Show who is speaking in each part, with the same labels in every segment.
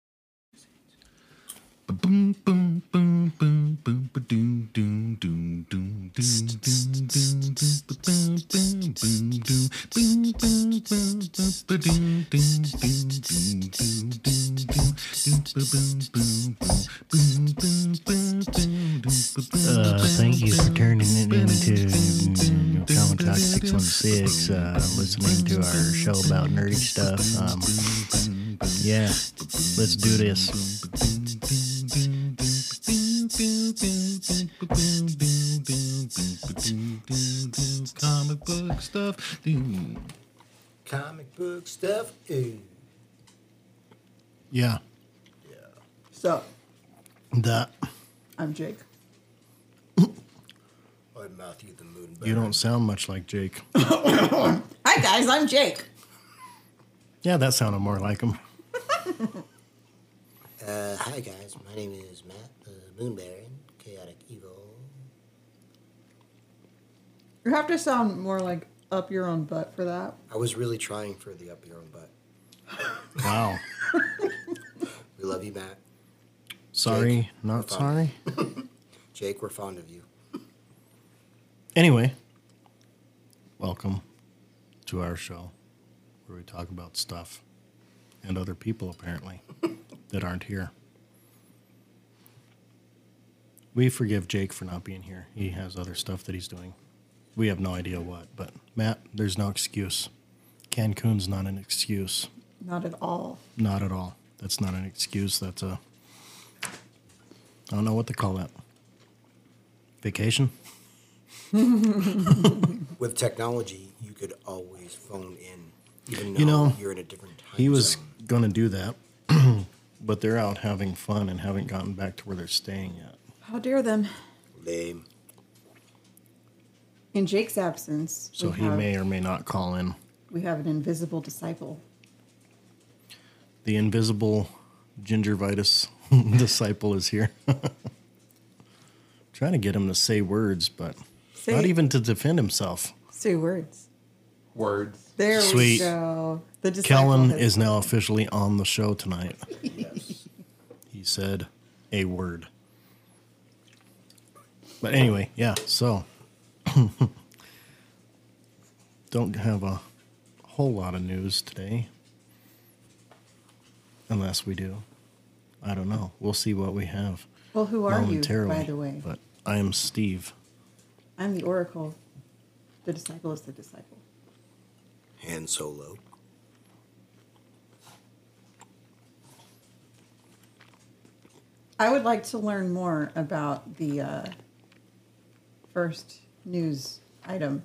Speaker 1: Uh,
Speaker 2: Boom, boom, boom, boom, boom, ba-doom, doom, doom, doom, doom, doom, doom, doom, ba-boom, boom, boom, doom, boom, boom, boom, boom, ba-doom, doom, doom, doom, doom, doom, doom, doom, ba-boom, boom, boom, boom, boom, boom, boom, doom, ba-boom,
Speaker 1: Uh, thank you for turning it into
Speaker 2: boom,
Speaker 1: mm,
Speaker 2: doom,
Speaker 1: Common Talk
Speaker 2: doom,
Speaker 1: 616, uh, listening to our show about nerdy stuff. Um, yeah, let's do this.
Speaker 2: Comic book stuff.
Speaker 3: Comic book stuff. Ooh.
Speaker 1: Yeah,
Speaker 3: So,
Speaker 1: that.
Speaker 4: I'm Jake.
Speaker 3: I'm Matthew the Moon.
Speaker 1: You don't sound much like Jake.
Speaker 4: Hi guys, I'm Jake.
Speaker 1: Yeah, that sounded more like him.
Speaker 3: Uh, hi guys, my name is Matt the Moon Baron, Chaotic Evil.
Speaker 4: You have to sound more like up your own butt for that.
Speaker 3: I was really trying for the up your own butt.
Speaker 1: Wow.
Speaker 3: We love you, Matt.
Speaker 1: Sorry,
Speaker 3: Jake,
Speaker 1: not
Speaker 3: we're
Speaker 1: sorry.
Speaker 3: fine. Jake, we're fond of you.
Speaker 1: Anyway, welcome to our show where we talk about stuff and other people, apparently, that aren't here. We forgive Jake for not being here. He has other stuff that he's doing. We have no idea what, but Matt, there's no excuse. Cancun's not an excuse.
Speaker 4: Not at all.
Speaker 1: Not at all. That's not an excuse. That's a. I don't know what to call that. Vacation?
Speaker 3: With technology, you could always phone in, even though
Speaker 1: You
Speaker 3: you
Speaker 1: know,
Speaker 3: are in a different time
Speaker 1: He was
Speaker 3: zone.
Speaker 1: going to do that, but they're out having fun and haven't gotten back to where they're staying yet.
Speaker 4: How dare them.
Speaker 3: lame.
Speaker 4: In Jake's absence,
Speaker 1: So
Speaker 4: we,
Speaker 1: he
Speaker 4: have,
Speaker 1: may or may not call in.
Speaker 4: we have an invisible disciple.
Speaker 1: The invisible gingivitis disciple is here. Trying to get him to say words, but
Speaker 4: Say-
Speaker 1: not even to defend himself.
Speaker 4: Say words.
Speaker 5: Words.
Speaker 4: There
Speaker 1: Sweet.
Speaker 4: we go. The disciple
Speaker 1: Kellen
Speaker 4: has-
Speaker 1: is now officially on the show tonight.
Speaker 3: Yes.
Speaker 1: He said a word. But anyway, yeah, so don't have a whole lot of news today. Unless we do. I don't know. We'll see what we have.
Speaker 4: Well, who are you, by the way?
Speaker 1: But I am Steve.
Speaker 4: I'm the oracle. The disciple is the disciple.
Speaker 3: Han Solo.
Speaker 4: I would like to learn more about the uh, first news item.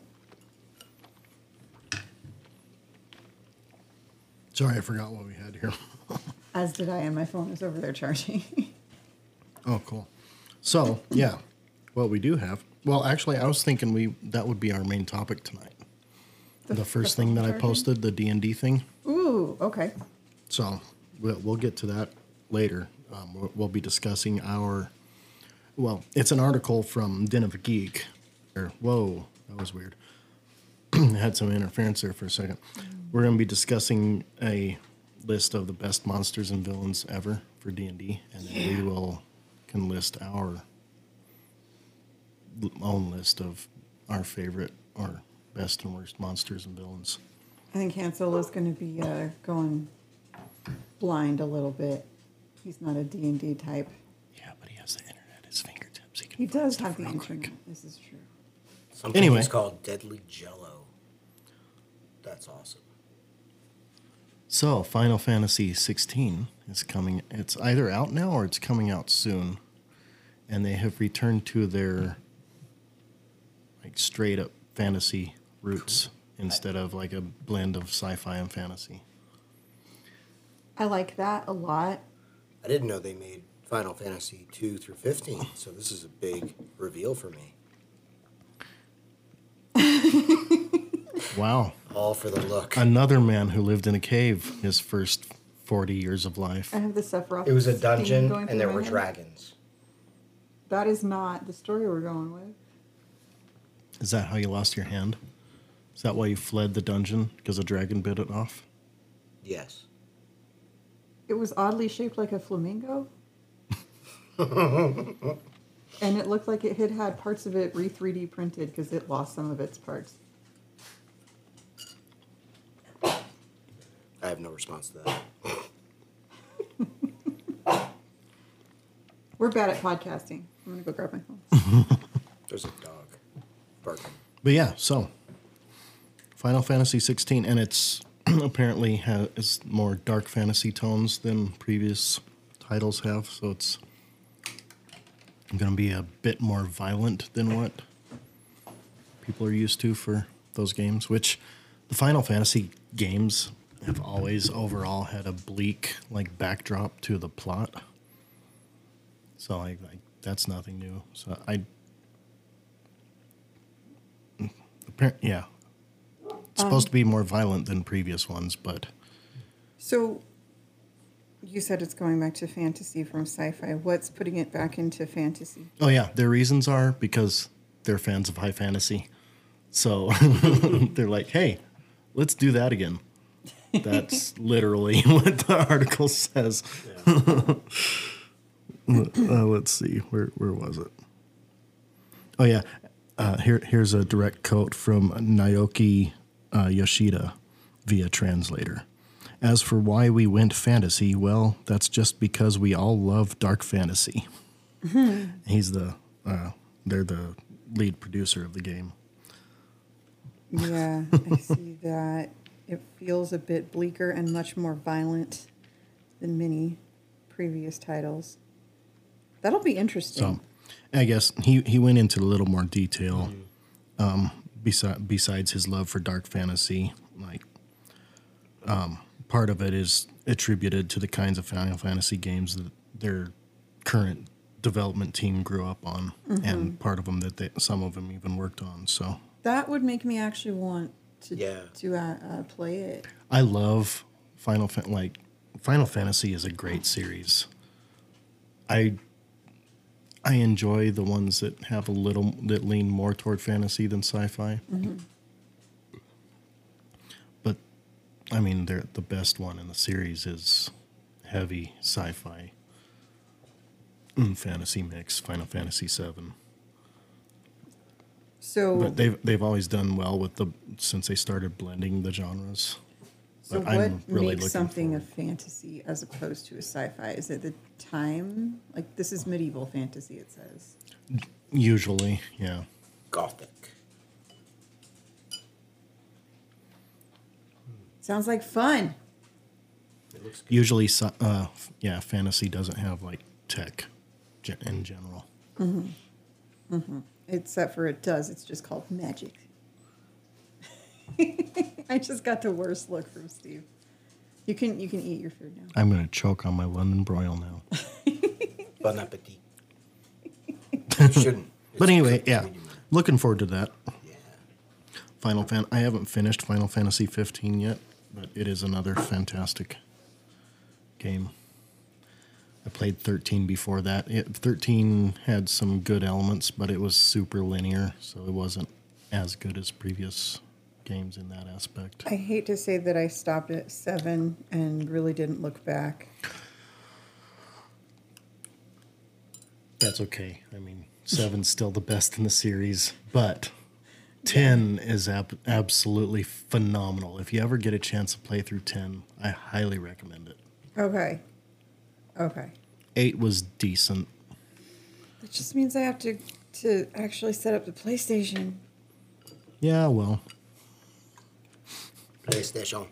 Speaker 1: Sorry, I forgot what we had here.
Speaker 4: As did I, and my phone is over there charging.
Speaker 1: Oh, cool. So, yeah, what we do have. Well, actually, I was thinking we that would be our main topic tonight. The, first thing that I
Speaker 4: charging?
Speaker 1: posted, the D and D thing.
Speaker 4: Ooh, okay.
Speaker 1: So we'll, we'll get to that later. Um, we'll, we'll be discussing our. Well, it's an article from Den of Geek. Or- Whoa, that was weird. Had some interference there for a second. We're going to be discussing a list of the best monsters and villains ever for D and D, and then we will can list our l- own list of our favorite or best and worst monsters and villains.
Speaker 4: I think Han Solo's going to be uh, going blind a little bit. He's not a D&D type.
Speaker 1: Yeah, but he has the internet at his fingertips. He can
Speaker 4: He
Speaker 1: find
Speaker 4: does
Speaker 1: stuff
Speaker 4: have the
Speaker 1: real quick.
Speaker 4: internet. This is true.
Speaker 3: Something
Speaker 1: Anyway.
Speaker 3: is called Deadly Jello. That's awesome.
Speaker 1: So, Final Fantasy 16 is coming. It's either out now or it's coming out soon. And they have returned to their like straight up fantasy roots instead of like a blend of sci-fi and fantasy.
Speaker 4: I like that a lot.
Speaker 3: I didn't know they made Final Fantasy 2 through 15, so this is a big reveal for me.
Speaker 1: Wow.
Speaker 3: All for the look.
Speaker 1: Another man who lived in a cave his first 40 years of life.
Speaker 4: I have the Sephiroth.
Speaker 3: It was a
Speaker 4: theme
Speaker 3: dungeon,
Speaker 4: going through
Speaker 3: and there
Speaker 4: my
Speaker 3: were
Speaker 4: head.
Speaker 3: dragons.
Speaker 4: That is not the story we're going with.
Speaker 1: Is that how you lost your hand? Is that why you fled the dungeon because a dragon bit it off?
Speaker 3: Yes.
Speaker 4: It was oddly shaped like a flamingo. and it looked like it had had parts of it re 3D printed because it lost some of its parts.
Speaker 3: I have no response to that.
Speaker 4: We're bad at podcasting. I'm gonna go grab my phone.
Speaker 3: There's a dog barking.
Speaker 1: But yeah, so Final Fantasy 16, and it's apparently has more dark fantasy tones than previous titles have, so it's going to be a bit more violent than what people are used to for those games, which the Final Fantasy games have always overall had a bleak like backdrop to the plot. So like, like that's nothing new. So I Appar- yeah. It's supposed to be more violent than previous ones, but
Speaker 4: So, you said it's going back to fantasy from sci-fi. What's putting it back into fantasy?
Speaker 1: oh yeah, their reasons are because they're fans of high fantasy. So they're like, "Hey, let's do that again." That's literally what the article says. uh, let's see, where where was it? Oh yeah, uh, here here's a direct quote from Naoki uh, Yoshida via translator. As for why we went fantasy, well, that's just because we all love dark fantasy. He's the uh, they're the lead producer of the game.
Speaker 4: Yeah, I see that. It feels a bit bleaker and much more violent than many previous titles. That'll be interesting.
Speaker 1: So Um, I guess he, he went into a little more detail um, besi- besides his love for dark fantasy. Like, um, part of it is attributed to the kinds of Final Fantasy games that their current development team grew up on, and part of them that they, some of them even worked on. So
Speaker 4: that would make me actually want to
Speaker 3: Yeah.
Speaker 4: to uh, uh, play it.
Speaker 1: I love Final Fan- like Final Fantasy is a great series. I I enjoy the ones that have a little that lean more toward fantasy than sci-fi. But I mean, they're the best one in the series is heavy sci-fi and fantasy mix Final Fantasy 7.
Speaker 4: So,
Speaker 1: But they've they've always done well with the since they started blending the genres.
Speaker 4: so
Speaker 1: but I'm
Speaker 4: what
Speaker 1: really looking
Speaker 4: makes something
Speaker 1: forward.
Speaker 4: a fantasy as opposed to a sci-fi? Is it the time? Like this is medieval fantasy. It says.
Speaker 1: Usually, yeah.
Speaker 3: Gothic.
Speaker 4: Sounds like fun.
Speaker 3: It looks good.
Speaker 1: usually sci- uh f- yeah fantasy doesn't have like tech ge- in general
Speaker 4: Except for it does. It's just called magic. I just got the worst look from Steve. You can you can eat your food now.
Speaker 1: i'm gonna choke on my london broil now
Speaker 3: Bon appetit. You shouldn't.
Speaker 1: but
Speaker 3: It's
Speaker 1: anyway
Speaker 3: cooked
Speaker 1: yeah
Speaker 3: in your-
Speaker 1: looking forward to that
Speaker 3: Yeah.
Speaker 1: final fan i haven't finished final fantasy 15 yet but it is another fantastic game i played 13 before that it, 13 had some good elements but it was super linear so it wasn't as good as previous games in that aspect
Speaker 4: I hate to say that I stopped at seven and really didn't look back.
Speaker 1: That's okay. I mean, seven's still the best in the series, but ten is ab- absolutely phenomenal. If you ever get a chance to play through ten, I highly recommend it.
Speaker 4: Okay. Okay.
Speaker 1: Eight was decent.
Speaker 4: That just means I have to to actually set up the PlayStation.
Speaker 1: Yeah, well,
Speaker 3: PlayStation.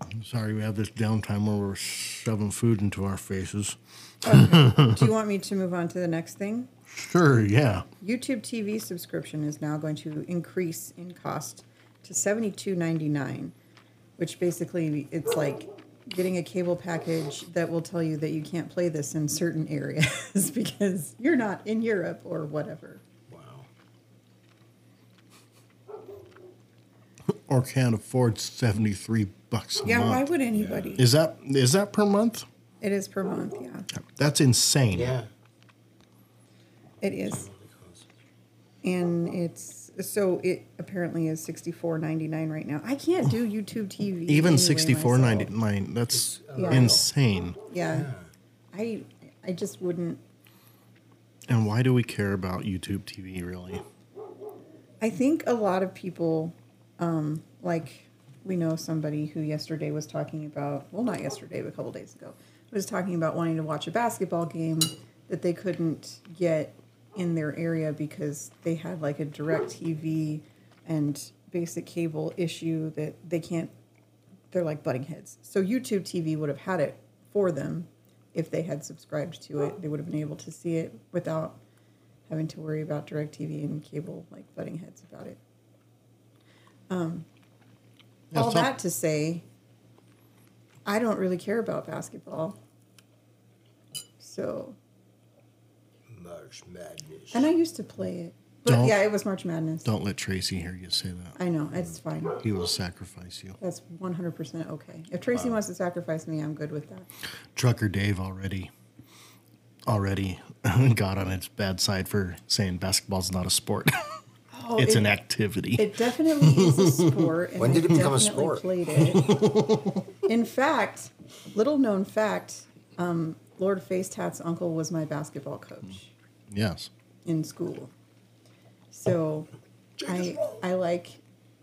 Speaker 1: I'm sorry we have this downtime where we're shoving food into our faces.
Speaker 4: Do you want me to move on to the next thing?
Speaker 1: Sure, yeah.
Speaker 4: YouTube TV subscription is now going to increase in cost to seventy two ninety nine, which basically it's like getting a cable package that will tell you that you can't play this in certain areas because you're not in Europe or whatever.
Speaker 3: Wow.
Speaker 1: Or can't afford seventy three bucks a
Speaker 4: Yeah,
Speaker 1: month.
Speaker 4: why would anybody?
Speaker 1: is that is that per month?
Speaker 4: It is per month. Yeah,
Speaker 1: That's insane.
Speaker 3: Yeah.
Speaker 4: it is, and it's so it apparently is sixty four ninety nine right now. I can't do YouTube TV. anyway
Speaker 1: Even sixty four ninety
Speaker 4: myself.
Speaker 1: nine. That's
Speaker 4: Yeah.
Speaker 1: insane.
Speaker 4: Yeah. I I just wouldn't.
Speaker 1: And why do we care about YouTube TV really?
Speaker 4: I think a lot of people, um, like we know somebody who yesterday was talking about, well, not yesterday, but a couple days ago, was talking about wanting to watch a basketball game that they couldn't get in their area because they had like a direct TV and basic cable issue that they can't, they're like butting heads. So YouTube TV would have had it for them if they had subscribed to it. They would have been able to see it without having to worry about DirecTV and cable like butting heads about it. Um,
Speaker 1: Yeah,
Speaker 4: All
Speaker 1: it's not-
Speaker 4: that to say, I don't really care about basketball. So,
Speaker 3: March Madness.
Speaker 4: and I used to play it, but
Speaker 1: Don't-
Speaker 4: yeah, it was March Madness.
Speaker 1: Don't let Tracy hear you say that.
Speaker 4: I know it's fine.
Speaker 1: He will sacrifice you.
Speaker 4: That's one hundred percent okay. If Tracy wants to sacrifice me, I'm good with that.
Speaker 1: Trucker Dave already already got on its bad side for saying basketball's not a sport.
Speaker 4: Oh,
Speaker 1: it's
Speaker 4: it,
Speaker 1: an activity.
Speaker 4: It definitely is a sport. And
Speaker 3: When
Speaker 4: I
Speaker 3: did it become a
Speaker 4: definitely
Speaker 3: sport?
Speaker 4: Played it. In fact, little known fact, um, Lord Face Tat's uncle was my basketball coach.
Speaker 1: yes.
Speaker 3: Hmm.
Speaker 4: in school. So I I like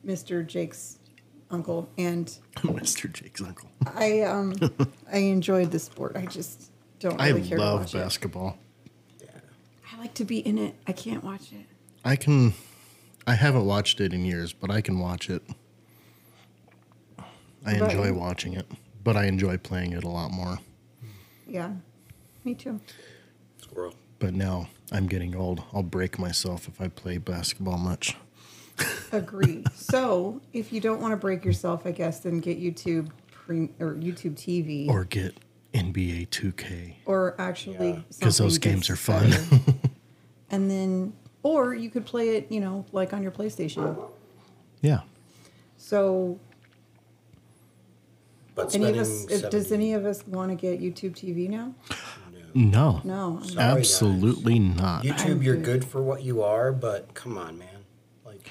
Speaker 4: Mr. Jake's uncle and
Speaker 1: Mr. Jake's uncle.
Speaker 4: I um I enjoyed the sport. I just don't
Speaker 1: I
Speaker 4: really care to
Speaker 1: love
Speaker 4: watch it.
Speaker 1: basketball.
Speaker 4: I like to be in it. I can't watch it.
Speaker 1: I can I haven't watched it in years, but I can watch it. I
Speaker 4: But-
Speaker 1: enjoy watching it, but I enjoy playing it a lot more.
Speaker 4: Yeah. Me too.
Speaker 3: Squirrel.
Speaker 1: But now I'm getting old. I'll break myself if I play basketball much.
Speaker 4: Agree. so if you don't want to break yourself, I guess then get YouTube pre- or YouTube TV or,
Speaker 1: Or get NBA 2K.
Speaker 4: actually
Speaker 3: Yeah.
Speaker 4: because
Speaker 1: those games are fun.
Speaker 4: and then or you could play it, you know, like on your PlayStation.
Speaker 1: Yeah.
Speaker 4: So
Speaker 3: But
Speaker 4: Any of
Speaker 3: spending
Speaker 4: us? if- Does
Speaker 3: 70
Speaker 4: any of us want to get YouTube TV now?
Speaker 1: No.
Speaker 4: No. I'm not.
Speaker 3: Sorry, guys.
Speaker 1: Absolutely not.
Speaker 4: I'm
Speaker 3: YouTube, you're
Speaker 4: good.
Speaker 3: good for what you are, but come on, man. Like,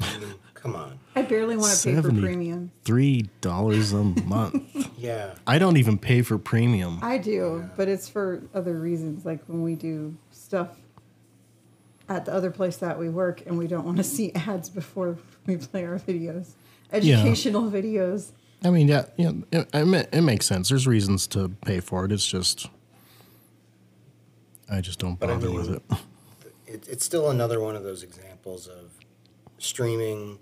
Speaker 3: I mean, come on.
Speaker 4: I barely want to pay for
Speaker 1: Seventy-
Speaker 4: premium.
Speaker 1: Three dollars a month.
Speaker 3: Yeah.
Speaker 1: I don't even pay for premium.
Speaker 4: I do, but it's for other reasons. Like when we do stuff at the other place that we work, and we don't want to see ads before we play our videos, educational videos.
Speaker 1: I mean, yeah, yeah, it, I mean, it makes sense. There's reasons to pay for it. It's just, I just don't
Speaker 3: But I
Speaker 1: bother with
Speaker 3: mean-
Speaker 1: it.
Speaker 3: it, it's still another one of those examples of streaming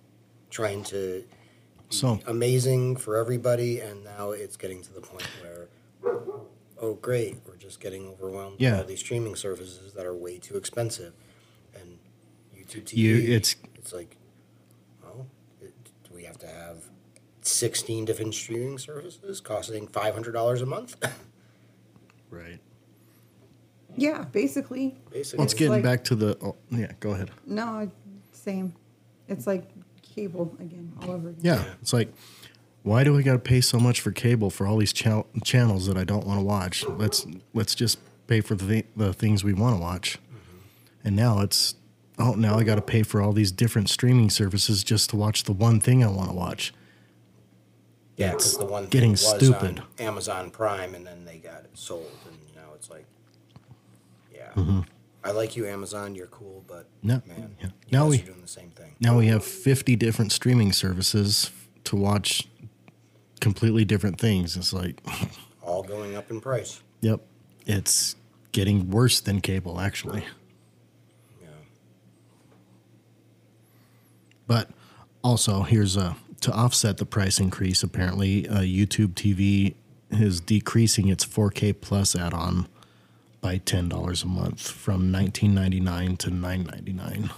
Speaker 3: trying to be
Speaker 1: So-
Speaker 3: amazing for everybody and now it's getting to the point where oh great we're just getting overwhelmed
Speaker 1: Yeah.
Speaker 3: by all these streaming services that are way too expensive and youtube tv
Speaker 1: You- it's-
Speaker 3: it's like well it, do we have to have 16 different streaming services costing $500 a month
Speaker 1: Right.
Speaker 4: Yeah, basically.
Speaker 3: basically
Speaker 1: Well, it's getting
Speaker 4: like-
Speaker 1: back to the. Oh, yeah, go ahead.
Speaker 4: No, I- same. It's like cable again, all over again.
Speaker 1: Yeah, it's like, why do I got to pay so much for cable for all these channel channels that I don't want to watch? Let's let's just pay for the thi- the things we want to watch. And now it's oh now I got to pay for all these different streaming services just to watch the one thing I want to watch.
Speaker 3: Yeah, because the one
Speaker 1: getting
Speaker 3: thing was
Speaker 1: stupid.
Speaker 3: on Amazon Prime, and then they got it sold, and now it's like, yeah, I like you, Amazon. You're cool, but
Speaker 1: Mm-hmm. No,
Speaker 3: man,
Speaker 1: yeah.
Speaker 3: you
Speaker 1: Now
Speaker 3: guys
Speaker 1: we-
Speaker 3: are doing the same thing.
Speaker 1: Now we have 50 different streaming services to watch completely different things. It's like,
Speaker 3: All going up in price.
Speaker 1: yep, it's getting worse than cable actually.
Speaker 3: Yeah,
Speaker 1: But also, here's a to offset the price increase. Apparently, uh, YouTube TV is decreasing its 4K Plus add-on by ten dollars a month from 19.99 to 9.99.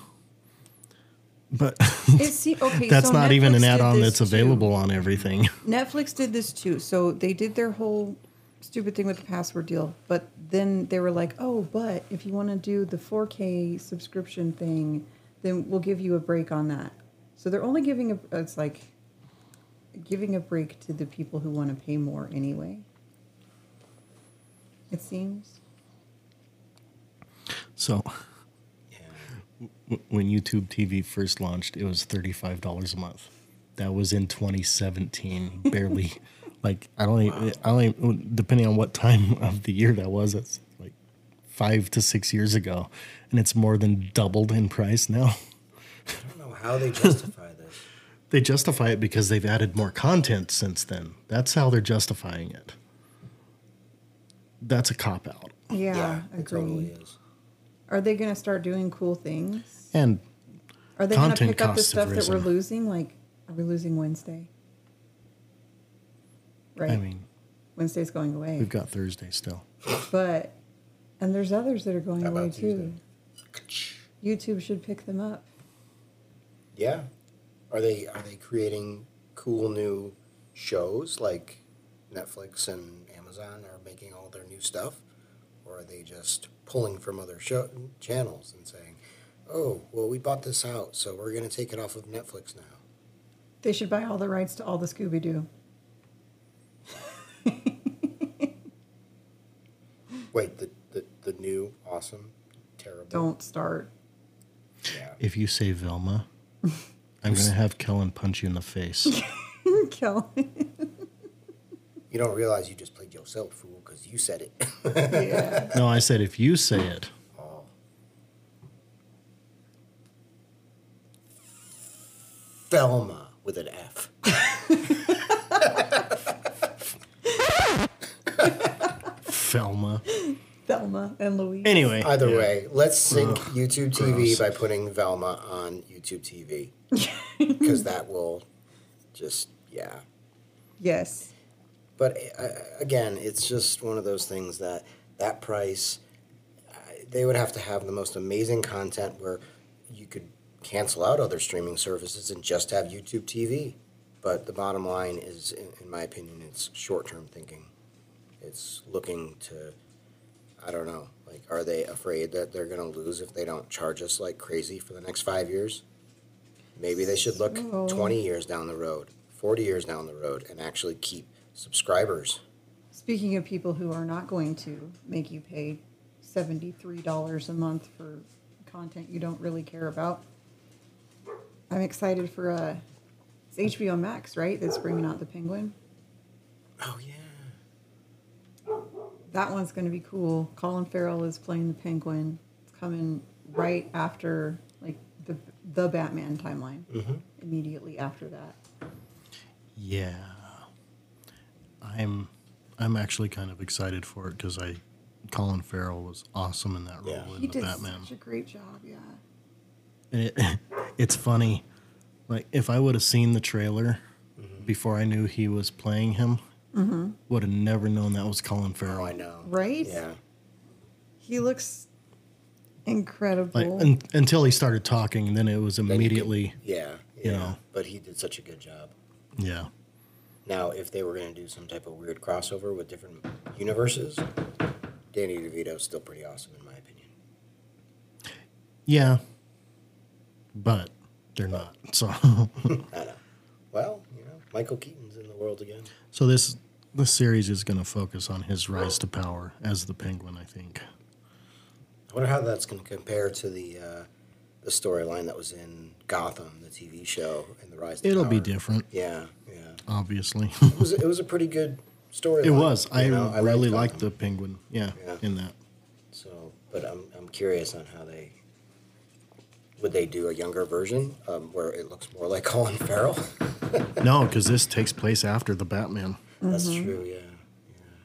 Speaker 1: But
Speaker 4: It se- okay,
Speaker 1: that's
Speaker 4: so
Speaker 1: not even
Speaker 4: Netflix
Speaker 1: an
Speaker 4: did
Speaker 1: add-on
Speaker 4: this
Speaker 1: that's
Speaker 4: too.
Speaker 1: available on everything.
Speaker 4: Netflix did this too. So they did their whole stupid thing with the password deal, but then they were like, "Oh, but if you want to do the 4K subscription thing, then we'll give you a break on that." So they're only giving a it's like giving a break to the people who want to pay more anyway. It seems.
Speaker 1: So
Speaker 3: yeah.
Speaker 1: w- when YouTube TV first launched, it was thirty-five dollars a month. That was in 2017, barely. Like I don't, even, I don't. Even, depending on what time of the year that was, that's like five to six years ago, and it's more than doubled in price now.
Speaker 3: I don't know how they justify this.
Speaker 1: They justify it because they've added more content since then. That's how they're justifying it. That's a cop out.
Speaker 4: Yeah,
Speaker 3: Yeah, it
Speaker 4: agree.
Speaker 3: totally is.
Speaker 4: Are they going to start doing cool things?
Speaker 1: And
Speaker 4: Are they going to
Speaker 1: Content
Speaker 4: pick up the
Speaker 1: costs
Speaker 4: stuff
Speaker 1: have
Speaker 4: that we're
Speaker 1: risen.
Speaker 4: losing? Like, are we losing Wednesday? Right.
Speaker 1: I mean,
Speaker 4: Wednesday's going away.
Speaker 1: we've got Thursday still.
Speaker 4: but and there's others that are going
Speaker 3: How about
Speaker 4: away too.
Speaker 3: Tuesday?
Speaker 4: YouTube should pick them up.
Speaker 3: Yeah. Are they are they creating cool new shows like Netflix and Amazon are making all their new stuff? Or are they just pulling from other show channels and saying, Oh, well we bought this out, so we're gonna take it off of Netflix now.
Speaker 4: They should buy all the rights to all the Scooby Doo.
Speaker 3: Wait, the, the, the new, awesome, terrible
Speaker 4: Don't start.
Speaker 3: yeah.
Speaker 1: If you say Velma, I'm going to have Kellen punch you in the face.
Speaker 4: Kill.
Speaker 3: You don't realize you just played yourself, fool, because you said it.
Speaker 4: yeah.
Speaker 1: No, I said if you say it.
Speaker 3: oh. Thelma with an F.
Speaker 1: Velma.
Speaker 4: Thelma and Louise.
Speaker 1: Anyway.
Speaker 3: Either
Speaker 1: yeah.
Speaker 3: way, let's sync YouTube TV by putting Velma on YouTube TV. Because that will just, yeah.
Speaker 4: Yes.
Speaker 3: But uh, again, it's just one of those things that that price, I- they would have to have the most amazing content where you could cancel out other streaming services and just have YouTube TV. But the bottom line is, in, in my opinion, it's short term thinking. It's looking to, I don't know, like, are they afraid that they're going to lose if they don't charge us like crazy for the next five years? Maybe they should look
Speaker 4: So-
Speaker 3: 20 years down the road, 40 years down the road, and actually keep subscribers.
Speaker 4: Speaking of people who are not going to make you pay $73 a month for content you don't really care about, I'm excited for uh, it's HBO Max, right? That's bringing out the Penguin.
Speaker 3: Oh, yeah.
Speaker 4: That one's going to be cool. Colin Farrell is playing the Penguin. It's coming right after like the the Batman timeline.
Speaker 1: Mm-hmm.
Speaker 4: Immediately after that.
Speaker 1: Yeah. I'm I'm actually kind of excited for it because I Colin Farrell was awesome in that role
Speaker 3: Yeah.
Speaker 1: in
Speaker 4: He
Speaker 1: the
Speaker 4: did
Speaker 1: Batman.
Speaker 4: such a great job, yeah.
Speaker 1: and it, it's funny. Like if I would have seen the trailer
Speaker 3: Mm-hmm.
Speaker 1: before I knew he was playing him,
Speaker 4: Mm-hmm.
Speaker 1: would have never known that was Colin
Speaker 3: Oh,
Speaker 1: Farrell.
Speaker 3: I know.
Speaker 4: Right?
Speaker 3: Yeah.
Speaker 4: He looks incredible.
Speaker 1: like un, until he started talking, then it was
Speaker 3: Then you could-
Speaker 1: immediately.
Speaker 3: yeah. Yeah.
Speaker 1: know.
Speaker 3: But he did such a good job.
Speaker 1: Yeah,
Speaker 3: Now, if they were going to do some type of weird crossover with different universes, Danny DeVito's still pretty awesome, in my opinion.
Speaker 1: yeah, but they're not. So
Speaker 3: I know. Well, you know, Michael Keaton's in the world again.
Speaker 1: so this this series is going to focus on his rise to power as the Penguin, I think.
Speaker 3: I wonder how that's going to compare to the uh, the storyline that was in Gotham, the TV show, and the rise. To
Speaker 1: It'll be
Speaker 3: power.
Speaker 1: different,
Speaker 3: Yeah, yeah.
Speaker 1: obviously.
Speaker 3: It was, it was a pretty good story.
Speaker 1: it was. I really
Speaker 3: like
Speaker 1: liked the Penguin. Yeah,
Speaker 3: Yeah.
Speaker 1: in that.
Speaker 3: So, but I'm, I'm curious on how they would they do a younger version um, where it looks more like Colin Farrell.
Speaker 1: No, because this takes place after the Batman.
Speaker 3: That's true. Yeah.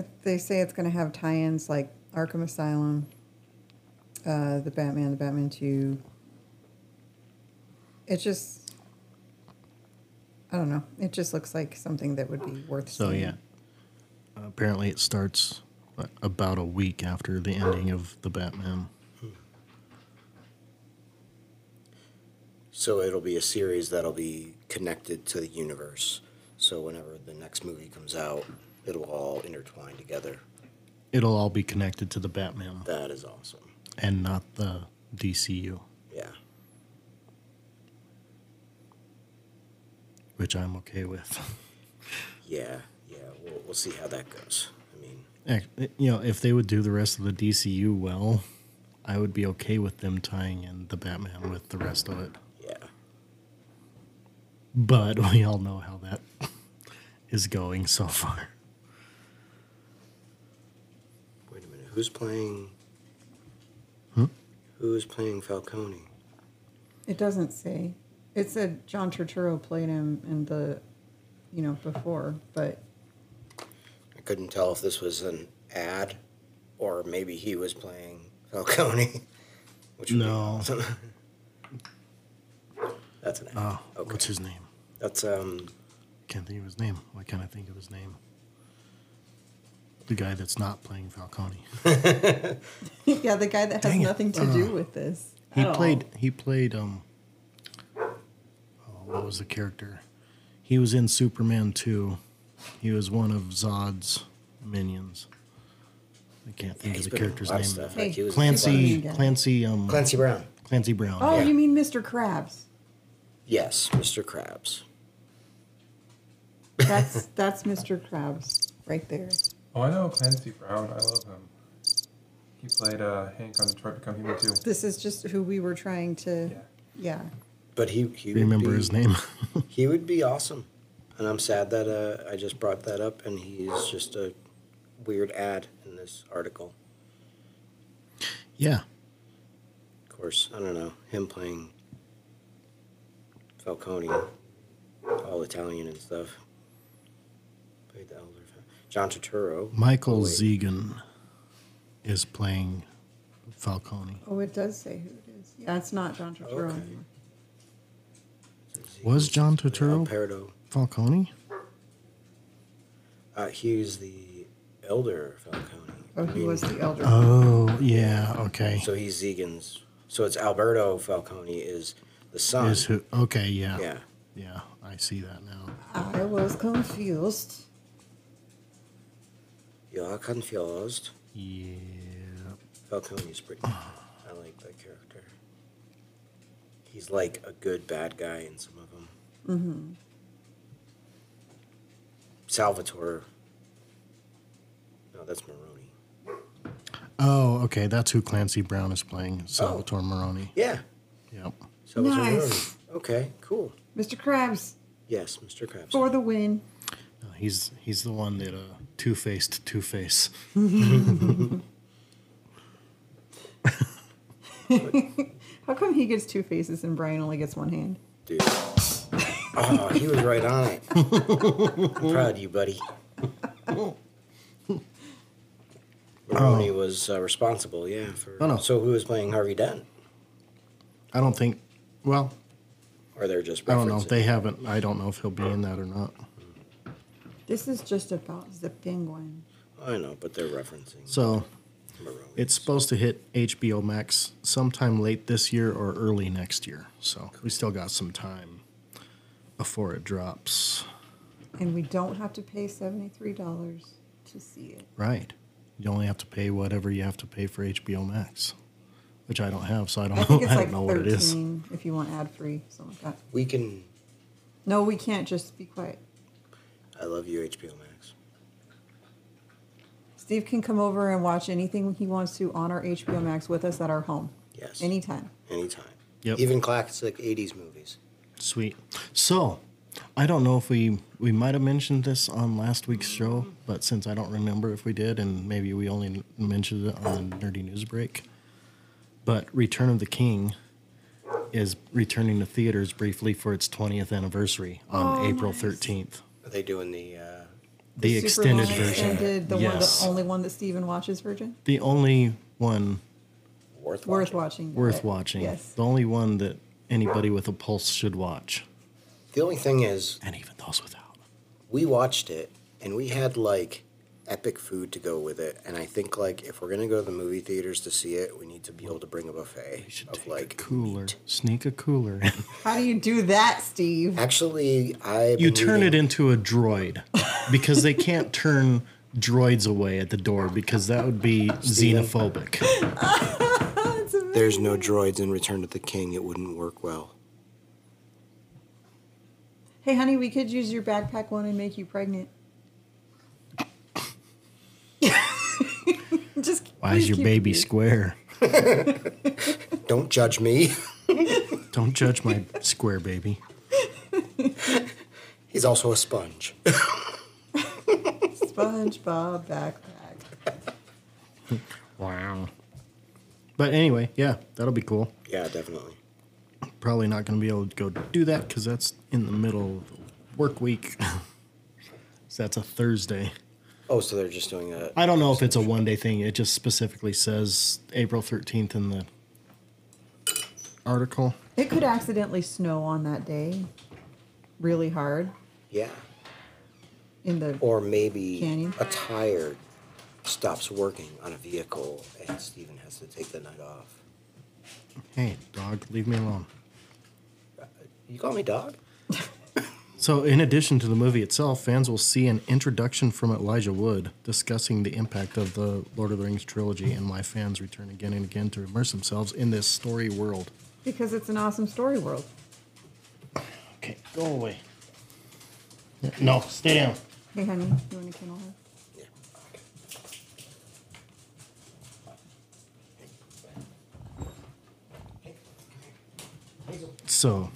Speaker 4: It- They say it's going to have tie-ins like Arkham Asylum, uh, the Batman, the Batman Two. It just, I don't know. It just looks like something that would be worth.
Speaker 1: So
Speaker 4: seeing.
Speaker 1: yeah, apparently it starts uh, about a week after the ending of the Batman.
Speaker 3: So it'll be a series that'll be connected to the universe. So whenever the next movie comes out, it'll all intertwine together.
Speaker 1: It'll all be connected to the Batman
Speaker 3: That is awesome.
Speaker 1: and not the DCU,
Speaker 3: Yeah.
Speaker 1: which I'm okay with.
Speaker 3: Yeah. Yeah. We'll, we'll see how that goes. I mean,
Speaker 1: Ac- You know, if they would do the rest of the DCU well, I would be okay with them tying in the Batman with the rest of it.
Speaker 3: Yeah.
Speaker 1: But we all know how that is going so far.
Speaker 3: Wait a minute. Who's playing? Who's playing Falcone?
Speaker 4: It doesn't say. It said John Turturro played him in the, you know, before, but
Speaker 3: I couldn't tell if this was an ad or maybe he was playing Falcone. Which would be
Speaker 1: No.
Speaker 3: awesome. That's an ad.
Speaker 1: Oh,
Speaker 3: okay.
Speaker 1: what's his name?
Speaker 3: That's um
Speaker 1: Can't think of his name. Why can't I think of his name? The guy that's not playing Falcone.
Speaker 4: yeah, the guy that has
Speaker 1: Dang it. Uh-huh.
Speaker 4: nothing to do with this. Oh.
Speaker 1: He
Speaker 4: at all.
Speaker 1: played. He played. Um. Oh, what was the character? He was in Superman two. He was one of Zod's minions. I can't think
Speaker 3: he's
Speaker 1: of the
Speaker 3: been in a
Speaker 1: character's
Speaker 3: lot
Speaker 1: name.
Speaker 3: of stuff. Like, he was in
Speaker 1: Clancy.
Speaker 4: Superman.
Speaker 1: Clancy. Um. Clancy,
Speaker 3: Clancy Brown.
Speaker 1: Brown.
Speaker 4: Oh,
Speaker 3: Yeah.
Speaker 4: you mean Mr. Krabs?
Speaker 3: Yes, Mr. Krabs.
Speaker 4: That's that's Mr. Krabs right there.
Speaker 5: Oh, I know Clancy Brown. I love him. He played uh, Hank on Detroit Become Human too.
Speaker 4: This is just who we were trying to.
Speaker 5: Yeah.
Speaker 4: Yeah.
Speaker 3: But he, he would
Speaker 1: Remember
Speaker 3: be-
Speaker 1: his name?
Speaker 3: He would be awesome. And I'm sad that uh, I just brought that up and he's just a weird ad in this article.
Speaker 1: yeah.
Speaker 3: Of course, I don't know, him playing Falcone, all Italian and stuff. Played the elder. Fa- John Turturro.
Speaker 1: Michael
Speaker 3: Oh, wait.
Speaker 1: Zegan is playing Falcone.
Speaker 4: Oh, it does say who it is. Yeah, it's not John Turturro
Speaker 3: Okay.
Speaker 4: anymore.
Speaker 1: Was John Turturro
Speaker 3: Alperdo.
Speaker 1: Falcone?
Speaker 3: Uh, he's the elder Falcone.
Speaker 4: Oh, he was the elder.
Speaker 1: Oh yeah. Okay.
Speaker 3: So he's Zegan's. So it's Alberto Falcone is the son.
Speaker 1: Is who? Okay. Yeah.
Speaker 3: yeah.
Speaker 1: Yeah. I see that now.
Speaker 4: I was confused.
Speaker 3: You're confused.
Speaker 1: Yeah.
Speaker 3: Falcone's pretty. I like that character. He's like a good bad guy in some of them. Mm-hmm. Salvatore. No, that's Maroni.
Speaker 1: Oh, okay. That's who Clancy Brown is playing. Salvatore Moroni.
Speaker 3: Yeah.
Speaker 1: Yep.
Speaker 3: Salvatore
Speaker 4: Nice.
Speaker 3: Maroni. Okay, cool.
Speaker 4: Mr. Krabs
Speaker 3: Yes, Mr. Krabs.
Speaker 4: for the win.
Speaker 1: No, he's he's the one that uh, two faced Two Face.
Speaker 4: How come he gets two faces and Brian only gets one hand?
Speaker 3: Dude. Oh, he was right on it. I'm proud of you, buddy. Maroni was uh, responsible, yeah. For,
Speaker 1: No, no.
Speaker 3: So who was playing Harvey Dent?
Speaker 1: I don't think. Well,
Speaker 3: Or they're just
Speaker 1: I don't know.
Speaker 3: referencing-
Speaker 1: They haven't. I don't know if he'll be in that or not.
Speaker 4: This is just about the penguin.
Speaker 3: I know, but they're referencing
Speaker 1: So
Speaker 3: Maroni.
Speaker 1: it's supposed to hit HBO Max sometime late this year or early next year. So we still got some time before it drops.
Speaker 4: And we don't have to pay $73 to see it.
Speaker 1: Right. You only have to pay whatever you have to pay for HBO Max, which I don't have, so I don't
Speaker 4: I
Speaker 1: know.
Speaker 4: think it's
Speaker 1: I don't
Speaker 4: like
Speaker 1: know
Speaker 4: 13
Speaker 1: what it is.
Speaker 4: if you want ad free, something like that.
Speaker 3: we can.
Speaker 4: No, we can't just be quiet.
Speaker 3: I love you, HBO Max.
Speaker 4: Steve can come over and watch anything he wants to on our HBO Max with us at our home.
Speaker 3: Yes.
Speaker 4: Anytime.
Speaker 3: Anytime.
Speaker 1: Yep.
Speaker 3: Even classic '80s movies.
Speaker 1: Sweet. So, I don't know if we we might have mentioned this on last week's show, but since I don't remember if we did, and maybe we only n- mentioned it on the Nerdy News Break, but Return of the King is returning to theaters briefly for its 20th anniversary
Speaker 4: Oh,
Speaker 1: on April 13th.
Speaker 3: Are they doing the? Uh,
Speaker 1: The,
Speaker 4: super long
Speaker 1: extended version.
Speaker 4: Extended, the
Speaker 1: Yes.
Speaker 4: one, the only one that Steven watches, Virgin.
Speaker 1: The only one
Speaker 3: worth
Speaker 4: Worth
Speaker 3: watching?
Speaker 4: watching.
Speaker 1: worth
Speaker 4: but-
Speaker 1: watching.
Speaker 4: Yes.
Speaker 1: The only one that anybody with a pulse should watch,
Speaker 3: The only thing is,
Speaker 1: and even those without.
Speaker 3: we watched it and we had like epic food to go with it. And I think like if we're gonna go to the movie theaters to see it, we need to be able to bring a buffet
Speaker 1: You should
Speaker 3: of
Speaker 1: take
Speaker 3: like
Speaker 1: a cooler,
Speaker 3: meat.
Speaker 1: sneak a cooler. in.
Speaker 4: How do you do that, Steve?
Speaker 3: Actually, I.
Speaker 1: you turn it into a droid because they can't turn droids away at the door because that would be xenophobic.
Speaker 3: There's no droids in Return of the King. It wouldn't work well.
Speaker 4: Hey, honey, we could use your backpack one and make you pregnant. Just
Speaker 1: Why is
Speaker 4: please
Speaker 1: your
Speaker 4: keep-
Speaker 1: baby square?
Speaker 3: Don't judge me.
Speaker 1: Don't judge my square baby.
Speaker 3: He's also a sponge.
Speaker 4: SpongeBob backpack.
Speaker 1: Wow. But anyway, yeah, that'll be cool.
Speaker 3: yeah, definitely.
Speaker 1: Probably not going to be able to go do that because that's in the middle of the work week. so that's a Thursday.
Speaker 3: Oh, so they're just doing a.
Speaker 1: I don't know if it's a one day thing. It just specifically says April 13th in the article.
Speaker 4: It could accidentally snow on that day, really hard
Speaker 3: Yeah.
Speaker 4: in the
Speaker 3: Or maybe
Speaker 4: Canyon.
Speaker 3: a tire stops working on a vehicle and Steven has to take the night off.
Speaker 1: Hey, dog, leave me alone.
Speaker 3: You call me dog?
Speaker 1: So, in addition to the movie itself, fans will see an introduction from Elijah Wood discussing the impact of the Lord of the Rings trilogy and why fans return again and again to immerse themselves in this story world.
Speaker 4: because it's an awesome story world.
Speaker 1: Okay, go away. No, stay down.
Speaker 4: Hey, honey, you want to kennel her?
Speaker 3: Yeah.
Speaker 1: So,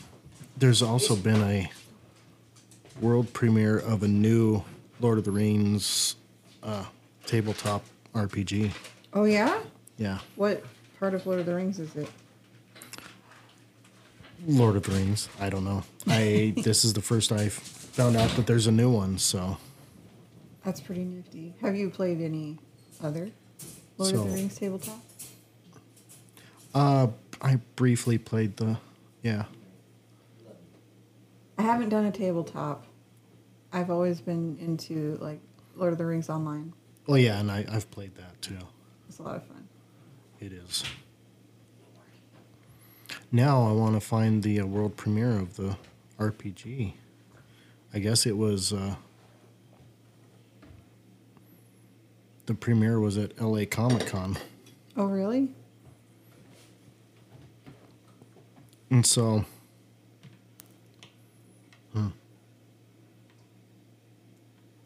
Speaker 1: there's also been a world premiere of a new Lord of the Rings uh, tabletop RPG.
Speaker 4: Oh yeah.
Speaker 1: Yeah,
Speaker 4: What part of Lord of the Rings is it?
Speaker 1: Lord of the Rings. I don't know. I this is the first I found out that there's a new one. So,
Speaker 4: That's pretty nifty. Have you played any other Lord of the
Speaker 1: So-
Speaker 4: Rings tabletop?
Speaker 1: uh, I briefly played the. Yeah,
Speaker 4: I haven't done a tabletop. I've always been into like Lord of the Rings online.
Speaker 1: well, Oh, yeah, and I, I've played that too.
Speaker 4: It's a lot of fun.
Speaker 1: It is. Now I want to find the uh, world premiere of the RPG. I guess it was. Uh, the premiere was at LA Comic Con.
Speaker 4: Oh really?
Speaker 1: And so. Hmm.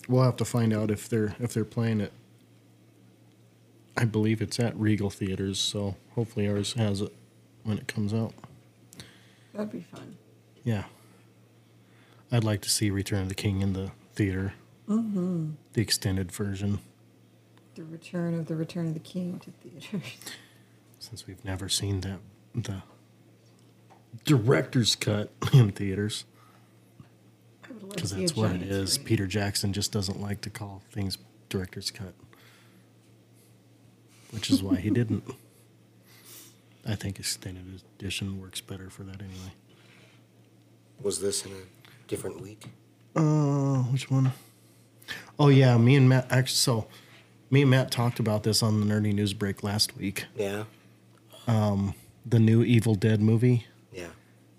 Speaker 1: We'll have to find out if they're if they're playing it. I believe it's at Regal Theaters, so hopefully ours has it when it comes out.
Speaker 4: That'd be fun.
Speaker 1: Yeah. I'd like to see Return of the King in the theater. Mm-hmm. The extended version,
Speaker 4: The return of the Return of the King to theaters.
Speaker 1: since we've never seen that the director's cut in theaters.
Speaker 4: I would love to
Speaker 1: Because
Speaker 4: see a
Speaker 1: that's what it
Speaker 4: giant
Speaker 1: is.
Speaker 4: screen.
Speaker 1: Peter Jackson just doesn't like to call things director's cut, which is why he didn't. I think extended edition works better for that anyway.
Speaker 3: Was this in a different week?
Speaker 1: Uh, which one? Oh yeah, me and Matt. Actually, so me and Matt talked about this on the Nerdy News Break last week.
Speaker 3: Yeah.
Speaker 1: The new Evil Dead movie.
Speaker 3: Yeah.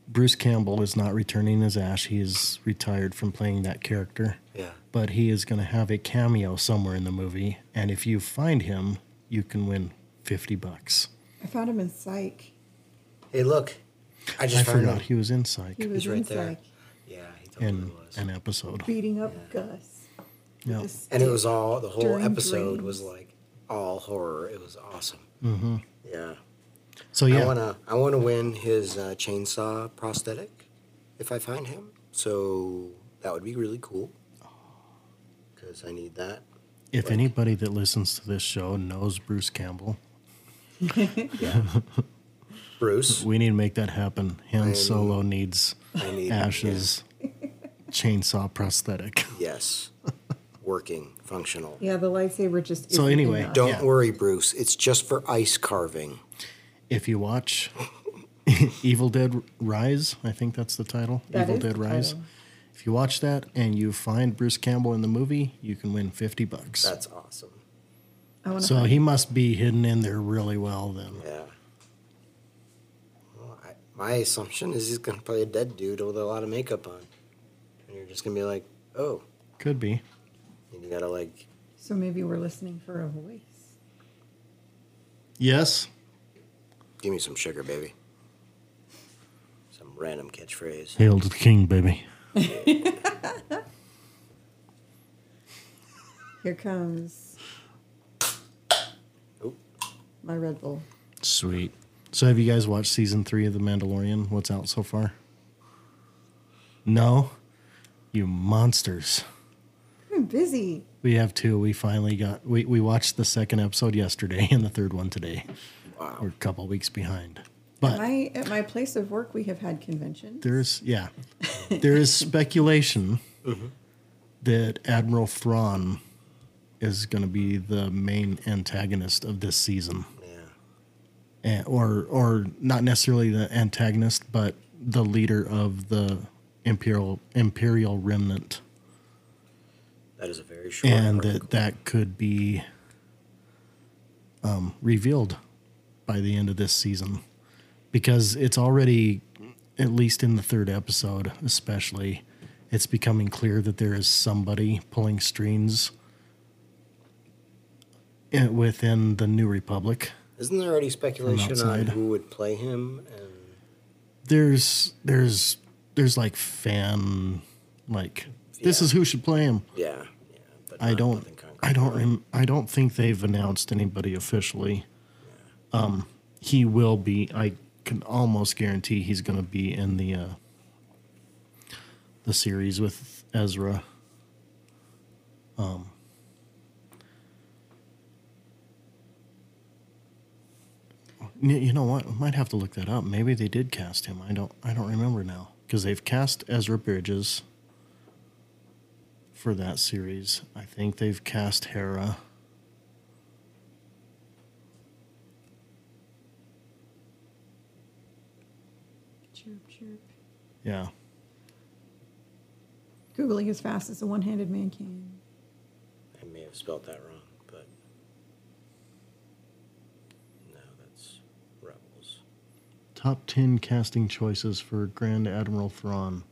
Speaker 1: Bruce Campbell is not returning as Ash. He is retired from playing that character.
Speaker 3: Yeah.
Speaker 1: But he is going to have a cameo somewhere in the movie, and if you find him, you can win fifty bucks.
Speaker 4: I found him in Psych.
Speaker 3: Hey, look. I just
Speaker 1: I
Speaker 3: found
Speaker 1: forgot
Speaker 3: him.
Speaker 1: he was in Psych
Speaker 4: He was
Speaker 3: He's
Speaker 4: in
Speaker 3: right there.
Speaker 4: Psych
Speaker 3: Yeah, he totally
Speaker 1: in
Speaker 3: was.
Speaker 1: an episode.
Speaker 4: beating up Gus.
Speaker 1: Yeah.
Speaker 4: This-
Speaker 3: And it was all the whole
Speaker 4: During
Speaker 3: episode
Speaker 4: dreams.
Speaker 3: was like all horror. It was awesome. Yeah.
Speaker 1: So
Speaker 3: I
Speaker 1: yeah,
Speaker 3: wanna I wanna win his uh, chainsaw prosthetic if I find him. So that would be really cool. Cause I need that.
Speaker 1: if anybody that listens to this show knows Bruce Campbell,
Speaker 3: Bruce,
Speaker 1: we need to make that happen. Han Solo needs
Speaker 3: I need
Speaker 1: Ash's chainsaw prosthetic.
Speaker 3: Yes. Working, functional.
Speaker 4: Yeah, the lightsaber just.
Speaker 1: So
Speaker 4: isn't
Speaker 1: anyway,
Speaker 4: enough.
Speaker 3: Don't
Speaker 1: Yeah.
Speaker 3: worry, Bruce. It's just for ice carving.
Speaker 1: If you watch Evil Dead Rise, I think that's the title.
Speaker 4: That
Speaker 1: Evil
Speaker 4: is
Speaker 1: Dead
Speaker 4: the
Speaker 1: Rise.
Speaker 4: title.
Speaker 1: If you watch that and you find Bruce Campbell in the movie, you can win fifty bucks.
Speaker 3: That's awesome.
Speaker 4: I want to.
Speaker 1: so he must be hidden in there really well then.
Speaker 3: Yeah. Well, I, my assumption is he's gonna play a dead dude with a lot of makeup on, and you're just gonna be like, oh,
Speaker 1: Could be.
Speaker 3: and you gotta like,
Speaker 4: so maybe we're listening for a voice.
Speaker 1: Yes.
Speaker 3: give me some sugar, baby. Some random catchphrase.
Speaker 1: Hail to the king, baby.
Speaker 4: Here comes
Speaker 3: Oh,
Speaker 4: my Red Bull.
Speaker 1: Sweet. So, have you guys watched season three of The Mandalorian? What's out so far? No? You monsters.
Speaker 4: I'm busy.
Speaker 1: We have two. We finally got, we, we watched the second episode yesterday and the third one today. Wow. We're a couple weeks behind. But
Speaker 4: My at my place of work, we have had convention.
Speaker 1: there's, yeah, there is speculation that Admiral Thrawn is going to be the main antagonist of this season.
Speaker 3: Yeah.
Speaker 1: and, or or not necessarily the antagonist, but the leader of the imperial imperial remnant,
Speaker 3: That is a very short.
Speaker 1: and uh,
Speaker 3: article.
Speaker 1: that that could be um, revealed by the end of this season, because it's already at least in the third episode, especially, it's becoming clear that there is somebody pulling strings in- within the New Republic.
Speaker 3: Isn't there already speculation on
Speaker 1: outside.
Speaker 3: who would play him? And
Speaker 1: there's there's there's like fan like this
Speaker 3: Yeah.
Speaker 1: is who should play him.
Speaker 3: yeah, yeah. But
Speaker 1: I
Speaker 3: not-
Speaker 1: don't
Speaker 3: nothing concrete.
Speaker 1: I don't rem- I don't think they've announced anybody officially. Um, he will be. I can almost guarantee he's going to be in the uh, the series with Ezra. Um, y- you know what? I might have to look that up. Maybe they did cast him. I don't. I don't remember now because they've cast Ezra Bridges for that series. I think they've cast Hera.
Speaker 4: Chirp, chirp.
Speaker 1: Yeah.
Speaker 4: Googling as fast as a one-handed man can.
Speaker 3: I may have spelt that wrong, but no, that's Rebels.
Speaker 1: Top 10 casting choices for Grand Admiral Thrawn.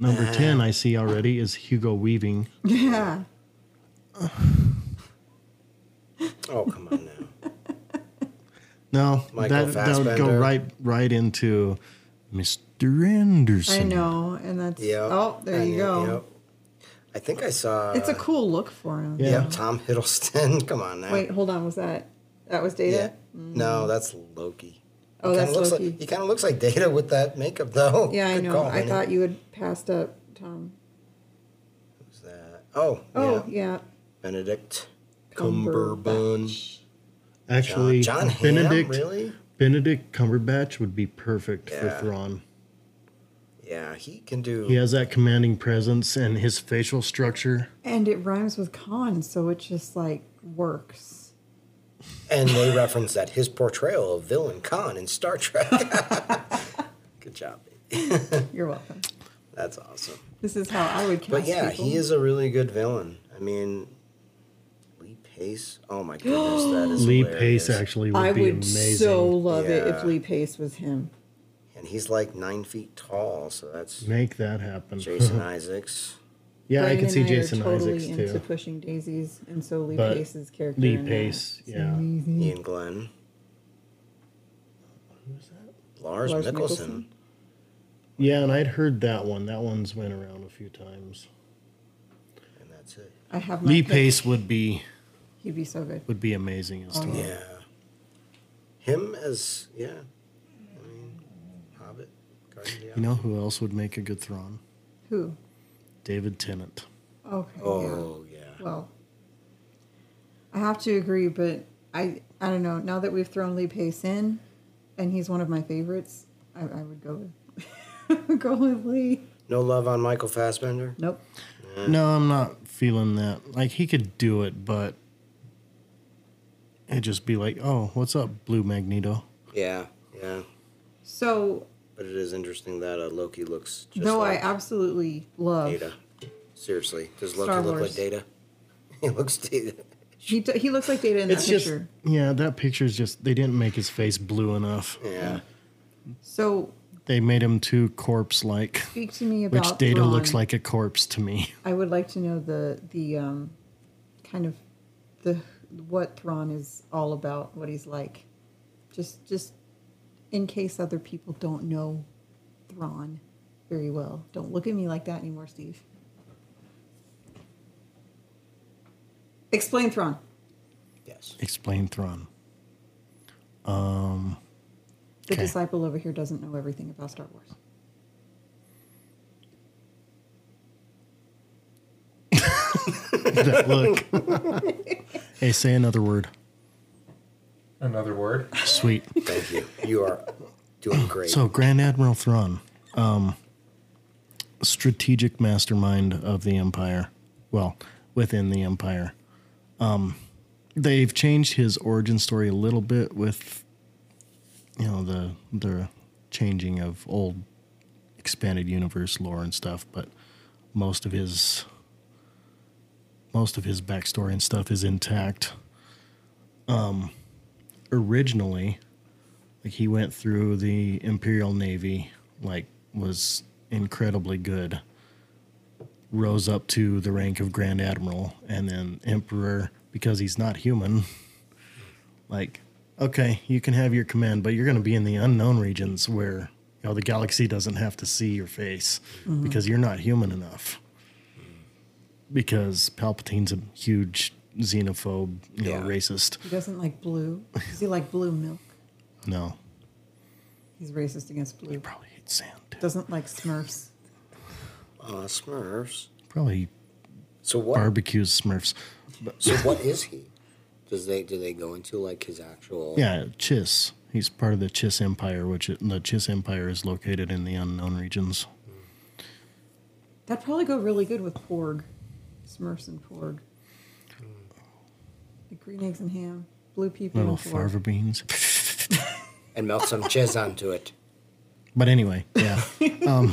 Speaker 1: Number 10, I see already, is Hugo Weaving.
Speaker 4: Yeah.
Speaker 3: Oh come on now!
Speaker 1: No,
Speaker 3: Michael
Speaker 1: that, that would go
Speaker 3: Fassbender.
Speaker 1: right right into Mr. Anderson.
Speaker 4: I know, and that's
Speaker 3: Yep.
Speaker 4: oh, there
Speaker 3: and
Speaker 4: you
Speaker 3: yep,
Speaker 4: go.
Speaker 3: yep. Uh, I think I saw.
Speaker 4: It's a cool look for him.
Speaker 1: Yeah.
Speaker 3: Yep, Tom Hiddleston. Come on now.
Speaker 4: Wait, hold on. Was that that was
Speaker 3: yeah.
Speaker 4: Data?
Speaker 3: No, that's Loki.
Speaker 4: Mm-hmm. Oh,
Speaker 3: He kinda
Speaker 4: that's
Speaker 3: looks
Speaker 4: Loki.
Speaker 3: Like, he kind of looks like Data with that makeup, though.
Speaker 4: Yeah, I
Speaker 3: Good
Speaker 4: know.
Speaker 3: call,
Speaker 4: I
Speaker 3: Lenny.
Speaker 4: thought you had passed up Tom.
Speaker 3: Who's that? Oh,
Speaker 4: Oh
Speaker 3: yeah.
Speaker 4: yeah,
Speaker 3: Benedict
Speaker 4: Cumberbatch.
Speaker 3: Cumberbatch.
Speaker 1: Actually,
Speaker 3: John, John Hamm,
Speaker 1: Benedict,
Speaker 3: really?
Speaker 1: Benedict Cumberbatch would be perfect
Speaker 3: Yeah.
Speaker 1: for Thrawn.
Speaker 3: Yeah, he can do.
Speaker 1: He has that commanding presence and his facial structure.
Speaker 4: and it rhymes with con, so it just like works.
Speaker 3: And they reference that his portrayal of villain Khan in Star Trek. Good job.
Speaker 4: You're welcome.
Speaker 3: That's awesome.
Speaker 4: This is how I would cast.
Speaker 3: But yeah,
Speaker 4: people.
Speaker 3: he is a really good villain. I mean, Lee Pace. Oh my goodness, that is
Speaker 1: Lee
Speaker 3: hilarious.
Speaker 1: Pace actually would
Speaker 4: I
Speaker 1: be
Speaker 4: would
Speaker 1: amazing.
Speaker 4: so love it if
Speaker 3: Yeah.
Speaker 4: Lee Pace was him.
Speaker 3: And he's like nine feet tall, so that's
Speaker 1: Make that happen.
Speaker 3: Jason Isaacs.
Speaker 1: yeah, I
Speaker 4: Brian
Speaker 1: can see
Speaker 4: and are
Speaker 1: Jason
Speaker 4: totally
Speaker 1: Isaacs
Speaker 4: into
Speaker 1: too.
Speaker 4: pushing daisies, and so Lee
Speaker 1: But
Speaker 4: Pace's character.
Speaker 1: Lee
Speaker 4: in that
Speaker 1: Pace,
Speaker 4: is
Speaker 1: yeah.
Speaker 4: amazing.
Speaker 3: Ian Glenn. Lars,
Speaker 4: Lars
Speaker 3: Mickelson.
Speaker 4: Mikkelsen.
Speaker 1: Yeah, and I'd heard that one. That one's went around a few times.
Speaker 3: And that's it.
Speaker 4: I have my
Speaker 1: Lee
Speaker 4: pick.
Speaker 1: Pace would be
Speaker 4: He'd be so good.
Speaker 1: would be amazing as Thor.
Speaker 3: Yeah. Him as, yeah. I mean, Hobbit. Guardian of the
Speaker 1: You know who else would make a good Thrawn?
Speaker 4: Who?
Speaker 1: David Tennant.
Speaker 4: Okay. yeah.
Speaker 3: Oh yeah.
Speaker 4: Well, I have to agree, but I I don't know. Now that we've thrown Lee Pace in, and he's one of my favorites, I, I would go with go with Lee.
Speaker 3: No love on Michael Fassbender.
Speaker 4: Nope.
Speaker 1: No, I'm not feeling that. Like he could do it, but it'd just be like, oh, what's up, Blue Magneto?
Speaker 3: Yeah, yeah.
Speaker 4: So
Speaker 3: But it is interesting that uh, Loki looks just
Speaker 4: though
Speaker 3: like
Speaker 4: I absolutely love
Speaker 3: Data. Seriously, does Loki
Speaker 4: Star
Speaker 3: look
Speaker 4: Wars.
Speaker 3: like Data? He looks Data.
Speaker 4: he d- he looks like Data in that
Speaker 1: It's just
Speaker 4: picture.
Speaker 1: yeah, that picture's just they didn't make his face blue enough.
Speaker 3: Yeah.
Speaker 4: So
Speaker 1: They made him too corpse like.
Speaker 4: speak to me about
Speaker 1: Which data
Speaker 4: Thrawn.
Speaker 1: looks like a corpse to me.
Speaker 4: I would like to know the the um, kind of the what Thrawn is all about, what he's like, just just in case other people don't know Thrawn very well. Don't look at me like that anymore, Steve. Explain Thrawn.
Speaker 3: Yes.
Speaker 1: Explain Thrawn. Um,
Speaker 4: The
Speaker 1: Okay.
Speaker 4: disciple over here doesn't know everything about Star Wars.
Speaker 1: That look. hey, say another word.
Speaker 5: Another word.
Speaker 1: Sweet.
Speaker 3: Thank you. You are doing great.
Speaker 1: So, Grand Admiral Thrawn, um, strategic mastermind of the Empire, well, within the Empire. Um, they've changed his origin story a little bit with, you know, the the changing of old expanded universe lore and stuff, but most of his most of his backstory and stuff is intact. Um, originally, like he went through the Imperial Navy, like was incredibly good. Rose up to the rank of Grand Admiral and then Emperor because he's not human. Like, okay, you can have your command, but you're going to be in the unknown regions where you know the galaxy doesn't have to see your face because you're not human enough. Because Palpatine's a huge xenophobe, you
Speaker 3: Yeah.
Speaker 1: know, racist.
Speaker 4: He doesn't like blue. Does he like blue milk?
Speaker 1: No,
Speaker 4: He's racist against blue.
Speaker 1: probably hates sand. too.
Speaker 4: Doesn't like Smurfs.
Speaker 3: Aw, Smurfs.
Speaker 1: Probably
Speaker 3: So what?
Speaker 1: barbecues Smurfs.
Speaker 3: So what is he? Does they do they go into like his actual?
Speaker 1: Yeah, Chiss. He's part of the Chiss Empire, which it, the Chiss Empire is located in the unknown regions.
Speaker 4: That'd probably go really good with porg. Smurfs and porg. The green eggs and ham. Blue people
Speaker 1: Little
Speaker 4: and porg.
Speaker 1: farva beans.
Speaker 3: And melt some chiz onto it.
Speaker 1: But anyway, yeah. Um,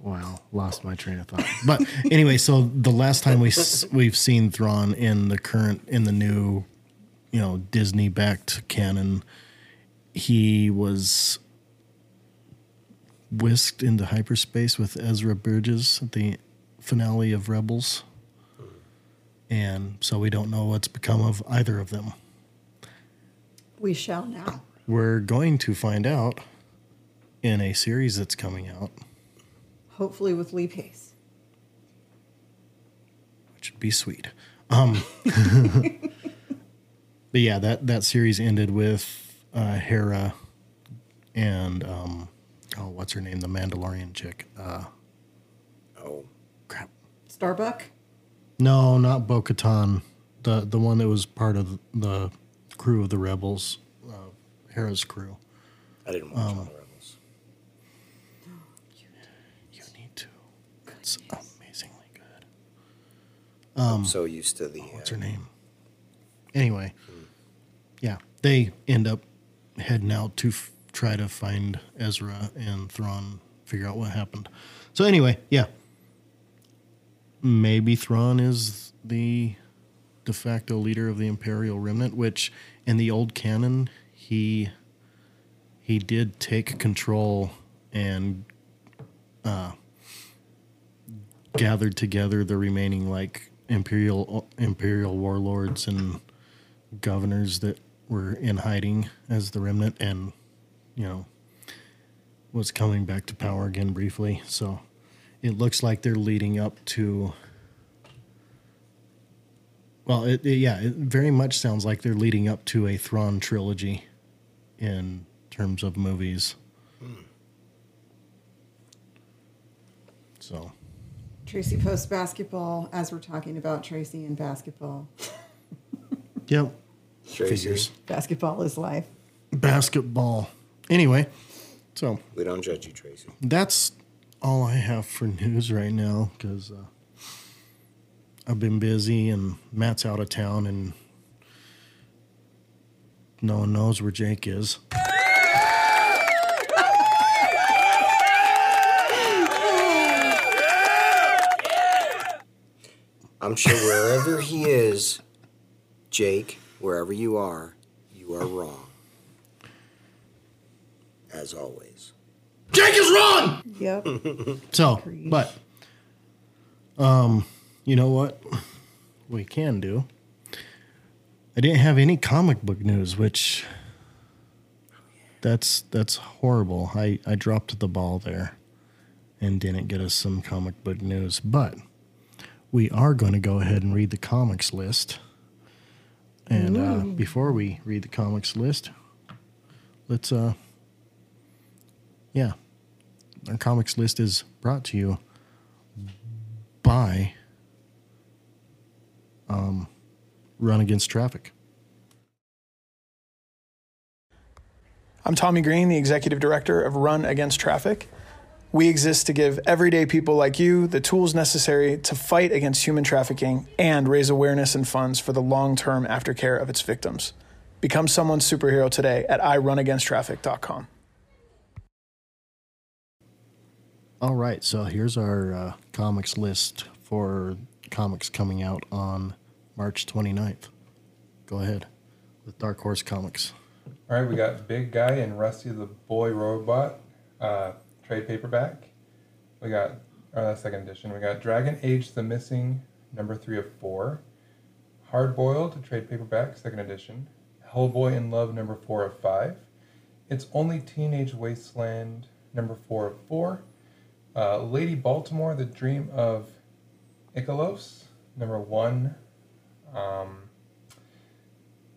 Speaker 1: wow, lost my train of thought. But anyway, so the last time we s- we've seen Thrawn in the current in the new, you know, Disney backed canon, he was whisked into hyperspace with Ezra Bridges at the finale of Rebels. And so we don't know what's become of either of them.
Speaker 4: We shall now.
Speaker 1: We're going to find out in a series that's coming out,
Speaker 4: Hopefully with Lee Pace.
Speaker 1: which would be sweet. Um, but yeah, that, that series ended with uh, Hera and, um, oh, what's her name? The Mandalorian chick. Uh,
Speaker 3: Oh,
Speaker 1: crap.
Speaker 4: Starbuck?
Speaker 1: No, not Bo Katan. The, the one that was part of the crew of the Rebels, uh, Hera's crew.
Speaker 3: I didn't watch
Speaker 1: Um,
Speaker 3: all the rebels.
Speaker 1: You need to. It's amazingly good.
Speaker 3: I'm so used to the.
Speaker 1: um, what's
Speaker 3: Uh,
Speaker 1: her name? Anyway, yeah, they end up heading out to f- try to find Ezra and Thrawn, figure out what happened. So anyway, yeah, maybe Thrawn is the de facto leader of the Imperial Remnant, which in the old canon he he did take control and gathered together the remaining like imperial imperial warlords and governors that were in hiding as the remnant and you know was coming back to power again briefly so it looks like they're leading up to well it, it- yeah it very much sounds like they're leading up to a Thrawn trilogy in terms of movies so
Speaker 4: Tracy posts basketball as we're talking about Tracy and basketball.
Speaker 1: yep
Speaker 3: Tracy.
Speaker 1: figures.
Speaker 4: Basketball is life.
Speaker 1: basketball. Anyway, so
Speaker 3: We don't judge you, Tracy.
Speaker 1: that's all I have for news right now because uh, I've been busy and Matt's out of town and no one knows where Jake is.
Speaker 3: I'm sure wherever he is, Jake, wherever you are, you are wrong. As always.
Speaker 1: Jake is wrong!
Speaker 4: Yep.
Speaker 1: So,
Speaker 4: Preach.
Speaker 1: but um, you know what we can do? I didn't have any comic book news, which that's that's horrible. I I dropped the ball there and didn't get us some comic book news, but we are going to go ahead and read the comics list. And uh, before we read the comics list, let's uh, yeah, our comics list is brought to you by um, Run Against Traffic.
Speaker 6: I'm Tommy Green, the executive director of Run Against Traffic. We exist to give everyday people like you the tools necessary to fight against human trafficking and raise awareness and funds for the long term aftercare of its victims. Become someone's superhero today at irunagainsttraffic.com.
Speaker 1: All right, so here's our uh, comics list for comics coming out on March 29th. Go ahead with Dark Horse Comics.
Speaker 5: All right, we got Big Guy and Rusty the Boy Robot, uh, trade paperback. We got, uh, that's second edition. We got Dragon Age the Missing, number three of four. Hard Boiled, trade paperback, second edition. Hellboy in Love, number four of five. It's Only Teenage Wasteland, number four of four. Uh, Lady Baltimore, The Dream of Icalos, number one. Um,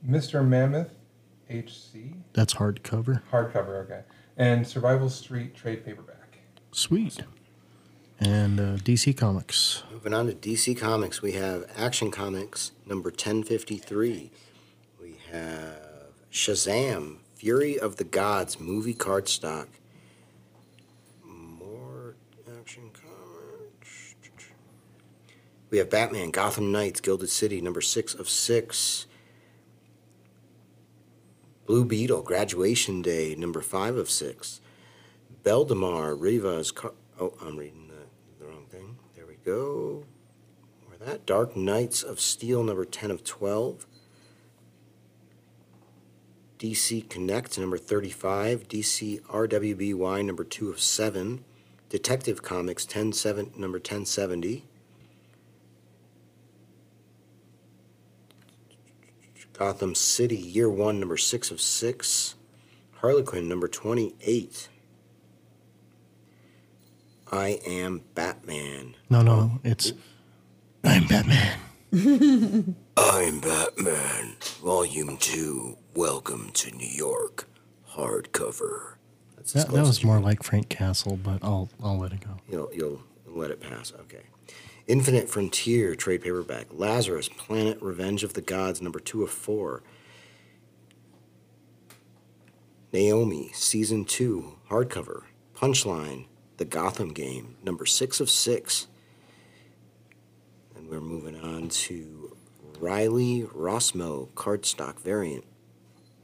Speaker 5: Mr. Mammoth, HC,
Speaker 1: That's hardcover.
Speaker 5: hardcover, okay. And Survival Street trade paperback.
Speaker 1: Sweet. And uh, DC Comics.
Speaker 3: Moving on to DC Comics, we have Action Comics number 1053. We have Shazam, Fury of the Gods movie card stock. More Action Comics. We have Batman, Gotham Knights, Gilded City, number six of six. Blue Beetle, Graduation Day, number five of six. Beldemar, Riva's. Car- oh, I'm reading the, the wrong thing. There we go. Or that. Dark Knights of Steel, number 10 of 12. DC Connect, number 35. DC RWBY, number 2 of 7. Detective Comics, 10, 7, number 1070. Gotham City, year 1, number 6 of 6. Harlequin, number 28. I am Batman.
Speaker 1: No, no, Oh, it's I'm Batman.
Speaker 3: I'm Batman, Volume 2. Welcome to New York. Hardcover. That's as
Speaker 1: That,
Speaker 3: close
Speaker 1: that
Speaker 3: as
Speaker 1: was more like Frank Castle, but I'll I'll let it go.
Speaker 3: You'll, you'll let it pass. Okay. Infinite Frontier trade paperback. Lazarus, Planet Revenge of the Gods, number two of four. Naomi, season two, hardcover. Punchline, The Gotham Game, number six of six. And we're moving on to Riley Rossmo cardstock variant.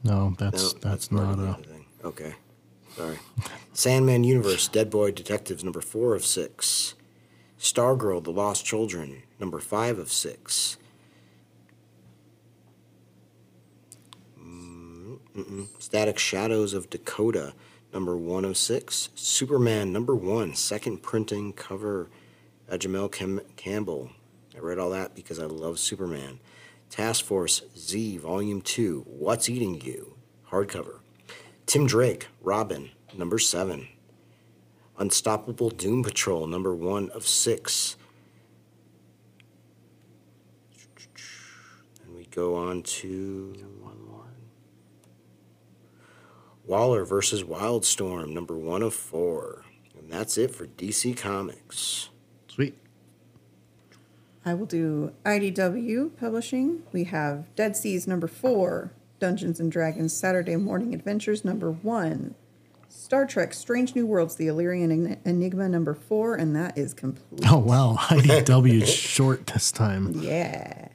Speaker 1: No,
Speaker 3: No,
Speaker 1: that's that's
Speaker 3: part of
Speaker 1: not
Speaker 3: the
Speaker 1: a
Speaker 3: other thing. Okay. Sorry. Sandman Universe, Dead Boy Detectives, number four of six. Stargirl, The Lost Children, number five of six. Mm, mm-mm. Static Shadows of Dakota, number one of six. Superman, number one, second printing cover, uh, Jamel Cam- Campbell. I read all that because I love Superman. Task Force Z, Volume 2, What's Eating You, hardcover. Tim Drake, Robin, number 7. Unstoppable Doom Patrol, number 1 of 6. And we go on to. One more. Waller versus Wildstorm, number 1 of 4. And that's it for DC Comics.
Speaker 1: sweet.
Speaker 4: I will do IDW publishing. We have Dead Seas number four, Dungeons and Dragons Saturday Morning Adventures number one, Star Trek Strange New Worlds The Illyrian En- Enigma number four, and that is complete.
Speaker 1: Oh wow, IDW is short this time.
Speaker 4: Yeah.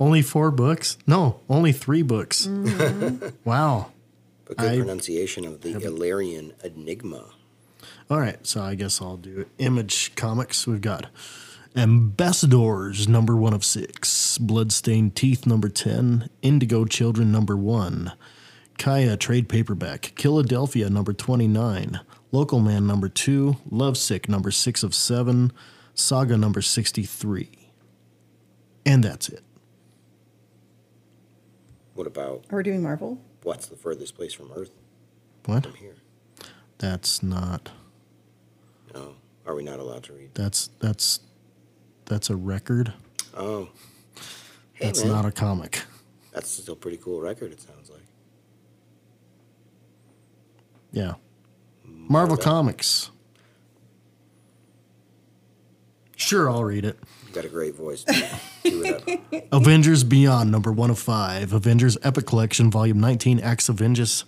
Speaker 1: Only four books? No, only three books. wow.
Speaker 3: But good
Speaker 1: I-
Speaker 3: pronunciation of the Illyrian Enigma.
Speaker 1: All right, so I guess I'll do Image Comics. We've got Ambassadors number one of six, Bloodstained Teeth number ten, Indigo Children number one, Kaya trade paperback, Philadelphia number twenty nine, Local Man number two, Lovesick number six of seven, Saga number sixty three, and that's it.
Speaker 3: What about
Speaker 4: Are we doing Marvel?
Speaker 3: what's the furthest place from Earth?
Speaker 1: What?
Speaker 3: From here.
Speaker 1: That's not.
Speaker 3: No. Are we not allowed to read?
Speaker 1: That's that's that's a record.
Speaker 3: Oh. Hey,
Speaker 1: That's
Speaker 3: man,
Speaker 1: not a comic.
Speaker 3: that's still a pretty cool record. It sounds like.
Speaker 1: Yeah. Marvel
Speaker 3: Marvel.
Speaker 1: Comics. Sure, I'll read it.
Speaker 3: You got a great voice. dude. Do it up.
Speaker 1: Avengers Beyond, number one of five. Avengers Epic Collection, volume 19, Acts of Vengeance,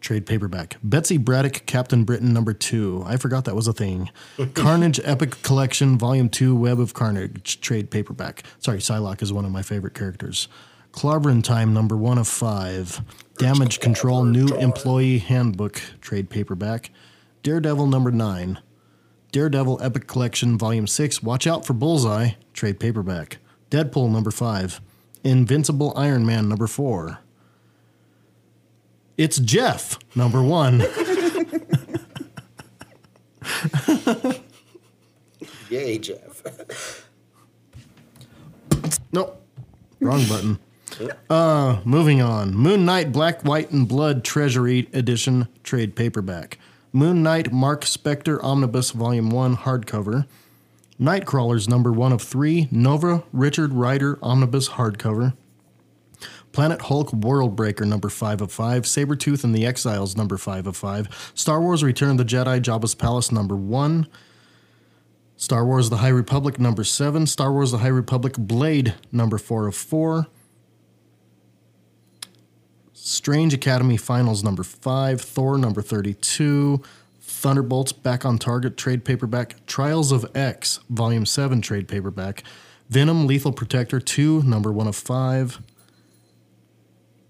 Speaker 1: trade paperback. Betsy Braddock, Captain Britain, number two. I forgot that was a thing. Carnage Epic Collection, volume two, Web of Carnage, trade paperback. Sorry, Psylocke is one of my favorite characters. Clobbering Time, number one of five. Damage Control, New Employee Handbook, trade paperback. Daredevil, number nine. Daredevil Epic Collection Volume 6, Watch Out for Bullseye, trade paperback. Deadpool number 5, Invincible Iron Man number 4. It's Jeff number 1.
Speaker 3: Yay, Jeff.
Speaker 1: nope. Wrong button. Uh, moving on. Moon Knight Black, White, and Blood Treasury Edition trade paperback. Moon Knight Mark Spector Omnibus Volume 1 hardcover. Nightcrawlers number 1 of 3, Nova Richard Ryder Omnibus hardcover. Planet Hulk Worldbreaker number 5 of 5, Sabretooth and the Exiles number 5 of 5, Star Wars Return of the Jedi Jabba's Palace number 1, Star Wars The High Republic number 7, Star Wars The High Republic Blade number 4 of 4, Strange Academy Finals number 5, Thor number 32, Thunderbolts Back on Target trade paperback, Trials of X volume 7 trade paperback, Venom Lethal Protector 2 number 1 of 5.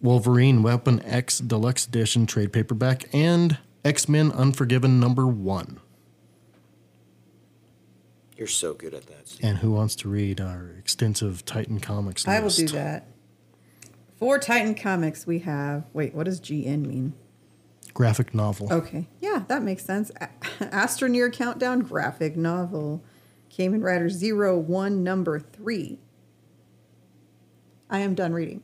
Speaker 1: Wolverine Weapon X Deluxe Edition trade paperback, and X Men Unforgiven number one.
Speaker 3: You're so good at that. Steve.
Speaker 1: And who wants to read our extensive Titan comics?
Speaker 4: I will do
Speaker 1: list?
Speaker 4: that. For Titan Comics, we have. Wait, what does GN mean?
Speaker 1: Graphic novel.
Speaker 4: Okay. Yeah, that makes sense. A- Astroneer Countdown graphic novel. Cayman Rider 01, number 3. I am done reading.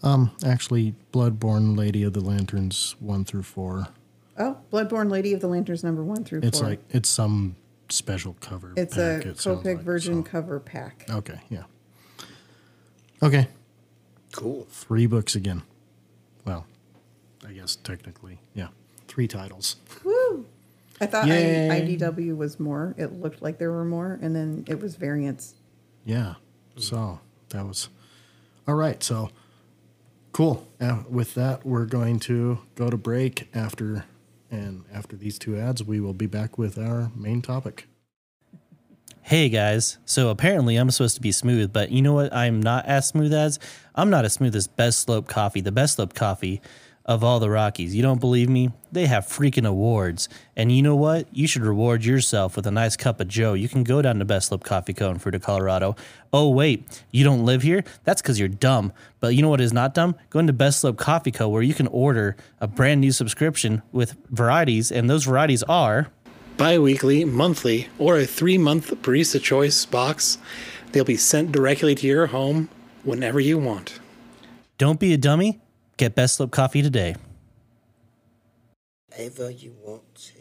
Speaker 1: Um, actually, Bloodborne Lady of the Lanterns one through four.
Speaker 4: Oh, Bloodborne Lady of the Lanterns, number 1 through
Speaker 1: It's
Speaker 4: 4.
Speaker 1: like it's some special cover.
Speaker 4: it's
Speaker 1: pack,
Speaker 4: a
Speaker 1: it sounds
Speaker 4: Copic
Speaker 1: like,
Speaker 4: version
Speaker 1: so-
Speaker 4: cover pack.
Speaker 1: Okay, yeah. Okay,
Speaker 3: Cool.
Speaker 1: three books again. Well, I guess technically, yeah, three titles.
Speaker 4: Woo! I thought I,
Speaker 1: Yay.
Speaker 4: IDW was more. It looked like there were more, and then it was variants.
Speaker 1: Yeah. So that was all right. So cool. Uh, with that, we're going to go to break after, and after these two ads, we will be back with our main topic.
Speaker 7: Hey guys, so apparently I'm supposed to be smooth, but you know what? I'm not as smooth as I'm not as smooth as Best Slope Coffee, the best slope coffee of all the Rockies. You don't believe me? They have freaking awards. And you know what? You should reward yourself with a nice cup of Joe. You can go down to Best Slope Coffee Co. in Fruta, Colorado. Oh, wait, you don't live here? That's because you're dumb. But you know what is not dumb? Going to Best Slope Coffee Co., where you can order a brand new subscription with varieties, and those varieties are.
Speaker 8: bi-weekly, monthly, or a three-month barista choice box. They'll be sent directly to your home whenever you want.
Speaker 7: Don't be a dummy. Get Best Slope Coffee today.
Speaker 3: Ever you want to.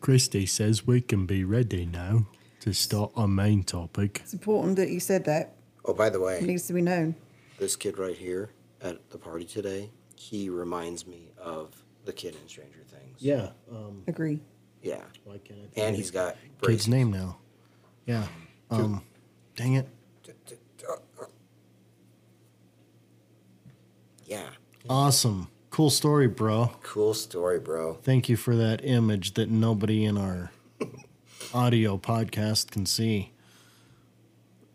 Speaker 1: Christy says we can be ready now to start our main topic.
Speaker 4: It's important that you said that.
Speaker 3: Oh, by the
Speaker 4: It
Speaker 3: way,
Speaker 4: needs to be known.
Speaker 3: this kid right here at the party today, he reminds me of the kid in Stranger Things.
Speaker 1: Yeah. Um,
Speaker 4: Agree.
Speaker 3: Yeah.
Speaker 1: why can't I?
Speaker 3: And he's got
Speaker 1: kid's
Speaker 3: braces.
Speaker 1: name now. Yeah. Um, dang it.
Speaker 3: Yeah.
Speaker 1: Awesome. Cool story, bro.
Speaker 3: Cool story, bro.
Speaker 1: Thank you for that image that nobody in our audio podcast can see.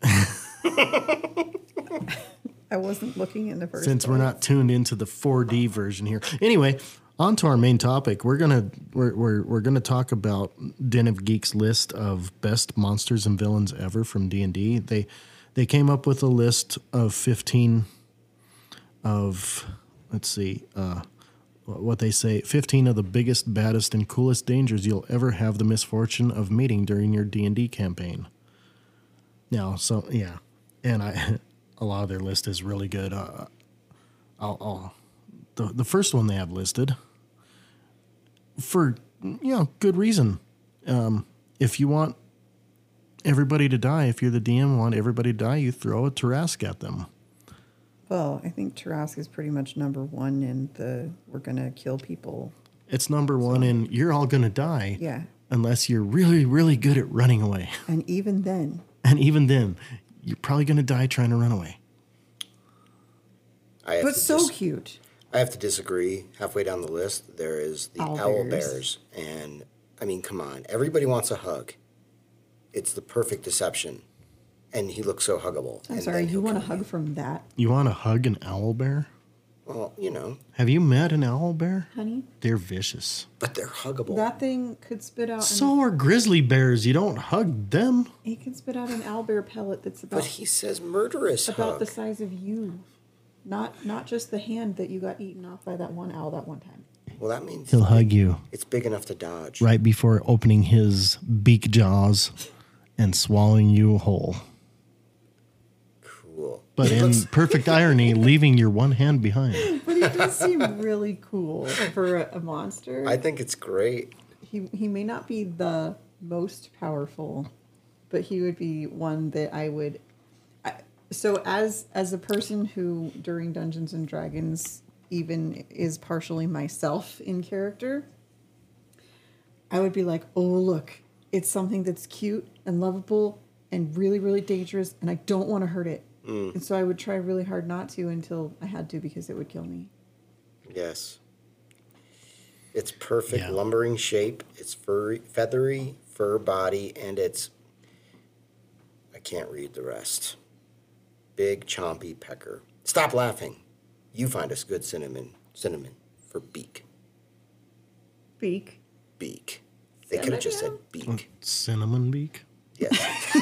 Speaker 4: I wasn't looking in the first.
Speaker 1: since we're not tuned into the 4D version here. Anyway, on to our main topic. We're gonna we're, we're, we're gonna talk about Den of Geeks list of best monsters and villains ever from D and D. They they came up with a list of 15 of let's see uh, what they say 15 of the biggest, baddest, and coolest dangers you'll ever have the misfortune of meeting during your D and D campaign. Now, so yeah, and I a lot of their list is really good. Uh, I'll, I'll the the first one they have listed for you know good reason. Um, if you want everybody to die, if you're the DM, want everybody to die, you throw a Tarrasque at them.
Speaker 4: Well, I think Tarask is pretty much number one in the we're gonna kill people.
Speaker 1: It's number one, and you're all gonna die.
Speaker 4: Yeah.
Speaker 1: Unless you're really, really good at running away,
Speaker 4: And even then,
Speaker 1: and even then, you're probably gonna die trying to run away.
Speaker 3: I have
Speaker 4: but
Speaker 3: to
Speaker 4: so
Speaker 3: dis-
Speaker 4: cute.
Speaker 3: I have to disagree. Halfway down the list, there is the
Speaker 4: Owl
Speaker 3: owl,
Speaker 4: bears.
Speaker 3: bears. and I mean, come on, everybody wants a hug. It's the perfect deception, and he looks so huggable.
Speaker 4: I'm
Speaker 3: and
Speaker 4: sorry,
Speaker 3: then
Speaker 4: you
Speaker 3: he'll
Speaker 4: want a
Speaker 3: come-
Speaker 4: hug from that,
Speaker 1: You want to hug an owl bear?
Speaker 3: Well, you know,
Speaker 1: Have you met an owl bear?
Speaker 4: honey?
Speaker 1: They're vicious.
Speaker 3: but they're huggable.
Speaker 4: That thing could spit out.
Speaker 1: So are grizzly bears. You don't hug them.
Speaker 4: an, it can spit out an owlbear pellet that's
Speaker 3: but
Speaker 4: about
Speaker 3: he says murderous
Speaker 4: about
Speaker 3: hug.
Speaker 4: the size of you, not not just the hand that you got eaten off by that one owl that one time.
Speaker 3: well, that means
Speaker 1: He'll hug you
Speaker 3: it's big enough to dodge.
Speaker 1: right before opening his beak jaws and swallowing you whole.
Speaker 3: Cool.
Speaker 1: But in perfect irony, leaving your one hand behind.
Speaker 4: But he does seem really cool for a, a monster.
Speaker 3: I think it's great.
Speaker 4: he he may not be the most powerful, but he would be one that I would. I, so as as a person who during Dungeons and Dragons even is partially myself in character, I would be like, oh look, it's something that's cute and lovable and really really dangerous, and I don't want to hurt it. And so I would try really hard not to until I had to because it would kill me.
Speaker 3: Yes. It's perfect
Speaker 1: Yeah.
Speaker 3: lumbering shape. It's furry, feathery fur body, and it's. I can't read the rest. Big chompy pecker. Stop laughing. You find us good cinnamon. Cinnamon for beak.
Speaker 4: Beak.
Speaker 3: Beak. They could have just said beak.
Speaker 1: Cinnamon beak?
Speaker 3: Yes.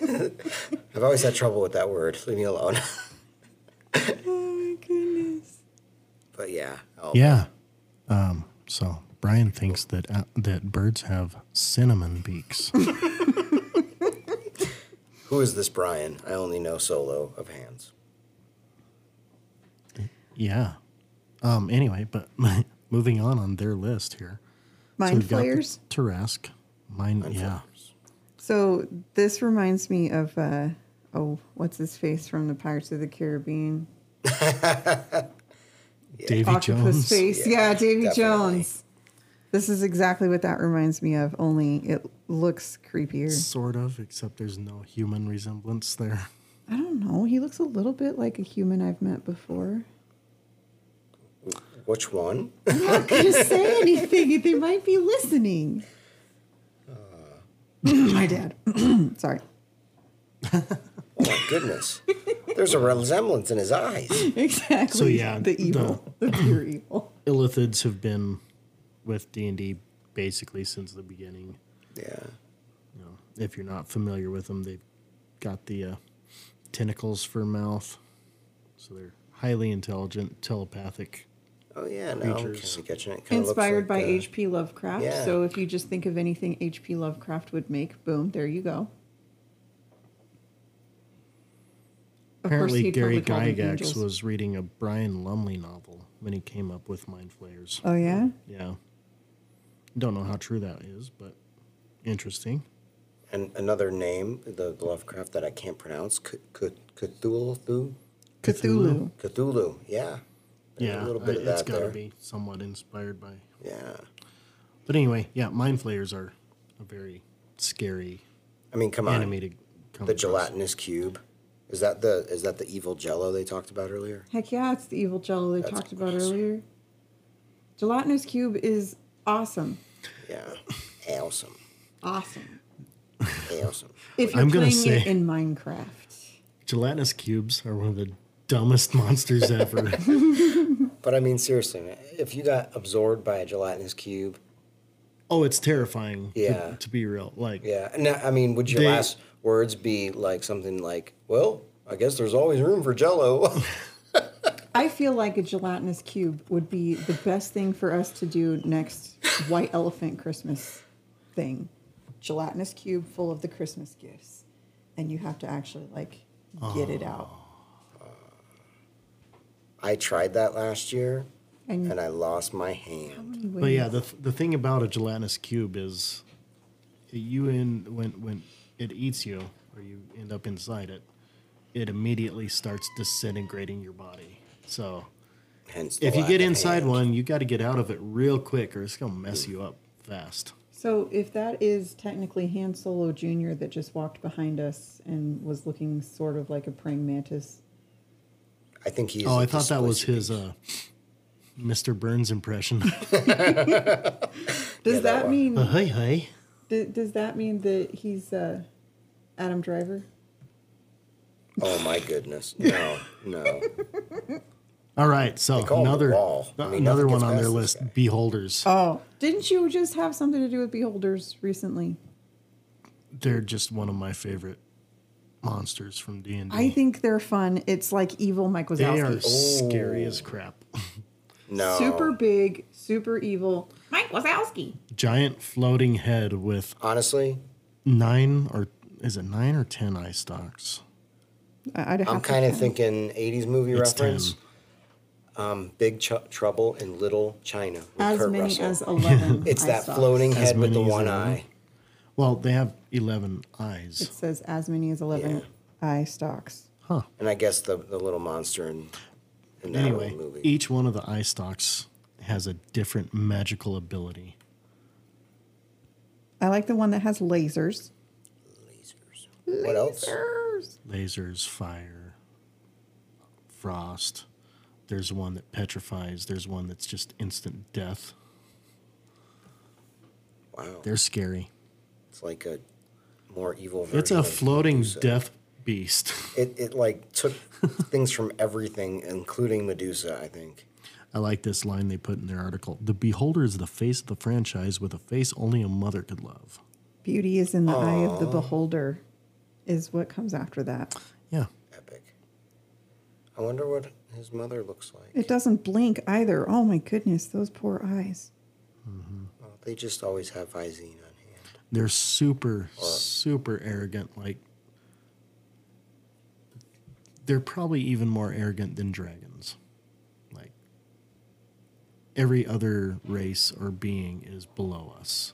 Speaker 3: I've always had trouble with that word. Leave me alone.
Speaker 4: Oh my goodness.
Speaker 3: but yeah. Oh,
Speaker 1: Yeah. Um, so Brian thinks that uh, that birds have cinnamon beaks.
Speaker 3: Who is this Brian? I only know solo of hands.
Speaker 1: yeah. Um, anyway, but moving on on their list here.
Speaker 4: Mind flayers.
Speaker 1: the Tarask. Mine, yeah.
Speaker 4: So this reminds me of uh, oh, what's his face from the Pirates of the Caribbean?
Speaker 1: Davy
Speaker 4: Octopus
Speaker 1: Jones.
Speaker 4: face, yeah, Davy
Speaker 3: definitely.
Speaker 4: Jones. This is exactly what that reminds me of. Only it looks creepier.
Speaker 1: Sort of, except there's no human resemblance there.
Speaker 4: I don't know. He looks a little bit like a human I've met before.
Speaker 3: Which one?
Speaker 4: I could just say anything. They might be listening. My dad. Sorry.
Speaker 3: Oh my goodness. There's a resemblance in his eyes.
Speaker 4: Exactly.
Speaker 1: yeah,
Speaker 4: the evil, the pure evil.
Speaker 1: Illithids have been with D and D basically since the beginning.
Speaker 3: Yeah.
Speaker 1: You know, if you're not familiar with them, they've got the uh, tentacles for mouth, so they're highly intelligent, telepathic.
Speaker 3: Oh yeah, now I'm
Speaker 1: Features.
Speaker 3: kind of catching it. Kinda looks
Speaker 4: Inspired
Speaker 3: like,
Speaker 4: by
Speaker 3: uh,
Speaker 4: H.P. Lovecraft.
Speaker 3: yeah.
Speaker 4: So if you just think of anything H.P. Lovecraft would make, boom, there you go. Of
Speaker 1: Apparently,
Speaker 4: he'd
Speaker 1: Gary
Speaker 4: probably call them angels.
Speaker 1: Gygax was reading a Brian Lumley novel when he came up with Mind Flayers.
Speaker 4: Oh yeah,
Speaker 1: Yeah, don't know how true that is, but interesting.
Speaker 3: And another name, the the Lovecraft that I can't pronounce, C- C- Cthulhu.
Speaker 4: Cthulhu.
Speaker 3: Cthulhu. Yeah. There's
Speaker 1: Yeah,
Speaker 3: A little
Speaker 1: I-
Speaker 3: bit of that
Speaker 1: it's got to
Speaker 3: there.
Speaker 1: be somewhat inspired by
Speaker 3: Yeah.
Speaker 1: But anyway, yeah, mind flayers are a very scary
Speaker 3: I mean, come on.
Speaker 1: animated.
Speaker 3: the
Speaker 1: comic books.
Speaker 3: gelatinous cube. Is that the is that the evil Jello they talked about earlier?
Speaker 4: Heck yeah, it's the evil jello they talked about earlier. Gelatinous cube is awesome,
Speaker 3: Yeah. Awesome.
Speaker 4: awesome.
Speaker 3: Awesome.
Speaker 4: If you're
Speaker 1: I'm gonna
Speaker 4: playing it
Speaker 1: say-
Speaker 4: in Minecraft,
Speaker 1: Gelatinous cubes are one of the dumbest monsters ever.
Speaker 3: But I mean, seriously, man, if you got absorbed by a gelatinous cube,
Speaker 1: oh, it's terrifying. to-
Speaker 3: Yeah.
Speaker 1: To, be real, like
Speaker 3: Yeah, and I I mean, would your
Speaker 1: They-
Speaker 3: last words be like something like, "Well, I guess there's always room for Jello"?
Speaker 4: I feel like a gelatinous cube would be the best thing for us to do next white elephant Christmas thing. Gelatinous cube full of the Christmas gifts. And you have to actually like get it out.
Speaker 1: Oh.
Speaker 3: I tried that last year,
Speaker 4: And-
Speaker 3: and, I lost my hand.
Speaker 1: But yeah, the the thing about a gelatinous cube is, you in when when it eats you or you end up inside it, it immediately starts disintegrating your body. So
Speaker 3: Hence, the
Speaker 1: if you
Speaker 3: lack
Speaker 1: get
Speaker 3: of
Speaker 1: inside
Speaker 3: hand.
Speaker 1: one, you got to get out of it real quick, or it's gonna mess you up fast.
Speaker 4: So if that is technically Han Solo Jr. that just walked behind us and was looking sort of like a praying mantis.
Speaker 3: I think he's.
Speaker 1: Oh,
Speaker 3: a
Speaker 1: I thought that was
Speaker 3: displacer.
Speaker 1: his uh, Mr. Burns impression.
Speaker 4: Does
Speaker 3: Yeah, that
Speaker 4: that,
Speaker 3: one.
Speaker 4: mean
Speaker 1: hey, hey.
Speaker 4: d- does that mean that he's uh, Adam Driver?
Speaker 3: Oh my goodness! No, no.
Speaker 1: All right, so
Speaker 3: call him the
Speaker 1: another
Speaker 3: wall. I mean,
Speaker 1: another
Speaker 3: nothing
Speaker 1: one
Speaker 3: gets
Speaker 1: on
Speaker 3: past
Speaker 1: their
Speaker 3: this
Speaker 1: list:
Speaker 3: guy.
Speaker 1: Beholders.
Speaker 4: Oh, didn't you just have something to do with Beholders recently?
Speaker 1: They're just one of my favorite monsters from D and
Speaker 4: I
Speaker 1: D.
Speaker 4: think they're fun. It's like evil Mike
Speaker 1: They are
Speaker 4: Wazowski.
Speaker 1: scary
Speaker 3: Oh.
Speaker 1: as crap.
Speaker 3: No.
Speaker 4: Super big, super evil. Mike Wazowski.
Speaker 1: Giant floating head with
Speaker 3: Honestly,
Speaker 1: nine or is it nine or ten eye stalks?
Speaker 4: I- I'd have
Speaker 3: I'm
Speaker 4: to
Speaker 3: kind of
Speaker 4: check.
Speaker 3: thinking 80s movie
Speaker 1: It's
Speaker 3: reference. Um, Big Ch- Trouble in Little China with
Speaker 4: as
Speaker 3: Kurt
Speaker 4: many
Speaker 3: Russell.
Speaker 4: as eleven.
Speaker 3: it's
Speaker 4: eye
Speaker 3: that
Speaker 4: stalks.
Speaker 3: floating
Speaker 1: As
Speaker 3: head with the
Speaker 1: many as
Speaker 3: one
Speaker 1: eleven?
Speaker 3: eye.
Speaker 1: Well, they have eleven eyes.
Speaker 4: It says as many as eleven eye stalks.
Speaker 3: And I guess the, the little monster in, in that
Speaker 1: anyway,
Speaker 3: old movie.
Speaker 1: each one of the eye stalks has a different magical ability.
Speaker 4: I like the one that has lasers.
Speaker 3: Lasers. What else?
Speaker 4: Lasers.
Speaker 1: Lasers, fire, frost. There's one that petrifies. There's one that's just instant death.
Speaker 3: Wow.
Speaker 1: They're scary.
Speaker 3: It's like a more evil version.
Speaker 1: It's a
Speaker 3: of-
Speaker 1: floating death beast.
Speaker 3: It, it like took things from everything, including Medusa, I think.
Speaker 1: I like this line they put in their article. The beholder is the face of the franchise with a face only a mother could love.
Speaker 4: Beauty is in the eye of the beholder, is what comes after that.
Speaker 1: Yeah.
Speaker 3: Epic. I wonder what his mother looks like.
Speaker 4: It doesn't blink either. Oh my goodness, those poor eyes.
Speaker 3: Well, they just always have Visine on hand.
Speaker 1: They're super, super arrogant. Like, they're probably even more arrogant than dragons. Like, every other race or being is below us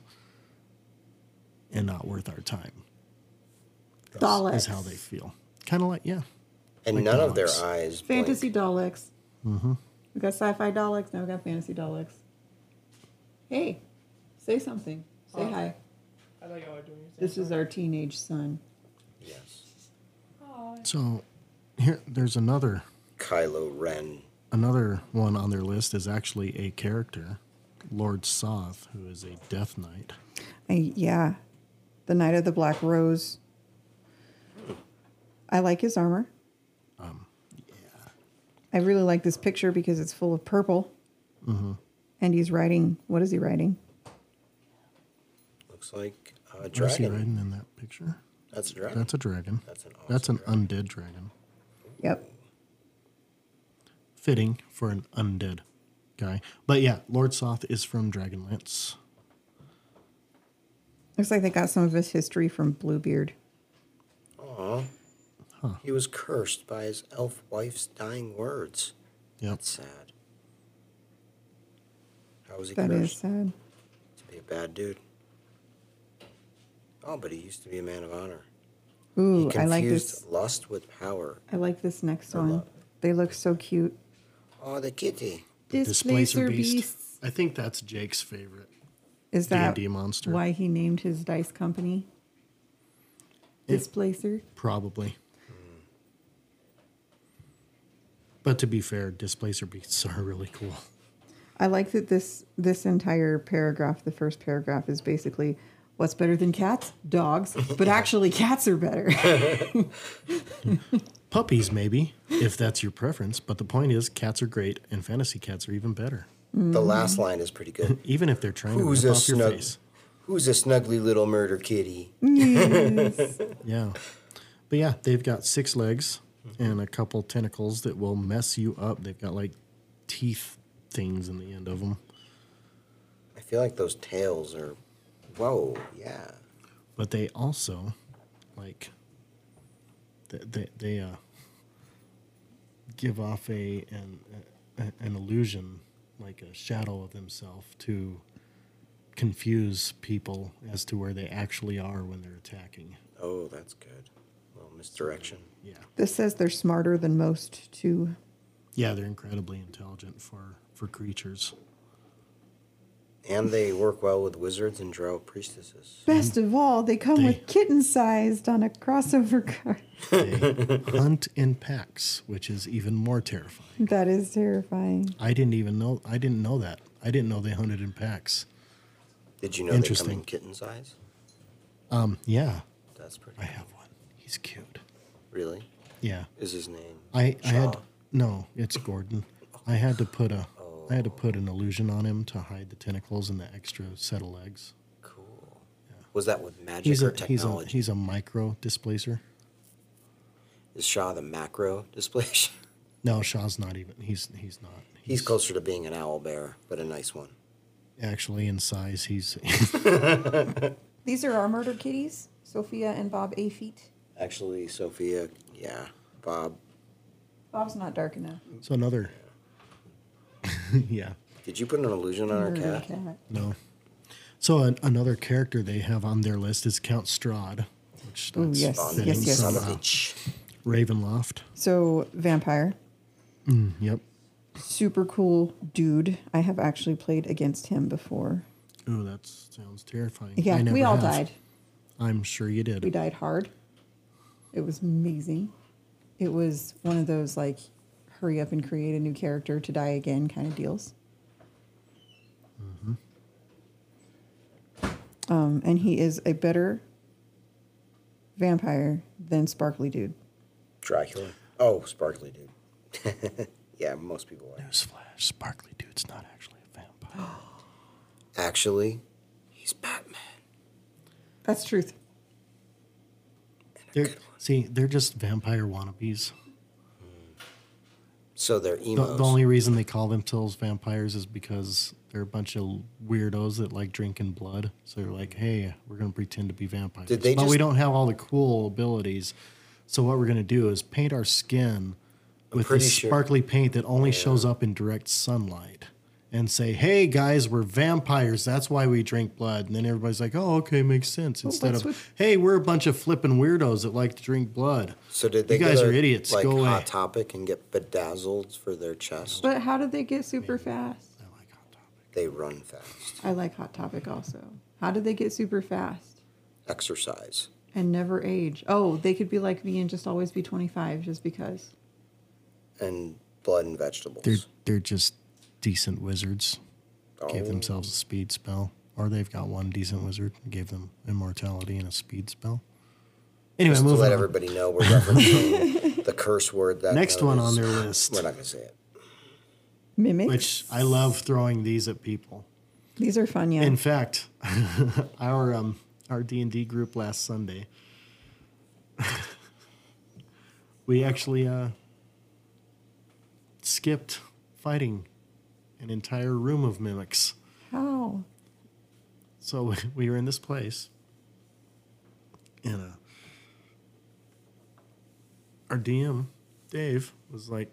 Speaker 1: and not worth our time,
Speaker 4: Daleks.
Speaker 1: is how they feel. Kind of like, yeah.
Speaker 3: And
Speaker 1: Like
Speaker 3: none of their
Speaker 1: dogs.
Speaker 3: eyes. blink.
Speaker 4: Fantasy Daleks. We got sci-fi Daleks. Now we got fantasy Daleks. Hey, say something. Say hi.
Speaker 9: Oh. I thought y'all were doing your thing.
Speaker 4: This is our teenage son.
Speaker 3: Yes.
Speaker 1: So, here, there's another
Speaker 3: Kylo Ren.
Speaker 1: Another one on their list is actually a character, Lord Soth, who is a Death Knight.
Speaker 4: I, yeah, the Knight of the Black Rose. I like his armor. Um, yeah. I really like this picture because it's full of purple. And he's riding. What is he riding?
Speaker 3: Looks like a
Speaker 1: Where's he
Speaker 3: dragon.
Speaker 1: riding in that picture?
Speaker 3: That's a dragon.
Speaker 1: That's a dragon.
Speaker 3: That's an
Speaker 1: That's
Speaker 3: awesome
Speaker 1: an undead dragon.
Speaker 4: Yep.
Speaker 1: Fitting for an undead guy. But yeah, Lord Soth is from Dragonlance.
Speaker 4: Looks like they got some of his history from Bluebeard.
Speaker 3: Aw. He was cursed by his elf wife's dying words.
Speaker 1: Yep.
Speaker 3: That's sad. How was he
Speaker 4: That is
Speaker 3: cursed?
Speaker 4: sad.
Speaker 3: To be a bad dude. Oh, but he used to be a man of honor. He
Speaker 4: Ooh,
Speaker 3: confused
Speaker 4: I like this.
Speaker 3: lust with power.
Speaker 4: I like this next one. They look so cute.
Speaker 3: Oh, the kitty.
Speaker 1: The
Speaker 4: Displacer beasts.
Speaker 1: I think that's Jake's favorite.
Speaker 4: Is that
Speaker 1: D&D monster.
Speaker 4: why he named his dice company?
Speaker 1: Yeah.
Speaker 4: Displacer.
Speaker 1: Probably. But to be fair, Displacer Beasts are really cool.
Speaker 4: I like that this this entire paragraph, the first paragraph, is basically what's better than cats? Dogs, but actually cats are better.
Speaker 1: Puppies, maybe, if that's your preference, but the point is cats are great and fantasy cats are even better.
Speaker 4: Mm-hmm.
Speaker 3: The last line is pretty good.
Speaker 1: Even if they're trying
Speaker 3: Who's
Speaker 1: to
Speaker 3: a
Speaker 1: rip off your
Speaker 3: snug?
Speaker 1: face.
Speaker 3: Who's a snuggly little murder kitty?
Speaker 1: Yeah. But yeah, they've got six legs and a couple tentacles that will mess you up. They've got like teeth things in the end of them.
Speaker 3: I feel like those tails are. Whoa, yeah.
Speaker 1: But they also, like, they, they, they uh, give off a an, a an illusion, like a shadow of themselves, to confuse people as to where they actually are when they're attacking.
Speaker 3: Oh, that's good. Little misdirection.
Speaker 1: Yeah.
Speaker 4: This says they're smarter than most too.
Speaker 1: Yeah, they're incredibly intelligent for for creatures.
Speaker 3: And they work well with wizards and drow priestesses.
Speaker 4: Best of all, they come
Speaker 1: They-
Speaker 4: with kitten sized on a crossover card.
Speaker 1: They hunt in packs, which is even more terrifying.
Speaker 4: That is terrifying.
Speaker 1: I didn't even know I didn't know that. I didn't know they hunted in packs.
Speaker 3: Did you know they come in
Speaker 1: Interesting.
Speaker 3: kitten size?
Speaker 1: Um, yeah,
Speaker 3: That's pretty.
Speaker 1: I have one. He's cute.
Speaker 3: Really?
Speaker 1: Yeah.
Speaker 3: Is his name?
Speaker 1: I, I had
Speaker 3: Shaw?
Speaker 1: no, it's Gordon. I had to put a I had to put an illusion on him to hide the tentacles and the extra set of legs.
Speaker 3: Cool. Was that with magic
Speaker 1: He's
Speaker 3: or
Speaker 1: a he's a
Speaker 3: technology?
Speaker 1: he's a micro displacer.
Speaker 3: Is Shaw the macro display?
Speaker 1: No, Shaw's not even he's he's not.
Speaker 3: He's closer to being an owl bear, but a nice one.
Speaker 1: actually in size he's
Speaker 4: These are our murder kitties, Sophia and Bob A feet.
Speaker 3: Actually, Sophia, yeah, Bob.
Speaker 4: Bob's not dark enough.
Speaker 1: so another Yeah.
Speaker 3: Did you put an illusion on our
Speaker 4: Murder
Speaker 3: cat?
Speaker 4: cat.
Speaker 1: No. So an, another character they have on their list is Count Strahd, which
Speaker 4: Ooh,
Speaker 1: that's uh,
Speaker 4: yes,
Speaker 3: Bonded
Speaker 4: yes, yes.
Speaker 3: Oh, Son of a bitch.
Speaker 1: Ravenloft.
Speaker 4: So vampire,
Speaker 1: Yep.
Speaker 4: super cool dude. I have actually played against him before.
Speaker 1: Oh, that sounds terrifying.
Speaker 4: Yeah,
Speaker 1: I never
Speaker 4: we all
Speaker 1: have.
Speaker 4: died.
Speaker 1: I'm sure you did.
Speaker 4: We died hard. It was amazing. It was one of those like hurry up and create a new character to die again kind of deals.
Speaker 1: Mm-hmm.
Speaker 4: Um, and he is a better vampire than Sparkly Dude.
Speaker 3: Dracula. Oh, sparkly dude. yeah, most people are.
Speaker 1: Newsflash, Sparkly Dude's not actually a vampire.
Speaker 3: Actually, he's Batman.
Speaker 4: That's truth.
Speaker 1: they're, see, they're just vampire wannabes.
Speaker 3: So they're
Speaker 1: The,
Speaker 3: emos.
Speaker 1: the only reason they call themselves vampires is because they're a bunch of weirdos that like drinking blood. So they're like, hey, we're going to pretend to be vampires.
Speaker 3: Did they
Speaker 1: but we
Speaker 3: just-
Speaker 1: don't have all the cool abilities. So what we're going to do is paint our skin with
Speaker 3: pretty
Speaker 1: this
Speaker 3: sure-
Speaker 1: sparkly paint that only shows up in direct sunlight and say, hey, guys, we're vampires. That's why we drink blood. And then everybody's like, oh, okay, makes sense. Instead
Speaker 4: that's
Speaker 1: of,
Speaker 4: what-
Speaker 1: hey, we're a bunch of flipping weirdos that like to drink blood.
Speaker 3: so did they
Speaker 1: you guys
Speaker 3: go to,
Speaker 1: are idiots.
Speaker 3: Like
Speaker 1: Go away.
Speaker 3: hot topic and get bedazzled for their chest.
Speaker 4: But how did they get super fast?
Speaker 1: I like hot topic.
Speaker 3: They run fast.
Speaker 4: I like Hot Topic also. How did they get super fast
Speaker 3: Exercise.
Speaker 4: and never age? Oh, they could be like me and just always be 25 just because.
Speaker 3: and blood and vegetables.
Speaker 1: They're, they're just decent wizards.
Speaker 3: Oh,
Speaker 1: gave themselves a speed spell, or they've got one decent wizard who gave them immortality and a speed spell. Anyway,
Speaker 3: just to
Speaker 1: move
Speaker 3: let
Speaker 1: on.
Speaker 3: everybody know we're referencing the curse word that
Speaker 1: Next one
Speaker 3: known is-
Speaker 1: on their list,
Speaker 3: We're not gonna say it.
Speaker 4: Mimics.
Speaker 1: which I love throwing these at people.
Speaker 4: These are fun, yeah.
Speaker 1: In fact, our um, our D and D group last Sunday, we actually uh, skipped fighting an entire room of mimics.
Speaker 4: How?
Speaker 1: So we were in this place, and uh, our DM, Dave, was like,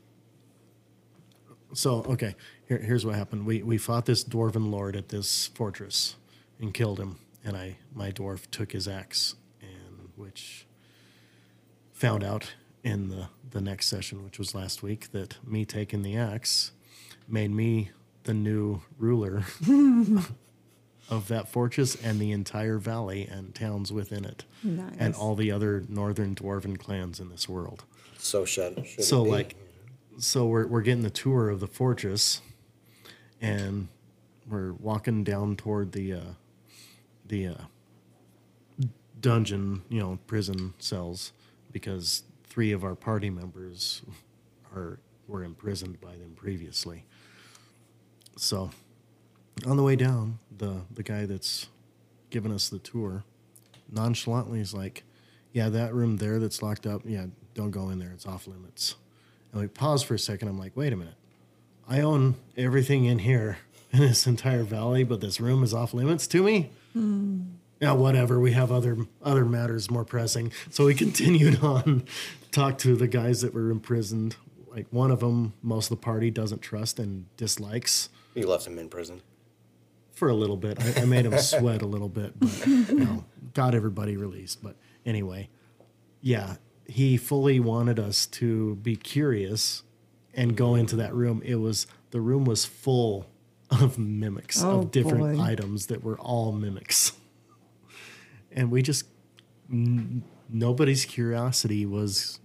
Speaker 1: "So okay, here, here's what happened. We we fought this dwarven lord at this fortress, and killed him. And I my dwarf took his axe, and which found out in the the next session, which was last week, that me taking the axe made me the new ruler." of that fortress and the entire valley and towns within it, and
Speaker 4: Nice.
Speaker 1: all the other northern dwarven clans in this world.
Speaker 3: So should, should it
Speaker 1: So
Speaker 3: be?
Speaker 1: like, so we're we're getting the tour of the fortress, and we're walking down toward the uh, the uh, dungeon, you know, prison cells, because three of our party members are were imprisoned by them previously. So, on the way down, the the guy that's giving us the tour nonchalantly is like, "Yeah, that room there that's locked up. Yeah, don't go in there. It's off limits." And we pause for a second. I'm like, "Wait a minute. I own everything in here in this entire valley, but this room is off limits to me." Yeah, whatever. We have other other matters more pressing. So we continued on, talked to the guys that were imprisoned. Like one of them, most of the party doesn't trust and dislikes
Speaker 3: you left him in prison.
Speaker 1: for a little bit. I, I made him sweat a little bit, but you know, got everybody released. But anyway, yeah, he fully wanted us to be curious and go into that room. It was the room was full of mimics
Speaker 4: Oh,
Speaker 1: of different
Speaker 4: boy.
Speaker 1: items that were all mimics, and we just n- nobody's curiosity was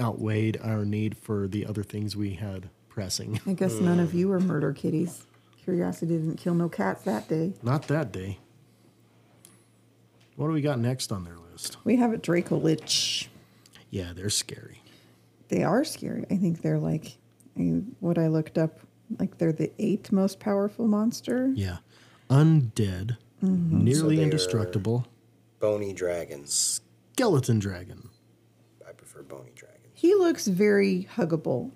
Speaker 1: outweighed our need for the other things we had pressing.
Speaker 4: I guess none
Speaker 1: Uh.
Speaker 4: of you were murder kitties. Curiosity didn't kill no cats that day.
Speaker 1: Not that day. What do we got next on their list?
Speaker 4: We have a Draco Lich.
Speaker 1: Yeah, they're scary.
Speaker 4: They are scary. I think they're like I, what I looked up. Like they're the eighth most powerful monster.
Speaker 1: Yeah. Undead, nearly
Speaker 3: So they're-
Speaker 1: indestructible,
Speaker 3: Bony dragons.
Speaker 1: skeleton dragon.
Speaker 3: I prefer bony dragons.
Speaker 4: He looks very huggable.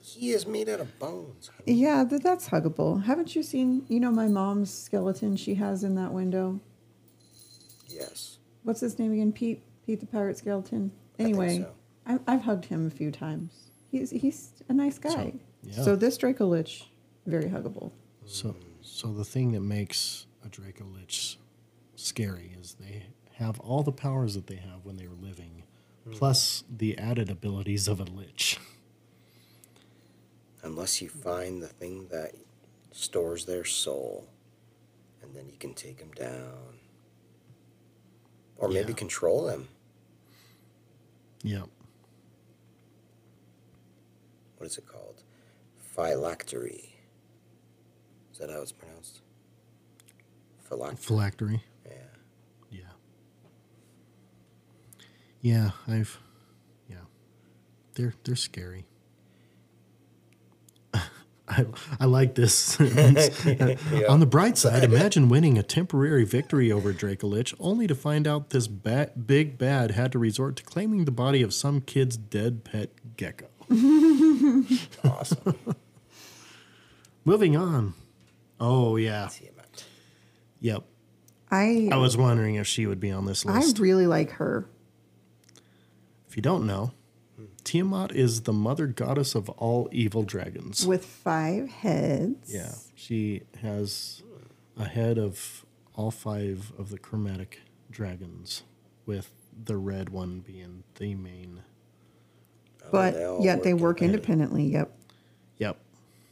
Speaker 3: He is made out of bones.
Speaker 4: Yeah, th- that's huggable. Haven't you seen? You know my mom's skeleton she has in that window.
Speaker 3: Yes.
Speaker 4: What's his name again? Pete. Pete the pirate skeleton.
Speaker 3: think
Speaker 4: Anyway,
Speaker 3: so.
Speaker 4: I I've hugged him a few times. He's he's a nice guy.
Speaker 1: yeah.
Speaker 4: So this Draco Lich, very huggable.
Speaker 1: So, so the thing that makes a Draco Lich scary is they have all the powers that they have when they were living,
Speaker 3: Hmm.
Speaker 1: plus the added abilities of a Lich.
Speaker 3: Unless you find the thing that stores their soul, and then you can take them down. Or maybe control them.
Speaker 1: Yeah.
Speaker 3: What is it called? Phylactery. Is that how it's pronounced? Phylactery.
Speaker 1: Phylactery.
Speaker 3: Yeah.
Speaker 1: Yeah. Yeah, I've yeah. They're they're scary. I, I like this. On the bright side, imagine winning a temporary victory over Dracolich, only to find out this ba- big bad had to resort to claiming the body of some kid's dead pet gecko.
Speaker 3: Awesome.
Speaker 1: Moving on. Oh, yeah.
Speaker 3: Tiamat.
Speaker 1: Yep.
Speaker 4: I
Speaker 1: I was wondering if she would be on this
Speaker 4: I
Speaker 1: list.
Speaker 4: really like her.
Speaker 1: If you don't know, Tiamat is the mother goddess of all evil dragons.
Speaker 4: with five heads.
Speaker 1: Yeah, she has a head of all five of the chromatic dragons, with the red one being the main.
Speaker 4: But
Speaker 3: Oh, they all
Speaker 4: yet they
Speaker 3: work
Speaker 4: work independently. Yep.
Speaker 1: Yep.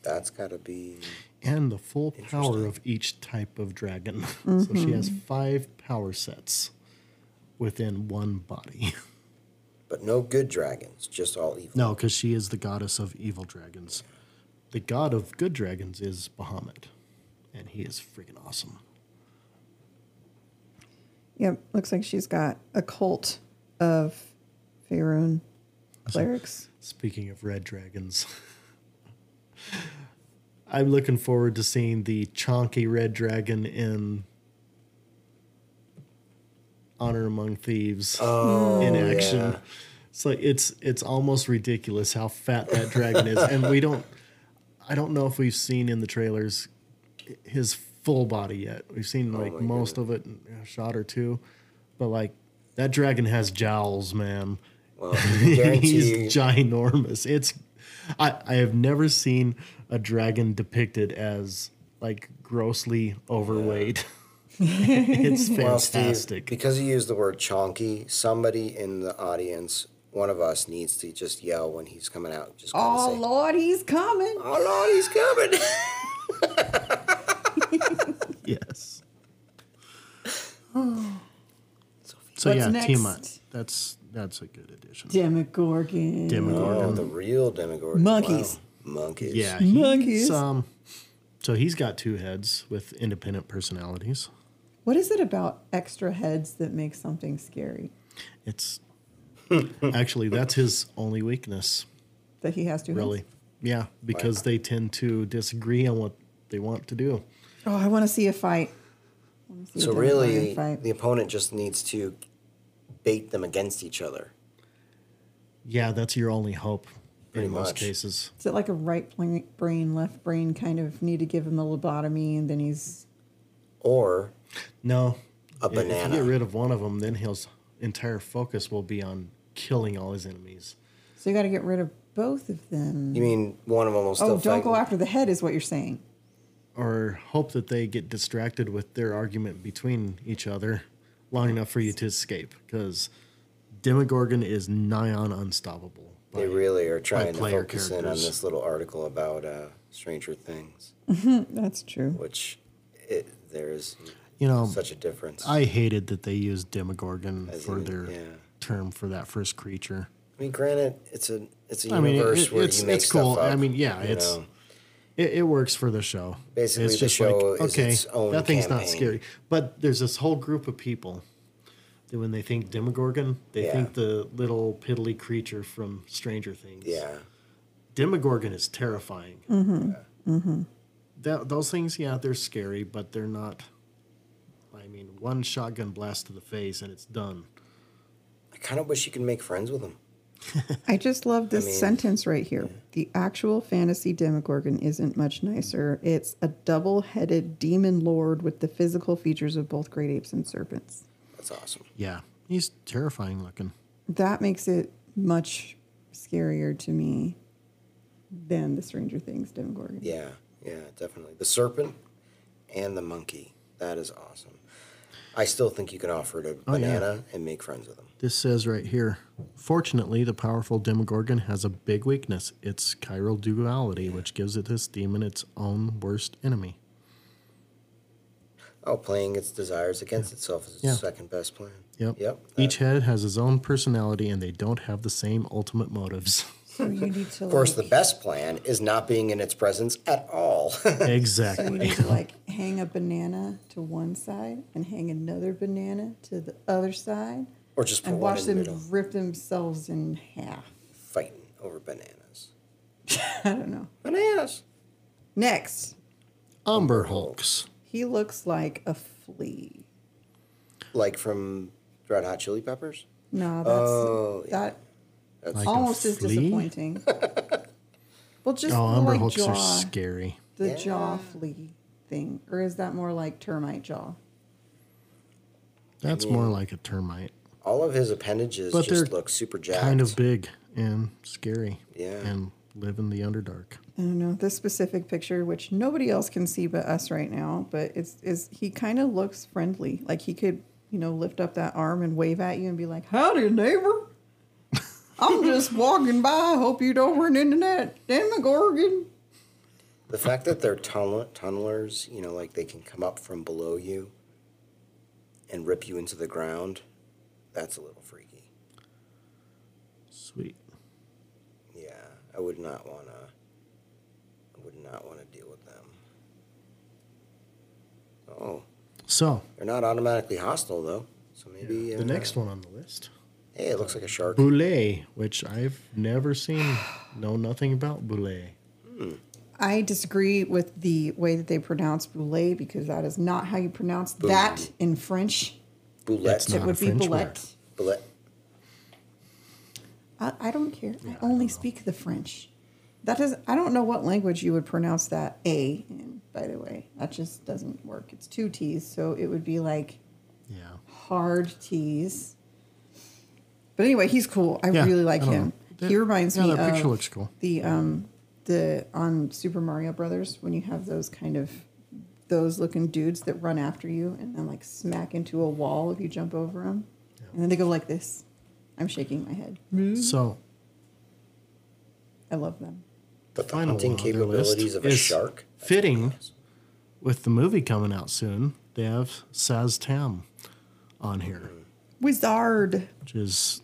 Speaker 3: That's got to be.
Speaker 1: And the full power of each type of dragon. so she has five power sets within one body.
Speaker 3: But no good dragons, just all evil.
Speaker 1: no, because she is the goddess of evil dragons. The god of good dragons is Bahamut, and he is freaking awesome.
Speaker 4: Yep. Looks like she's got a cult of Faerun clerics.
Speaker 1: Speaking of red dragons, I'm looking forward to seeing the chonky red dragon in Honor Among Thieves in action. It's like it's it's almost ridiculous how fat that dragon is, and we don't. I don't know if we've seen in the trailers his full body yet. We've seen like most of it, a shot or two, but like that dragon has jowls, man.
Speaker 3: Well, I guarantee you,
Speaker 1: He's ginormous. It's I, I have never seen a dragon depicted as like grossly overweight. it's
Speaker 3: Well, Steve,
Speaker 1: fantastic.
Speaker 3: because you used the word chonky, somebody in the audience, one of us, needs to just yell when he's coming out. Just kinda
Speaker 4: Oh
Speaker 3: say,
Speaker 4: Lord, he's coming.
Speaker 3: "Oh, Lord, he's coming!"
Speaker 1: yes. so
Speaker 4: What's
Speaker 1: yeah,
Speaker 4: next?
Speaker 1: Tiamat. That's that's a good addition.
Speaker 4: Demogorgon.
Speaker 3: oh,
Speaker 1: Demogorgon.
Speaker 3: the real Demogorgon.
Speaker 4: Monkeys.
Speaker 3: Wow. Monkeys.
Speaker 1: yeah.
Speaker 4: Monkeys.
Speaker 1: He's, um, so he's got two heads with independent personalities.
Speaker 4: What is it about extra heads that makes something scary?
Speaker 1: It's actually that's his only weakness.
Speaker 4: That he has to
Speaker 1: Really? Yeah, because they tend to disagree on what they want to do.
Speaker 4: Oh, I want to see a fight. I wanna see a
Speaker 3: So
Speaker 4: Demogorgon
Speaker 3: really,
Speaker 4: fight.
Speaker 3: the opponent just needs to bait them against each other.
Speaker 1: Yeah, that's your only hope
Speaker 3: Pretty
Speaker 1: in most
Speaker 3: much.
Speaker 1: cases.
Speaker 4: is it like a right pla- brain, left brain kind of need to give him a lobotomy, and then he's
Speaker 3: Or
Speaker 1: No.
Speaker 3: A
Speaker 1: If- if
Speaker 3: banana.
Speaker 1: you get rid of one of them, then his entire focus will be on killing all his enemies.
Speaker 4: so you got to get rid of both of them.
Speaker 3: you mean one of them will still
Speaker 4: Oh, don't
Speaker 3: fight?
Speaker 4: go after the head, is what you're saying.
Speaker 1: Or hope that they get distracted with their argument between each other long enough for you to escape. Because Demogorgon is nigh on unstoppable. by-
Speaker 3: They really are trying to
Speaker 1: player
Speaker 3: focus in on
Speaker 1: characters.
Speaker 3: this little article about uh, Stranger Things,
Speaker 4: That's true.
Speaker 3: which it, there's
Speaker 1: you know,
Speaker 3: such a difference.
Speaker 1: Um, I hated that they used Demogorgon
Speaker 3: As
Speaker 1: for
Speaker 3: in,
Speaker 1: their
Speaker 3: yeah.
Speaker 1: term for that first creature.
Speaker 3: I mean, granted, it's a it's a
Speaker 1: I mean, it-
Speaker 3: universe
Speaker 1: it-
Speaker 3: where
Speaker 1: it's-
Speaker 3: he makes
Speaker 1: it's cool.
Speaker 3: stuff up,
Speaker 1: I mean, yeah,
Speaker 3: you
Speaker 1: it's-
Speaker 3: know?
Speaker 1: It, it works for the show.
Speaker 3: Basically,
Speaker 1: it's
Speaker 3: the show is
Speaker 1: okay,
Speaker 3: its own
Speaker 1: that thing's not
Speaker 3: campaign.
Speaker 1: scary. But there's this whole group of people that when they think Demogorgon, they
Speaker 3: Yeah.
Speaker 1: think the little piddly creature from Stranger Things.
Speaker 3: yeah.
Speaker 1: Demogorgon is terrifying. That, those things, yeah, they're scary, but they're not. I mean, one shotgun blast to the face and it's done.
Speaker 3: I kind of wish you could make friends with him.
Speaker 4: I just love this
Speaker 3: mean-
Speaker 4: sentence right here. The actual fantasy Demogorgon isn't much nicer. It's a double headed demon lord with the physical features of both great apes and serpents.
Speaker 3: That's awesome.
Speaker 1: Yeah, he's terrifying looking.
Speaker 4: That makes it much scarier to me than the Stranger Things Demogorgon.
Speaker 3: Yeah, yeah, definitely. The serpent and the monkey. That is awesome. I still think you can offer it a
Speaker 1: Oh, yeah.
Speaker 3: banana and make friends with him.
Speaker 1: This says right here. Fortunately, the powerful Demogorgon has a big weakness. It's chiral duality, which gives it this demon its own worst enemy.
Speaker 3: Oh, playing its desires against itself is its
Speaker 1: Yeah.
Speaker 3: second best plan.
Speaker 1: Yep.
Speaker 3: Yep.
Speaker 1: Each
Speaker 3: that-
Speaker 1: head has his own personality, and they don't have the same ultimate motives.
Speaker 4: So you need to
Speaker 3: of course, the best plan is not being in its presence at all.
Speaker 4: So you
Speaker 1: exactly.
Speaker 4: need to like hang a banana to one side and hang another banana to the other side
Speaker 3: or just put
Speaker 4: and
Speaker 3: one
Speaker 4: watch
Speaker 3: in the
Speaker 4: them
Speaker 3: middle,
Speaker 4: rip themselves in half.
Speaker 3: fighting over bananas.
Speaker 4: I don't know.
Speaker 3: Bananas.
Speaker 4: Next,
Speaker 1: Umber Hulks.
Speaker 4: he looks like a flea.
Speaker 3: Like from Red Hot Chili Peppers.
Speaker 4: No, that's
Speaker 3: Oh, yeah.
Speaker 4: that
Speaker 1: Like a
Speaker 4: almost is
Speaker 1: flea?
Speaker 4: disappointing. well, just
Speaker 1: Oh,
Speaker 4: the
Speaker 1: Umber
Speaker 4: like
Speaker 1: Hulks
Speaker 4: jaw,
Speaker 1: are scary.
Speaker 4: the jaw flea thing, or is that more like termite jaw?
Speaker 1: That's more like a termite.
Speaker 3: All of his appendages
Speaker 1: But
Speaker 3: just
Speaker 1: they're
Speaker 3: look super jacked.
Speaker 1: Kind of big and scary.
Speaker 3: Yeah.
Speaker 1: And live in the underdark.
Speaker 4: I don't know this specific picture, which nobody else can see but us right now. But it's is he kind of looks friendly, like he could you know lift up that arm and wave at you and be like, "Howdy, neighbor." I'm just walking by. Hope you don't run into that demogorgon.
Speaker 3: The fact that they're tunnel- tunnelers, you know, like they can come up from below you and rip you into the ground, that's a little freaky.
Speaker 1: Sweet.
Speaker 3: Yeah, I would not want to. I would not want to deal with them. Oh,
Speaker 1: So,
Speaker 3: they're not automatically hostile though. So maybe uh,
Speaker 1: the next one Mm, on the list.
Speaker 3: Hey, it looks like a shark.
Speaker 1: Boulet, which I've never seen, know nothing about Boulet.
Speaker 4: I disagree with the way that they pronounce boulet because that is not how you pronounce that in French.
Speaker 3: Boulette.
Speaker 4: it
Speaker 1: not
Speaker 4: would
Speaker 1: a
Speaker 4: be
Speaker 1: French
Speaker 4: boulette.
Speaker 3: Boulette.
Speaker 4: I, I don't care. I only speak the French. That is, I don't know what language you would pronounce that A in, by the way. That just doesn't work. It's two T's, so it would be like
Speaker 1: Yeah.
Speaker 4: hard T's. But anyway, he's cool. I really like
Speaker 1: don't
Speaker 4: him.
Speaker 1: know.
Speaker 4: He reminds
Speaker 1: yeah,
Speaker 4: me
Speaker 1: that
Speaker 4: of
Speaker 1: picture looks cool.
Speaker 4: the um the on Super Mario Brothers when you have those kind of those looking dudes that run after you and then like smack into a wall if you jump over them, and then they go like this. I'm shaking my head.
Speaker 1: So,
Speaker 4: I love them.
Speaker 3: But the
Speaker 1: final
Speaker 3: hunting
Speaker 1: one on their list
Speaker 3: capabilities of a
Speaker 1: is
Speaker 3: shark. That's
Speaker 1: fitting
Speaker 3: pretty awesome.
Speaker 1: with the movie coming out soon, they have Saz Tam on here,
Speaker 4: Wizard.
Speaker 1: which is,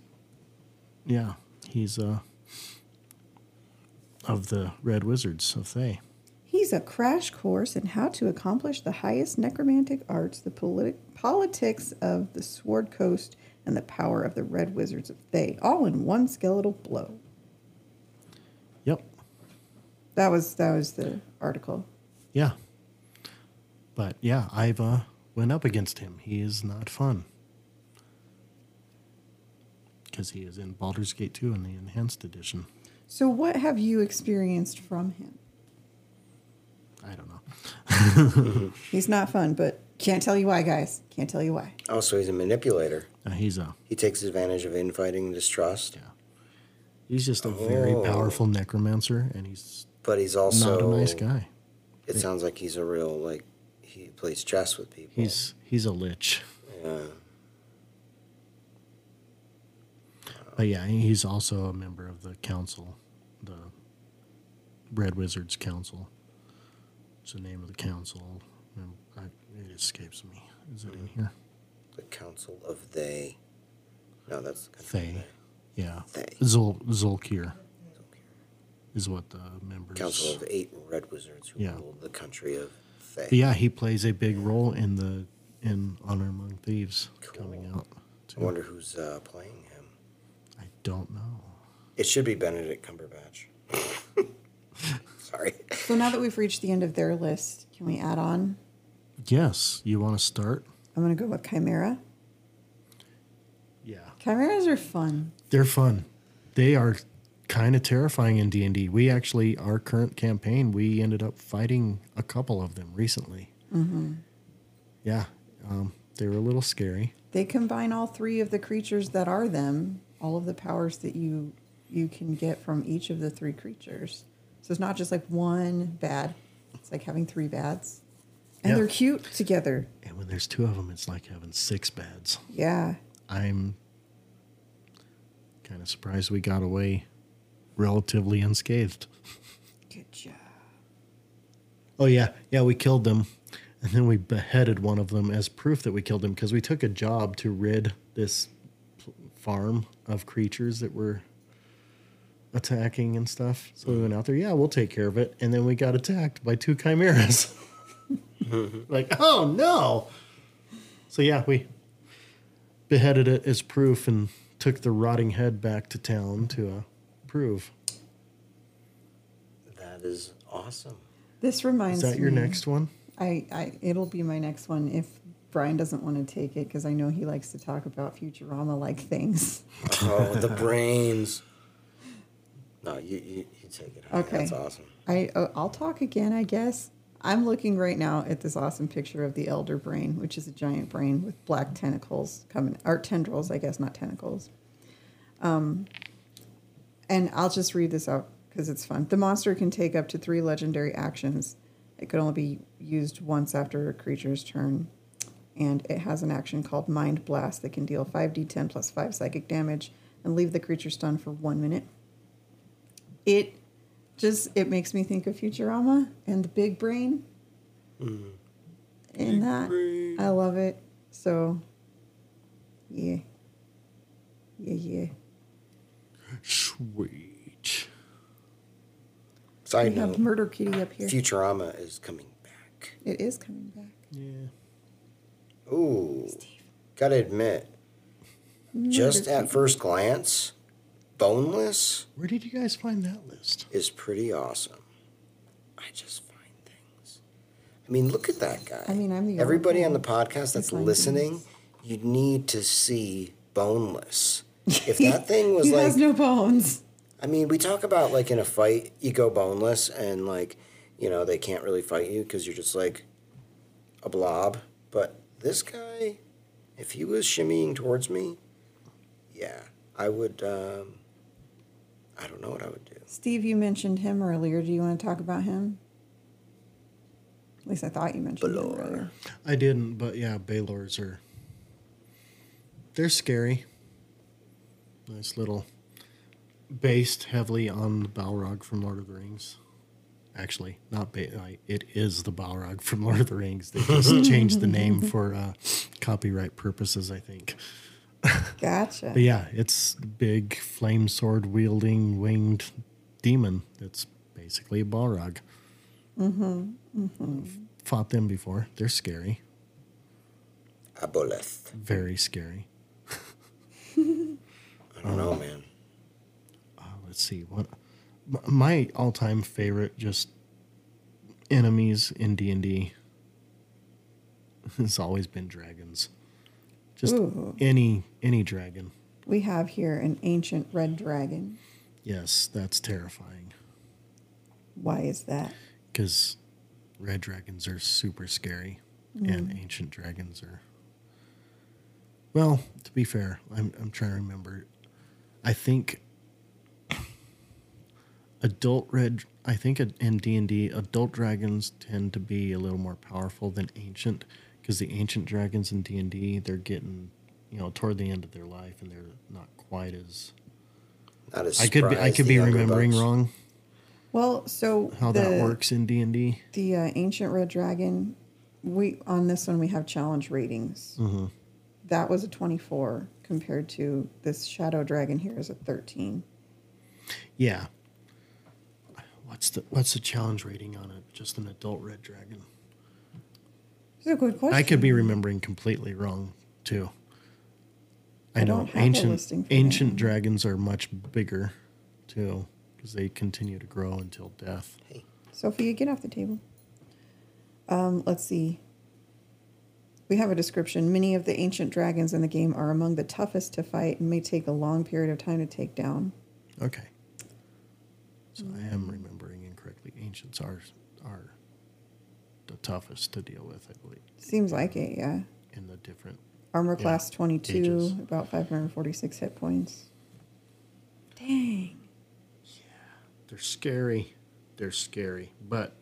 Speaker 1: yeah, he's uh, of the Red Wizards of Thay.
Speaker 4: He's a crash course in how to accomplish the highest necromantic arts, the politi- politics of the Sword Coast, and the power of the Red Wizards of Thay, all in one skeletal blow.
Speaker 1: Yep.
Speaker 4: That was that was the article.
Speaker 1: Yeah. But yeah, I've uh, went up against him. He is not fun. Because he is in Baldur's Gate 2 in the enhanced edition.
Speaker 4: So, what have you experienced from him?
Speaker 1: I don't know.
Speaker 4: He's not fun, but can't tell you why, guys. Can't tell you why.
Speaker 3: Oh, so he's a manipulator.
Speaker 1: Uh, he's a
Speaker 3: He takes advantage of infighting and distrust,
Speaker 1: he's just a very
Speaker 3: Oh.
Speaker 1: powerful necromancer, and he's
Speaker 3: but he's also
Speaker 1: not a nice guy.
Speaker 3: It sounds like he's a real like he plays chess with people.
Speaker 1: He's he's a lich.
Speaker 3: yeah.
Speaker 1: But yeah, he's also a member of the council, the Red Wizards Council. It's the name of the council. Um, I, it escapes me. Is it in here?
Speaker 3: The Council of They. No, that's the Council of
Speaker 1: They. Yeah.
Speaker 3: They.
Speaker 1: Zul, Zulkir is what the members.
Speaker 3: Council of Eight Red Wizards who
Speaker 1: Yeah. uh,
Speaker 3: ruled the country of They.
Speaker 1: Yeah, he plays a big role in the in Honor Among Thieves coming out.
Speaker 3: I
Speaker 1: too.
Speaker 3: wonder who's uh, playing him.
Speaker 1: I don't know.
Speaker 3: It should be Benedict Cumberbatch. Sorry.
Speaker 4: So now that we've reached the end of their list, can we add on?
Speaker 1: Yes, you want to start?
Speaker 4: I'm going to go with Chimera.
Speaker 1: Yeah.
Speaker 4: Chimeras are fun.
Speaker 1: They're fun. They are kind of terrifying in D and D. We actually, our current campaign, we ended up fighting a couple of them recently. Mm-hmm. Yeah, um, they were a little scary.
Speaker 4: They combine all three of the creatures that are them, all of the powers that you you can get from each of the three creatures. So it's not just like one bad. It's like having three bads. And
Speaker 1: Yeah.
Speaker 4: they're cute together.
Speaker 1: And when there's two of them, it's like having six bads.
Speaker 4: Yeah.
Speaker 1: I'm kind of surprised we got away relatively unscathed.
Speaker 4: Good job.
Speaker 1: Oh yeah, yeah, we killed them, and then we beheaded one of them as proof that we killed him because we took a job to rid this pl- farm of creatures that were attacking and stuff. So we went out there, yeah, we'll take care of it, and then we got attacked by two chimeras. like, oh no! So yeah, we beheaded it as proof and took the rotting head back to town to uh, prove.
Speaker 3: That is awesome.
Speaker 4: This reminds
Speaker 1: Is that your
Speaker 4: me-
Speaker 1: next one?
Speaker 4: I, I it'll be my next one if Brian doesn't want to take it because I know he likes to talk about Futurama like things.
Speaker 3: Oh, the brains. No, you, you, you take it. honey.
Speaker 4: Okay.
Speaker 3: That's awesome.
Speaker 4: I uh, I'll talk again, I guess. I'm looking right now at this awesome picture of the elder brain, which is a giant brain with black tentacles coming, or tendrils, I guess, not tentacles. Um, and I'll just read this out because it's fun. The monster can take up to three legendary actions. It could only be used once after a creature's turn. And it has an action called Mind Blast that can deal 5d10 plus 5 psychic damage and leave the creature stunned for one minute. It just it makes me think of Futurama and the big brain. In that, I love it. So, yeah, yeah, yeah.
Speaker 1: Sweet.
Speaker 3: Side
Speaker 4: we have
Speaker 3: note
Speaker 4: Murder Kitty up here.
Speaker 3: Futurama is coming back.
Speaker 4: It is coming back.
Speaker 1: Yeah.
Speaker 3: Ooh. Gotta admit, just at first glance, Boneless
Speaker 1: Where did you guys find that list?
Speaker 3: is pretty awesome. I just find things. I mean, look at that guy.
Speaker 4: I mean, I'm the
Speaker 3: Everybody on
Speaker 4: oracle.
Speaker 3: the podcast that's
Speaker 4: find
Speaker 3: listening, you need to see Boneless. If that thing was
Speaker 4: he
Speaker 3: like
Speaker 4: has no bones.
Speaker 3: I mean, we talk about like in a fight, you go boneless, and like, you know, they can't really fight you because you're just like a blob. But this guy, if he was shimmying towards me, yeah, I would. Um, I don't know what I would do.
Speaker 4: Steve, you mentioned him earlier. Do you want to talk about him? At least I thought you mentioned him
Speaker 3: Balor.
Speaker 4: earlier.
Speaker 1: I didn't, but yeah, Baylors are. They're scary. Nice little. Based heavily on the Balrog from Lord of the Rings. Actually, not ba- I- it is the Balrog from Lord of the Rings. They just changed the name for uh, copyright purposes, I think.
Speaker 4: Gotcha.
Speaker 1: But yeah, it's a big flame sword wielding winged demon. That's basically a Balrog. Mm-hmm. Mm-hmm. Fought them before. They're scary.
Speaker 3: Aboleth.
Speaker 1: Very scary.
Speaker 3: I don't
Speaker 1: Oh.
Speaker 3: know, man.
Speaker 1: Uh, let's see what m- my all-time favorite just enemies in D and D has always been dragons. Just
Speaker 4: Ooh.
Speaker 1: any any dragon.
Speaker 4: We have here an ancient red dragon.
Speaker 1: Yes, that's terrifying
Speaker 4: Why is that?
Speaker 1: because red dragons are super scary, and ancient dragons are. Well, to be fair, I'm I'm trying to remember. I think adult red. I think in D and D, adult dragons tend to be a little more powerful than ancient, because the ancient dragons in D and D, they're getting, you know, toward the end of their life, and they're not quite as
Speaker 3: Not as
Speaker 1: I could be,
Speaker 3: spry
Speaker 1: I
Speaker 3: as
Speaker 1: could
Speaker 3: the
Speaker 1: be
Speaker 3: younger
Speaker 1: remembering
Speaker 3: bucks.
Speaker 1: wrong
Speaker 4: Well, so
Speaker 1: how
Speaker 4: the,
Speaker 1: that works in D and D.
Speaker 4: The uh, ancient red dragon. We on this one we have challenge ratings.
Speaker 1: Mm-hmm.
Speaker 4: That was a twenty-four compared to this shadow dragon here is a thirteen.
Speaker 1: Yeah. What's the what's the challenge rating on it? Just an adult red dragon.
Speaker 4: It's a good question.
Speaker 1: I could be remembering completely wrong too. I,
Speaker 4: I
Speaker 1: know
Speaker 4: don't have a
Speaker 1: ancient
Speaker 4: listing for that
Speaker 1: ancient dragons are much bigger too because they continue to grow until death.
Speaker 4: Sophia, get off the table. Um, let's see. We have a description. Many of the ancient dragons in the game are among the toughest to fight and may take a long period of time to take down.
Speaker 1: Okay. So I am remembering incorrectly. Ancients are are the toughest to deal with, I believe,
Speaker 4: Seems like it, yeah.
Speaker 1: in the different.
Speaker 4: Armor
Speaker 1: Yeah,
Speaker 4: class 22,
Speaker 1: ages.
Speaker 4: about 546 hit points. Dang.
Speaker 1: They're scary. They're scary, but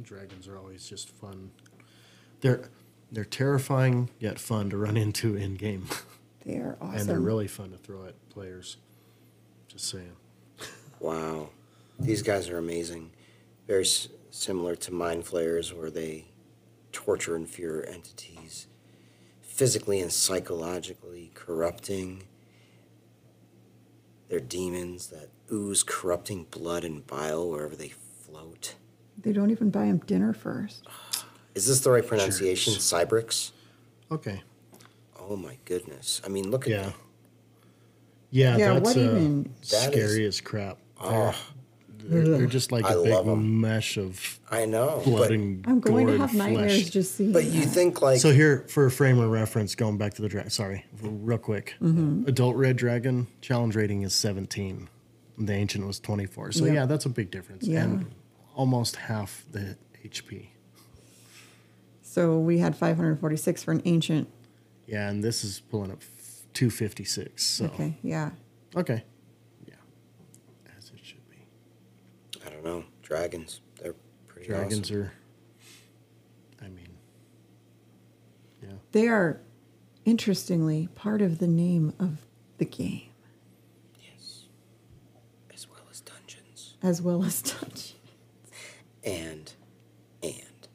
Speaker 1: dragons are always just fun. They're they're terrifying yet fun to run into in game,
Speaker 4: They are awesome.
Speaker 1: and they're really fun to throw at players. Just saying.
Speaker 3: Wow, these guys are amazing. Very s- similar to mind flayers, where they torture and fear entities, physically and psychologically corrupting. They're demons that ooze corrupting blood and bile wherever they float.
Speaker 4: They don't even buy him dinner first.
Speaker 3: Is this the right pronunciation? Cybrix.
Speaker 1: Okay.
Speaker 3: Oh my goodness! I mean, look at
Speaker 1: Yeah.
Speaker 3: that.
Speaker 1: Yeah,
Speaker 4: Yeah,
Speaker 1: that's
Speaker 4: what
Speaker 1: uh,
Speaker 4: even-
Speaker 3: That is- Ah.
Speaker 1: scary as crap. They're, they're, they're just like
Speaker 3: I
Speaker 1: a
Speaker 3: love
Speaker 1: big
Speaker 3: 'em.
Speaker 1: mesh of
Speaker 3: I know.
Speaker 1: blood
Speaker 3: but-
Speaker 1: and
Speaker 4: I'm going
Speaker 1: gore
Speaker 4: to
Speaker 1: and
Speaker 4: have nightmares
Speaker 1: flesh.
Speaker 4: just seeing
Speaker 3: But you
Speaker 4: that.
Speaker 3: think like
Speaker 1: so here for frame of reference, going back to the dragon. Sorry, real quick. uh,
Speaker 4: Mm-hmm.
Speaker 1: Adult red dragon challenge rating is 17. The ancient was 24. So
Speaker 4: Yeah.
Speaker 1: yeah, that's a big difference,
Speaker 4: Yeah.
Speaker 1: and almost half the HP.
Speaker 4: So we had 546 for an ancient.
Speaker 1: Yeah, and this is pulling up f- 256. So okay,
Speaker 4: Okay, yeah.
Speaker 1: yeah, as it should be.
Speaker 3: I don't know dragons. They're pretty
Speaker 1: Dragons
Speaker 3: awesome.
Speaker 1: are. I mean, yeah.
Speaker 4: They are, interestingly, part of the name of the game,
Speaker 3: as well as dungeons.
Speaker 4: as well as touch.
Speaker 3: and and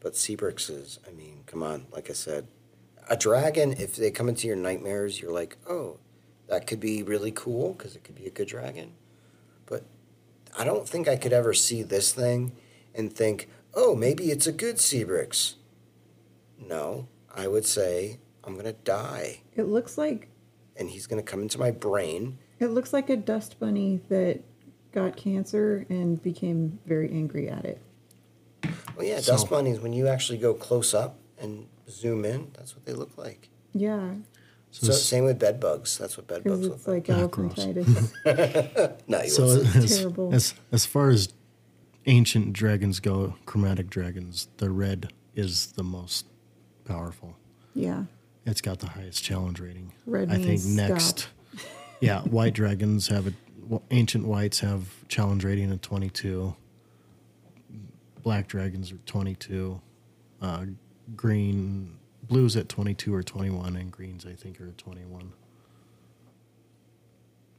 Speaker 3: but Seabrix is I mean, come on, like I said, a dragon if they come into your nightmares, you're like, "Oh, that could be really cool because it could be a good dragon." But I don't think I could ever see this thing and think, "Oh, maybe it's a good Seabrix." No, I would say I'm going to die
Speaker 4: It looks like
Speaker 3: and he's going to come into my brain.
Speaker 4: it looks like a dust bunny that got cancer and became very angry at it.
Speaker 3: Well, yeah,
Speaker 1: So-
Speaker 3: dust bunnies when you actually go close up and zoom in, that's what they look like.
Speaker 4: Yeah,
Speaker 3: So same with bed bugs. That's what bed
Speaker 4: because
Speaker 3: bugs look like.
Speaker 4: it's like
Speaker 1: Ah, gross.
Speaker 4: elephantitis.
Speaker 3: No, you
Speaker 1: So
Speaker 3: wouldn't say-
Speaker 1: as,
Speaker 4: terrible.
Speaker 1: as as far as ancient dragons go, chromatic dragons, the red is the most powerful.
Speaker 4: yeah,
Speaker 1: It's got the highest challenge rating.
Speaker 4: Red
Speaker 1: I think
Speaker 4: means
Speaker 1: next, yeah, white dragons have a well, ancient whites have challenge rating of twenty two. Black dragons are twenty two. Uh, green blues at twenty two or twenty one, and greens I think are twenty one.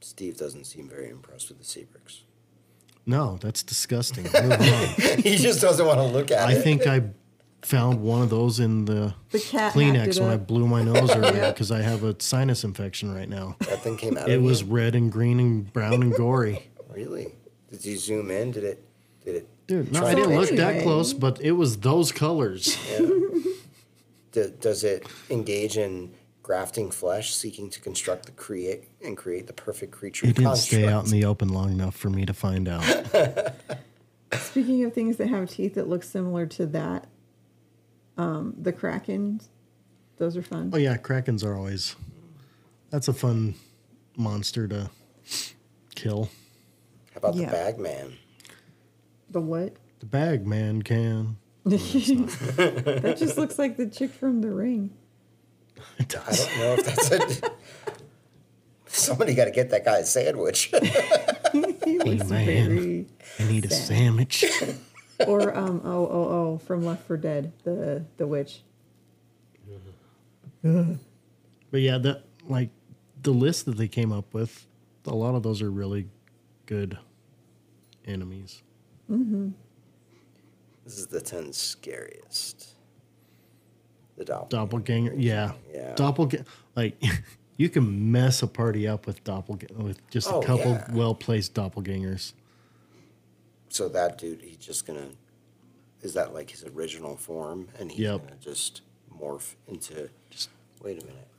Speaker 3: Steve doesn't seem very impressed with the Seabricks.
Speaker 1: No, that's disgusting. Move on.
Speaker 3: he just doesn't want to look at
Speaker 1: I
Speaker 3: it.
Speaker 1: think I found one of those in the,
Speaker 4: The cat hacked
Speaker 1: Kleenex
Speaker 4: it
Speaker 1: when I
Speaker 4: up.
Speaker 1: blew my nose earlier because I have a sinus infection right now.
Speaker 3: that thing came
Speaker 4: Oh,
Speaker 3: out.
Speaker 1: It
Speaker 3: of
Speaker 1: was
Speaker 3: you.
Speaker 1: red and green and brown and gory.
Speaker 3: really. Did you zoom in? Did it? Did it?
Speaker 1: Dude, no,
Speaker 3: try
Speaker 1: I didn't
Speaker 3: to-
Speaker 1: look that
Speaker 4: anyway.
Speaker 1: close, but it was those colors.
Speaker 3: d- does it engage in grafting flesh, seeking to construct the create and create the perfect creature?
Speaker 1: It didn't stay out in
Speaker 3: construct?
Speaker 1: the open long enough for me to find out.
Speaker 4: Speaking of things that have teeth that look similar to that, um, the kraken, those are fun.
Speaker 1: Oh yeah, krakens are always. That's a fun monster to kill.
Speaker 3: How about
Speaker 4: Yeah.
Speaker 3: the bag man?
Speaker 4: The what?
Speaker 1: The bag man can.
Speaker 4: that just looks like the chick from The Ring.
Speaker 1: It
Speaker 3: I
Speaker 1: does.
Speaker 3: don't know if that's a. Somebody got to get that guy a sandwich.
Speaker 4: He looks
Speaker 1: man.
Speaker 4: very.
Speaker 1: I need a sandwich.
Speaker 4: Or um, oh oh oh, from Left for Dead, the the witch.
Speaker 1: But yeah, that like the list that they came up with, a lot of those are really good enemies.
Speaker 3: This is the 10 scariest. The doppelganger.
Speaker 1: Doppelganger, yeah,
Speaker 3: Yeah.
Speaker 1: doppelganger. Like you can mess a party up with doppelganger with just
Speaker 3: Oh,
Speaker 1: a couple
Speaker 3: yeah.
Speaker 1: well placed doppelgangers.
Speaker 3: so that dude, he's just gonna. Is that like his original form? And he's
Speaker 1: Yep.
Speaker 3: gonna just morph into. Just wait a minute.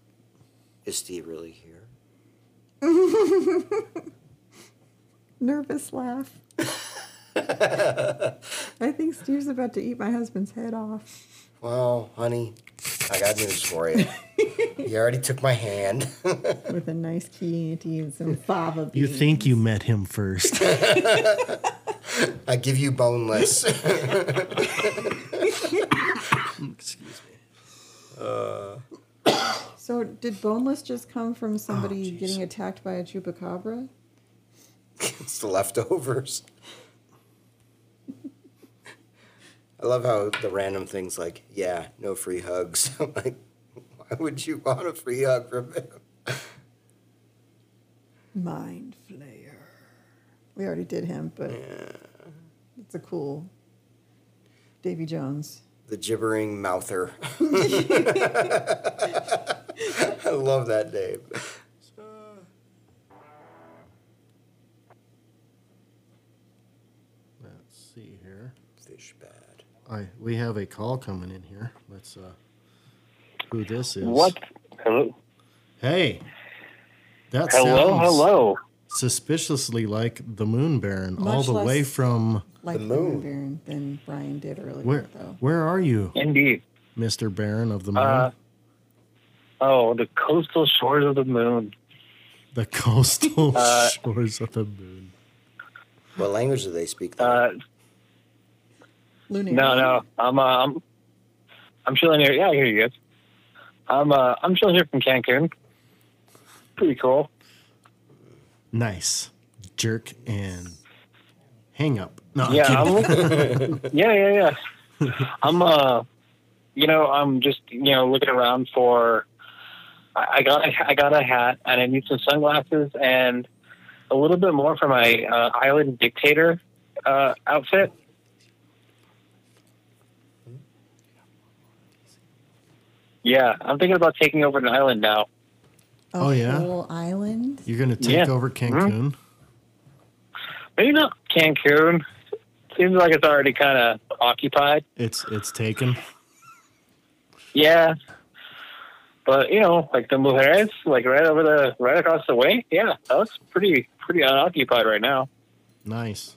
Speaker 3: Is Steve really here?
Speaker 4: Nervous laugh. I think Steve's about to eat my husband's head off.
Speaker 3: Well, honey, I got news for you. you already took my hand.
Speaker 4: With a nice Chianti and some fava
Speaker 1: You
Speaker 4: beans.
Speaker 1: think you met him first?
Speaker 3: I give you boneless.
Speaker 4: So did boneless just come from
Speaker 1: Oh,
Speaker 4: somebody getting attacked by a chupacabra?
Speaker 3: it's the leftovers. I love how the random things like, yeah, no free hugs. I'm like, why would you want a free hug from him?
Speaker 4: Mind flayer. We already did him, but it's a cool Davy Jones.
Speaker 3: The gibbering mouther. I love that name.
Speaker 1: Let's see here.
Speaker 3: Fish bad.
Speaker 1: I we have a call coming in here. Let's uh, who this is?
Speaker 10: What? Hello,
Speaker 1: Hey, that
Speaker 10: hello,
Speaker 1: sounds
Speaker 10: hello.
Speaker 1: suspiciously like the Moon Baron, all
Speaker 4: Much
Speaker 1: the
Speaker 4: less-
Speaker 1: way from
Speaker 4: Like the
Speaker 3: moon.
Speaker 4: moon Baron than Brian did earlier,
Speaker 1: where?
Speaker 4: though.
Speaker 1: Where are you,
Speaker 10: Indeed.
Speaker 1: Mister Baron of the
Speaker 8: Uh-huh.
Speaker 1: Moon?
Speaker 10: Uh, oh, the coastal shores of the moon.
Speaker 1: the coastal
Speaker 10: uh,
Speaker 1: shores of the moon.
Speaker 3: What language do they speak? There?
Speaker 10: Uh,
Speaker 4: Lunar.
Speaker 10: no, no, I'm, uh, I'm, I'm chilling here. Yeah, I hear you guys. I'm, uh, I'm chilling here from Cancun. Pretty cool.
Speaker 1: Nice jerk and hang up. No, I'm
Speaker 10: Yeah,
Speaker 1: kidding.
Speaker 10: I'm, yeah, yeah, yeah. I'm, uh, you know, I'm just, you know, looking around for. I I got, I got a hat, and I need some sunglasses and a little bit more for my uh, island dictator uh, outfit. Yeah, I'm thinking about taking over an island now.
Speaker 4: A
Speaker 1: Oh, yeah?
Speaker 4: whole island.
Speaker 1: you're gonna take
Speaker 10: Yeah. Mm-hmm.
Speaker 1: over Cancun.
Speaker 10: Maybe not Cancun. Seems like it's already kind of occupied.
Speaker 1: It's it's taken.
Speaker 10: Yeah. But you know, like the Mujeres, like right over the right across the way. Yeah, that looks pretty pretty unoccupied right now.
Speaker 1: Nice.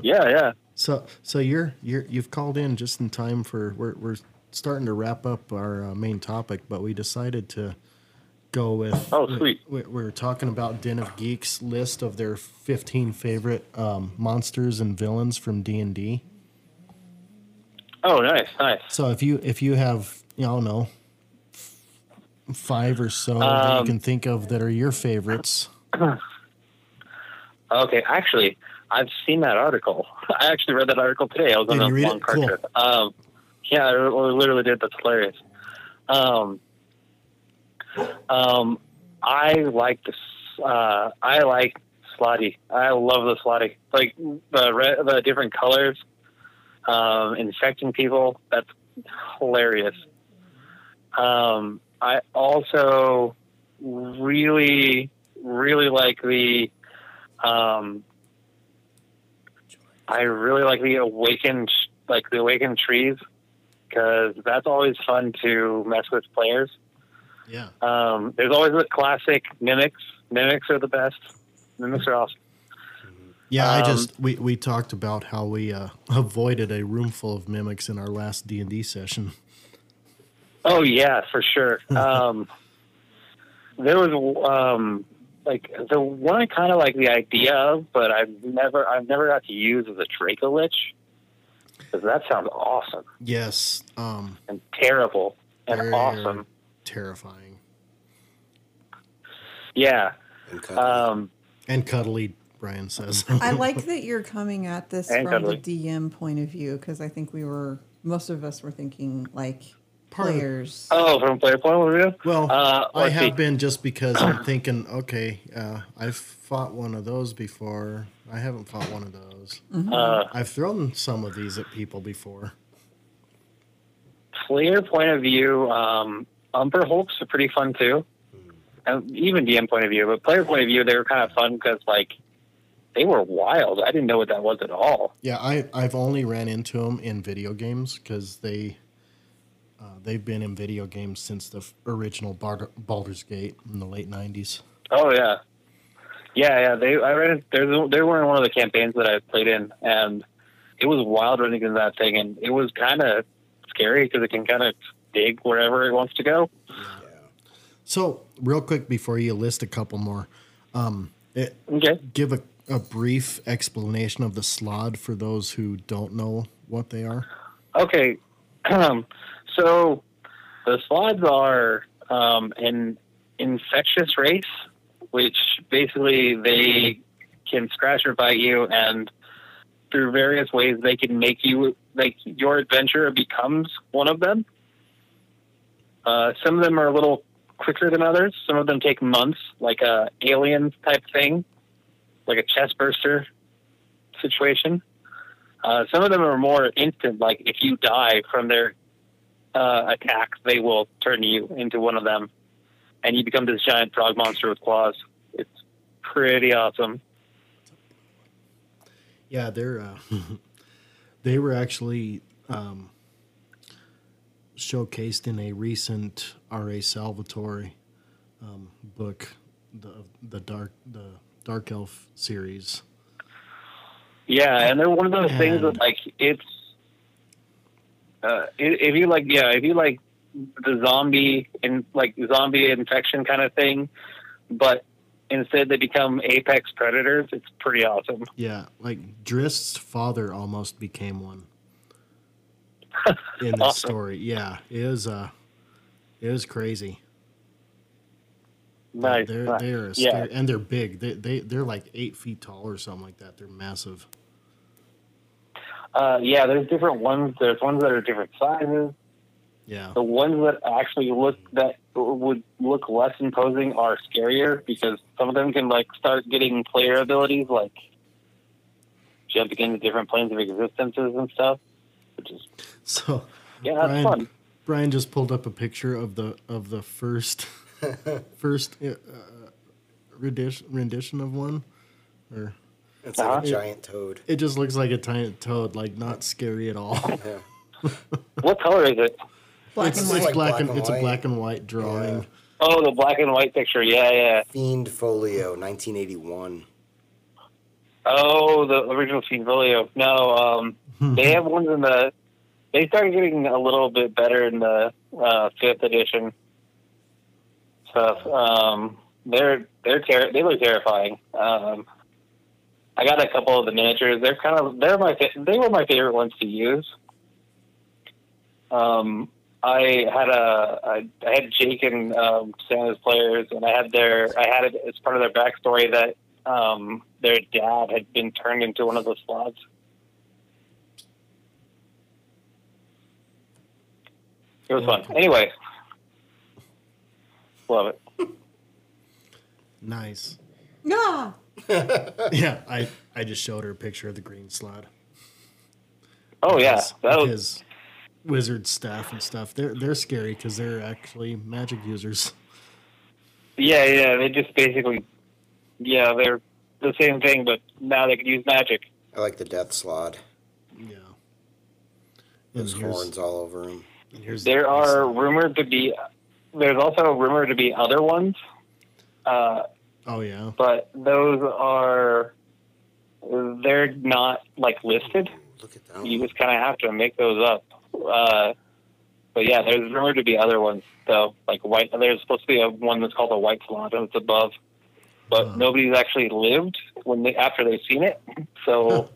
Speaker 10: Yeah, yeah.
Speaker 1: So so you're you're you've called in just in time for we're we're starting to wrap up our uh, main topic, but we decided to go with
Speaker 10: Oh, sweet.
Speaker 1: We, we were talking about Den of Geeks list of their 15 favorite um, monsters and villains from D and D.
Speaker 10: Oh, nice, nice.
Speaker 1: So if you if you have you know, I don't know f- five or so that you
Speaker 10: Um,
Speaker 1: can think of that are your favorites.
Speaker 10: Okay, actually, I've seen that article. I actually read that article today. I was on
Speaker 1: Did
Speaker 10: a
Speaker 1: you read
Speaker 10: long
Speaker 1: it?
Speaker 10: car
Speaker 1: Cool.
Speaker 10: trip. Um, yeah, I li- literally did. That's hilarious. Um, um, I like this. Uh, I like slotty. I love the slotty. Like the re- the different colors, um, infecting people. That's hilarious. Um, I also really, really like the um, I really like the awakened, like the awakened trees, because that's always fun to mess with players.
Speaker 1: Yeah.
Speaker 10: Um, there's always the classic mimics. Mimics are the best. Mimics are awesome.
Speaker 1: Yeah, I
Speaker 10: Um,
Speaker 1: just we, we talked about how we uh, avoided a room full of mimics in our last D and D session.
Speaker 10: Oh yeah, for sure. Um, there was um, like the one I kind of like the idea of, but I've never I've never got to use is a Draco Lich, because that sounds awesome
Speaker 1: Yes, um,
Speaker 10: and terrible and
Speaker 1: they're
Speaker 10: awesome.
Speaker 1: terrifying
Speaker 10: Yeah.
Speaker 3: And cut.
Speaker 10: Um,
Speaker 1: and cuddly. Brian says.
Speaker 4: I like that you're coming at this
Speaker 10: And
Speaker 4: from
Speaker 10: cuddly.
Speaker 4: the DM point of view because I think we were most of us were thinking like players.
Speaker 10: Oh, from player point of view.
Speaker 1: Well,
Speaker 10: uh,
Speaker 1: I
Speaker 10: let's
Speaker 1: have
Speaker 10: see.
Speaker 1: been just because I'm thinking, okay, uh, I've fought one of those before. I haven't fought one of those.
Speaker 10: Uh,
Speaker 1: I've thrown some of these at people before.
Speaker 10: player point of view, um, Umber Hulks are pretty fun too. And even DM point of view, but player point of view, they were kind of fun because like they were wild. I didn't know what that was at all.
Speaker 1: Yeah, I I've only ran into them in video games because they uh, they've been in video games since the f- original Bald- Baldur's Gate in the late '90s.
Speaker 10: Oh yeah, yeah, yeah. They I read they they were in one of the campaigns that I played in, and it was wild running into that thing, and it was kind of scary because it can kind of dig wherever it wants to go.
Speaker 1: So, real quick before you list a couple more, um, it,
Speaker 10: Okay,
Speaker 1: give a, a brief explanation of the slod for those who don't know what they are.
Speaker 10: Okay. so the slods are um, an infectious race, which basically they can scratch or bite you, and through various ways they can make you like your adventure becomes one of them. Uh, some of them are a little quicker than others. Some of them take months, like a alien type thing, like a chest burster situation. Uh, some of them are more instant. Like if you die from their uh, attacks, they will turn you into one of them, and you become this giant frog monster with claws. It's pretty awesome.
Speaker 1: Yeah, they're uh, they were actually um, showcased in a recent R.A. Salvatore um, book, the the dark the Dark Elf series.
Speaker 10: Yeah, and they're one of those things
Speaker 1: And-
Speaker 10: that like it's uh, i- if you like, yeah, if you like the zombie and like zombie infection kind of thing, but instead they become apex predators. It's pretty awesome.
Speaker 1: Yeah, like Drist's father almost became one in this
Speaker 10: Awesome.
Speaker 1: story. Yeah, it is uh, it is crazy.
Speaker 10: Nice.
Speaker 1: They're
Speaker 10: nice.
Speaker 1: they're a
Speaker 10: yeah.
Speaker 1: scary- and they're big. They they they're like eight feet tall or something like that. They're massive.
Speaker 10: Uh, yeah, there's different ones. There's ones that are different sizes.
Speaker 1: Yeah.
Speaker 10: The ones that actually look that would look less imposing are scarier because some of them can like start getting player abilities like jumping into different planes of existences and stuff, which is
Speaker 1: So
Speaker 10: yeah, that's
Speaker 1: Brian,
Speaker 10: fun.
Speaker 1: Brian just pulled up a picture of the of the first first uh, rendition rendition of one. Or
Speaker 3: It's like
Speaker 10: Uh-huh.
Speaker 3: a giant toad.
Speaker 1: it just looks like a tiny toad, like not scary at all.
Speaker 3: Yeah.
Speaker 10: What color is it?
Speaker 4: Black
Speaker 1: it's
Speaker 4: and
Speaker 1: it's
Speaker 4: white.
Speaker 3: like
Speaker 1: black
Speaker 3: black
Speaker 1: and,
Speaker 3: and
Speaker 1: it's a
Speaker 3: white.
Speaker 1: black and white drawing.
Speaker 10: Oh, the black and white picture. Yeah, yeah.
Speaker 3: Fiend Folio, 1981.
Speaker 10: Oh, the original Teen Volio. No, um, they have ones in the. They started getting a little bit better in the uh, fifth edition stuff. Um, they're they're ter- they look terrifying. Um, I got a couple of the miniatures. They're kind of they're my fa- they were my favorite ones to use. Um, I had a I, I had Jake and um, Santa's players, and I had their I had it as part of their backstory that um, their dad had been turned into one of those slots. It was fun. Anyway, love it.
Speaker 1: Nice.
Speaker 4: Nah.
Speaker 1: Yeah, I I just showed her a picture of the green slot.
Speaker 10: Oh yeah, that was
Speaker 1: his wizard staff and stuff. They're they're scary because they're actually magic users.
Speaker 10: yeah yeah. They just basically yeah they're the same thing, but now they can use magic.
Speaker 3: I like the death slot.
Speaker 1: Yeah. And
Speaker 3: Those
Speaker 1: here's,
Speaker 3: horns all over him.
Speaker 1: and here's the
Speaker 10: There
Speaker 1: price.
Speaker 10: are rumored to be there's also rumored to be other ones. Uh,
Speaker 1: Oh yeah.
Speaker 10: but those are they're not like listed.
Speaker 3: Look at that.
Speaker 10: You
Speaker 3: one.
Speaker 10: just kind of have to make those up. Uh, but yeah, there's rumored to be other ones though, like white. There's supposed to be a one that's called a white slot, and it's above. But nobody's actually lived when they after they've seen it, so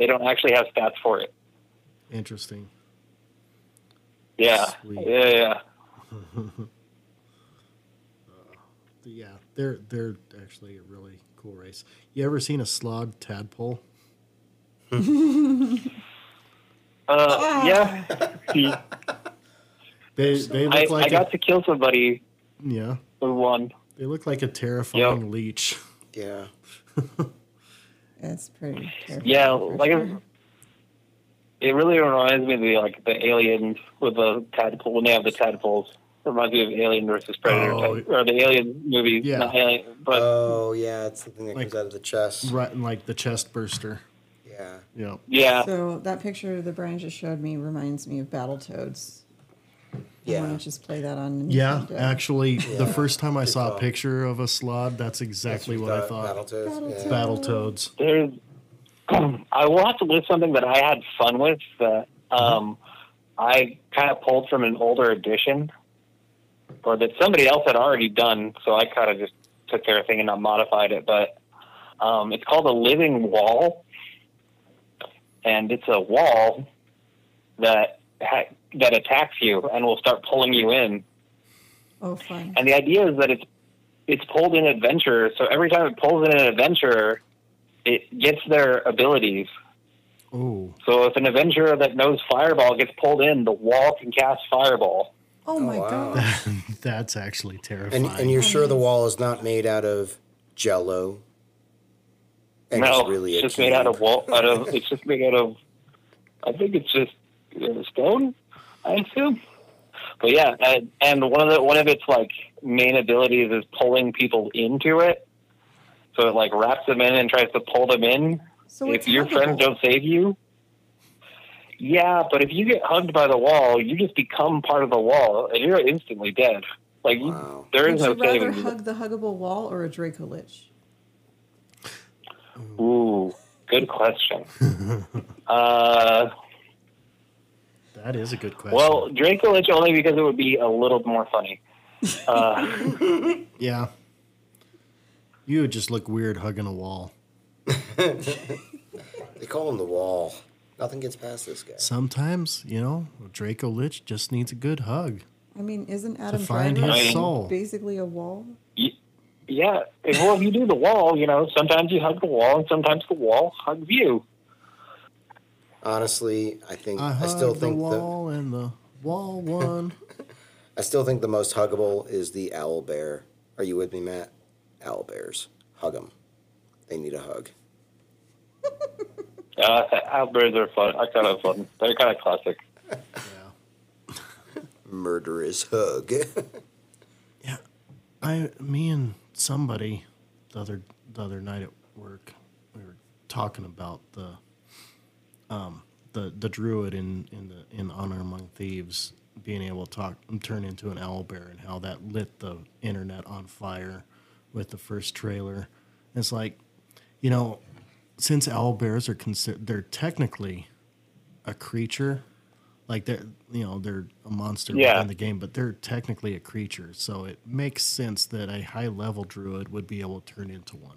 Speaker 10: they don't actually have stats for it.
Speaker 1: Interesting.
Speaker 10: Yeah,
Speaker 1: Sweet.
Speaker 10: yeah, yeah.
Speaker 1: Yeah, they're they're actually a really cool race. You ever seen a slog tadpole?
Speaker 10: Uh, yeah.
Speaker 1: They they look
Speaker 10: I,
Speaker 1: like
Speaker 10: I got
Speaker 1: a,
Speaker 10: to kill somebody
Speaker 1: yeah.
Speaker 10: with one.
Speaker 1: They look like a terrifying leech.
Speaker 3: Yeah.
Speaker 4: That's pretty. terrifying
Speaker 10: Yeah,
Speaker 4: for
Speaker 10: like
Speaker 4: sure.
Speaker 10: it, it really reminds me of the, like the aliens with the tadpole when they have the tadpoles. Reminds me of Alien versus Predator
Speaker 1: Oh.
Speaker 10: type- or the Alien movies,
Speaker 1: Yeah.
Speaker 10: not Alien, but
Speaker 3: Oh yeah, it's the thing that
Speaker 1: Like-
Speaker 3: comes out of the chest.
Speaker 1: Right, and like the chest burster.
Speaker 3: Yeah.
Speaker 1: Yeah.
Speaker 10: yeah,
Speaker 4: So that picture that Brian just showed me reminds me of Battletoads. I
Speaker 3: Yeah.
Speaker 4: want to just play that on.
Speaker 1: Yeah,
Speaker 4: Nintendo.
Speaker 1: actually, the first time I
Speaker 3: Good
Speaker 1: saw
Speaker 3: call.
Speaker 1: a picture of a slod, that's exactly what
Speaker 3: uh,
Speaker 1: I thought.
Speaker 3: Battletoads. Yeah.
Speaker 1: Battletoads.
Speaker 10: there's. I will have to list something that I had fun with that um, I kind of pulled from an older edition, or that somebody else had already done. So I kind of just took their thing and I modified it. But um, it's called a living wall, and it's a wall that ha- that attacks you and will start pulling you in.
Speaker 4: Oh, fun.
Speaker 10: And the idea is that it's it's pulled in adventurer, so every time it pulls in an adventurer, it gets their abilities.
Speaker 1: Oh,
Speaker 10: So if an adventurer that knows fireball gets pulled in, the wall can cast fireball.
Speaker 4: Oh my
Speaker 3: wow.
Speaker 4: god.
Speaker 1: that's actually
Speaker 3: And,
Speaker 1: terrifying.
Speaker 3: and you're sure the wall is not made out of jello? And
Speaker 10: no,
Speaker 3: it's really a
Speaker 10: it's just
Speaker 3: cube?
Speaker 10: made out of wall. Out of it's just made out of. I think it's just uh, stone. I assume. But yeah, uh, and one of the one of its like main abilities is pulling people into it. So it like wraps them in and tries to pull them in,
Speaker 4: So
Speaker 10: if
Speaker 4: it's
Speaker 10: your friends
Speaker 4: huggable.
Speaker 10: don't save you, yeah, but if you get hugged by the wall, you just become part of the wall, and you're instantly dead. Like you-
Speaker 3: Wow.
Speaker 10: there
Speaker 4: Would
Speaker 10: is no
Speaker 4: you rather
Speaker 10: saving. you.
Speaker 4: hug the huggable wall or a Draco Lich?
Speaker 10: Ooh, good question. uh,
Speaker 1: that is a good question.
Speaker 10: well, Draco Lich only because it would be a little more funny.
Speaker 1: yeah. You would just look weird hugging a wall.
Speaker 3: They call him the wall. Nothing gets past this guy.
Speaker 1: Sometimes, you know, Draco Lich just needs a good hug.
Speaker 4: I mean, isn't Adam
Speaker 1: find
Speaker 4: Driver
Speaker 10: his
Speaker 1: soul.
Speaker 4: basically a wall?
Speaker 10: Yeah, if, well, if you do the wall, you know, sometimes you hug the wall, and sometimes the wall hugs you.
Speaker 3: Honestly, I think
Speaker 1: I
Speaker 3: I,
Speaker 1: hug
Speaker 3: still think
Speaker 1: the
Speaker 3: the,
Speaker 1: wall and the wall one.
Speaker 3: I still think the most huggable is the owl bear. Are you with me, Matt? Owl bears, hug them. They need a hug.
Speaker 10: Uh, owlbears are fun. Are kind of fun. They're kind of classic.
Speaker 3: Murderous hug.
Speaker 1: I, me and somebody, the other the other night at work, we were talking about the, um, the the druid in in the in Honor Among Thieves being able to talk turn into an owl bear and how that lit the internet on fire with the first trailer. It's like, you know, since owl bears are considered, they're technically a creature. Like they're, you know, they're a monster
Speaker 10: Yeah.
Speaker 1: within the game, but they're technically a creature. So it makes sense that a high level druid would be able to turn into one.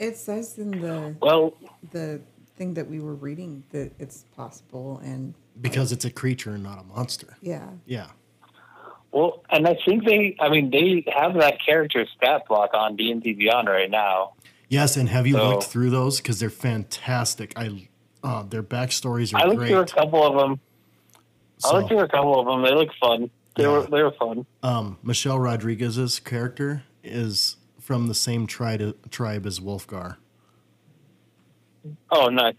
Speaker 4: It says in the
Speaker 10: Well,
Speaker 4: the thing that we were reading that it's possible, and
Speaker 1: Because it's a creature and not a monster.
Speaker 4: yeah,
Speaker 1: Yeah.
Speaker 10: Well, and I think they, I mean, they have that character stat block on D&D Beyond right now.
Speaker 1: Yes, and have you
Speaker 10: So-
Speaker 1: looked through those? Because they're fantastic. I, uh, their backstories
Speaker 10: I
Speaker 1: are
Speaker 10: looked
Speaker 1: great.
Speaker 10: through a couple of them. I
Speaker 1: So,
Speaker 10: looked through a couple of them. They look fun. They
Speaker 1: Yeah.
Speaker 10: were they were fun.
Speaker 1: um, Michelle Rodriguez's character is from the same tribe tribe as Wolfgar.
Speaker 10: Oh, nice.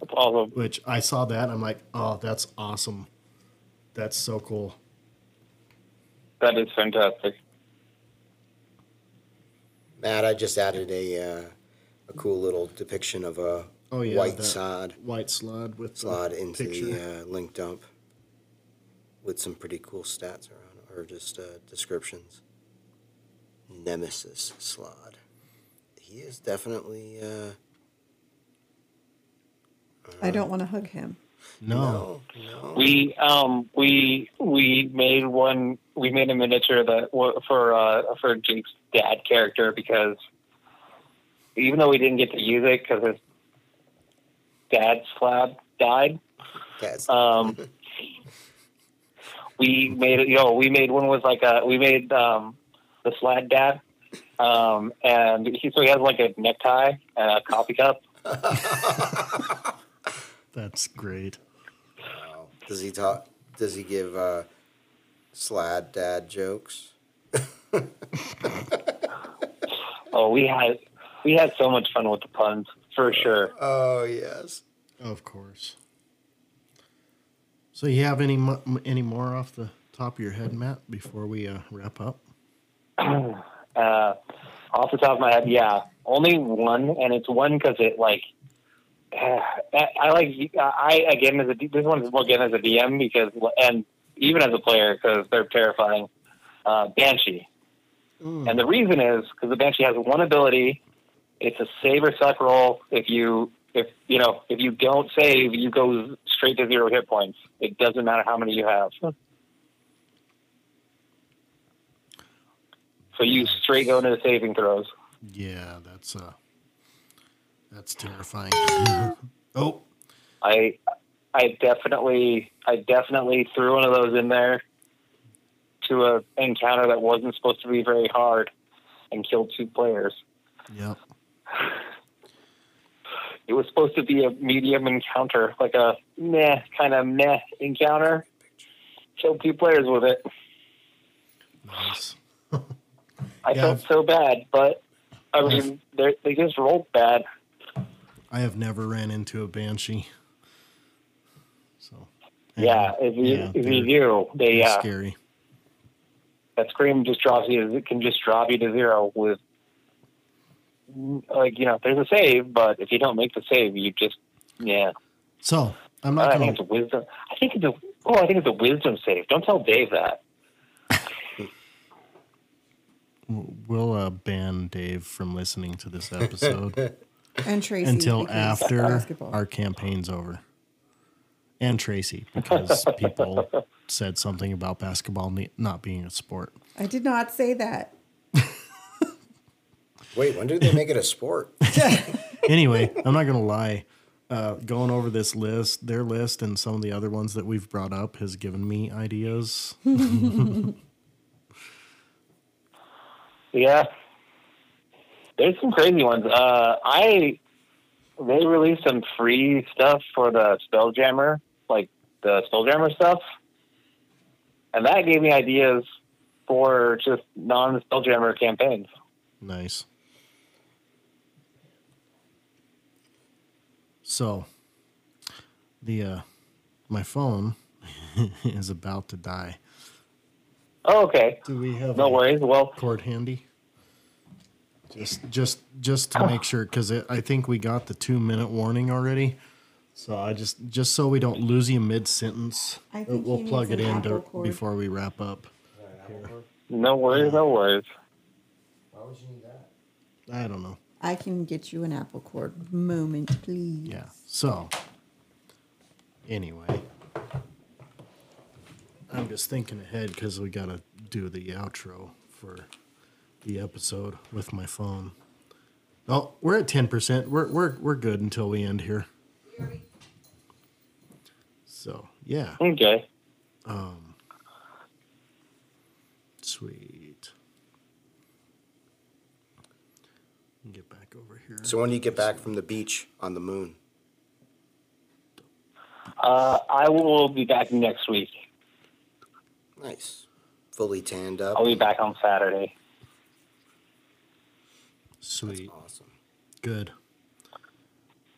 Speaker 10: That's awesome.
Speaker 1: which I saw that and I'm like, oh, that's awesome. That's so cool.
Speaker 10: That is fantastic.
Speaker 3: Matt, I just added a uh, a cool little depiction of a
Speaker 1: Oh, yeah,
Speaker 3: white
Speaker 1: that-
Speaker 3: sod
Speaker 1: White slod with the
Speaker 3: slot into
Speaker 1: picture.
Speaker 3: the uh, link dump with some pretty cool stats around it, or just uh, descriptions. Nemesis Slod. He is definitely. Uh,
Speaker 4: I don't want to hug him.
Speaker 1: No,
Speaker 3: no, no.
Speaker 10: We um we we made one. We made a miniature that wa- for uh, for Jake's dad character because even though we didn't get to use it because his dad's slab died,
Speaker 3: That's,
Speaker 10: Um, we made you know we made one with like a we made um, the slad dad, um, and he so he has like a necktie and a coffee cup.
Speaker 1: that's great.
Speaker 3: does he talk? Does he give uh, Slad dad jokes.
Speaker 10: Oh, we had we had so much fun with the puns for sure.
Speaker 3: Oh yes.
Speaker 1: Of course. So you have any mo- any more off the top of your head, Matt, before we uh, wrap up?
Speaker 10: uh, off the top of my head, yeah, only one, and it's one because it like I, I like I again as a this one is again as a DM because and even as a player because they're terrifying. Uh, Banshee, and the reason is because the Banshee has one ability. It's a save or suck roll. If you if you know if you don't save, you go straight to zero hit points. It doesn't matter how many you have. So you straight go into the saving throws.
Speaker 1: Yeah, that's uh, that's terrifying. oh,
Speaker 10: I I definitely I definitely threw one of those in there to a encounter that wasn't supposed to be very hard and killed two players.
Speaker 1: yep.
Speaker 10: It was supposed to be a medium encounter, like a meh kind of meh encounter. Killed two players with it.
Speaker 1: Nice.
Speaker 10: I
Speaker 1: Yeah,
Speaker 10: felt
Speaker 1: I've-
Speaker 10: so bad, but I mean they they just rolled bad.
Speaker 1: I have never ran into a banshee. So.
Speaker 10: Yeah, if you
Speaker 1: Yeah,
Speaker 10: if
Speaker 1: they're-
Speaker 10: you do, they
Speaker 1: It's
Speaker 10: uh,
Speaker 1: scary.
Speaker 10: that scream just drops you it can just drop you to zero with like you know there's a save but if you don't make the save you just yeah
Speaker 1: So I'm
Speaker 10: i
Speaker 1: not
Speaker 10: think
Speaker 1: going.
Speaker 10: Uh, it's a wisdom i think it's a oh i think it's a wisdom save don't tell dave that
Speaker 1: to We'll uh, ban Dave from listening to this episode
Speaker 4: And Tracy.
Speaker 1: until
Speaker 4: because
Speaker 1: after
Speaker 4: basketball.
Speaker 1: our campaign's over. And Tracy, because people said something about basketball ne- not being a sport.
Speaker 4: I did not say that.
Speaker 3: Wait, when did they make it a sport?
Speaker 1: anyway, I'm not gonna lie. Uh, going over this list, their list, and some of the other ones that we've brought up has given me ideas.
Speaker 10: yeah there's some crazy ones uh i they released some free stuff for the spelljammer like the spelljammer stuff and that gave me ideas for just non-spelljammer campaigns
Speaker 1: Nice. So, the uh, my phone is about to die.
Speaker 10: Oh, okay.
Speaker 1: Do we have
Speaker 10: No
Speaker 1: a
Speaker 10: worries. Well,
Speaker 1: cord handy? Oh. Just, just, just to make sure, because I think we got the two minute warning already. So I just, just so we don't lose you mid sentence,
Speaker 4: I think he
Speaker 1: we'll
Speaker 4: needs
Speaker 1: plug it
Speaker 4: an
Speaker 1: in
Speaker 4: Apple
Speaker 1: dur-
Speaker 4: cord.
Speaker 1: before we wrap up.
Speaker 10: no worries, no worries.
Speaker 1: I don't know.
Speaker 4: I can get you an apple cord. Moment, please.
Speaker 1: Yeah. So, anyway, I'm just thinking ahead because we got to do the outro for the episode with my phone. Oh, we're at 10%. We're, we're, we're good until we end here. So, yeah.
Speaker 10: Okay.
Speaker 1: Sweet. Get back over here.
Speaker 3: So when do you get back from the beach on the moon?
Speaker 10: Uh, I will be back next week.
Speaker 3: Nice. Fully tanned up.
Speaker 10: I'll be back on Saturday.
Speaker 1: Sweet.
Speaker 10: Oh.
Speaker 3: Awesome.
Speaker 1: Good.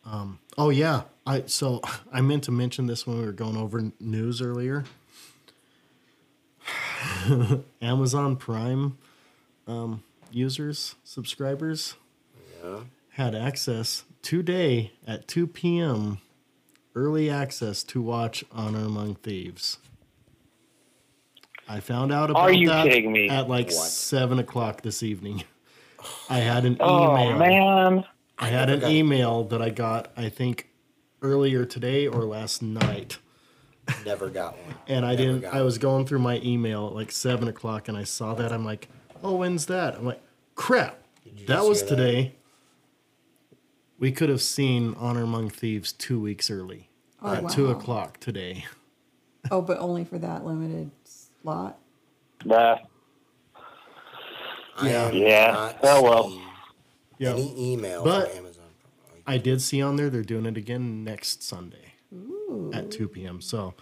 Speaker 1: Um, oh yeah, I so I meant to mention this when we were going over n- news earlier. Amazon Prime um, users subscribers
Speaker 3: Yeah.
Speaker 1: had access today at 2 p.m. early access to watch Honor Among Thieves. I found out about
Speaker 10: Are you
Speaker 1: that
Speaker 10: kidding me?
Speaker 1: at like seven o'clock this evening. I had an
Speaker 10: Oh
Speaker 1: email.
Speaker 10: man,
Speaker 1: I had an email that I got, I think, earlier today or last night.
Speaker 3: Never got one.
Speaker 1: And I
Speaker 3: Never
Speaker 1: didn't,
Speaker 3: got
Speaker 1: I
Speaker 3: one.
Speaker 1: was going through my email at like seven o'clock and I saw that. I'm like, oh, when's that? I'm like, crap, that
Speaker 3: just
Speaker 1: was
Speaker 3: hear that?
Speaker 1: today. We could have seen Honor Among Thieves two weeks early
Speaker 4: Oh,
Speaker 1: at two
Speaker 4: wow.
Speaker 1: o'clock today.
Speaker 4: Oh, but only for that limited slot.
Speaker 10: uh,
Speaker 3: I am
Speaker 10: Yeah.
Speaker 3: not
Speaker 10: Oh, well.
Speaker 3: seeing
Speaker 1: Yeah.
Speaker 3: Any email
Speaker 1: But-
Speaker 3: from Amazon.
Speaker 1: I did see on there they're doing it again next Sunday at 2 p.m. So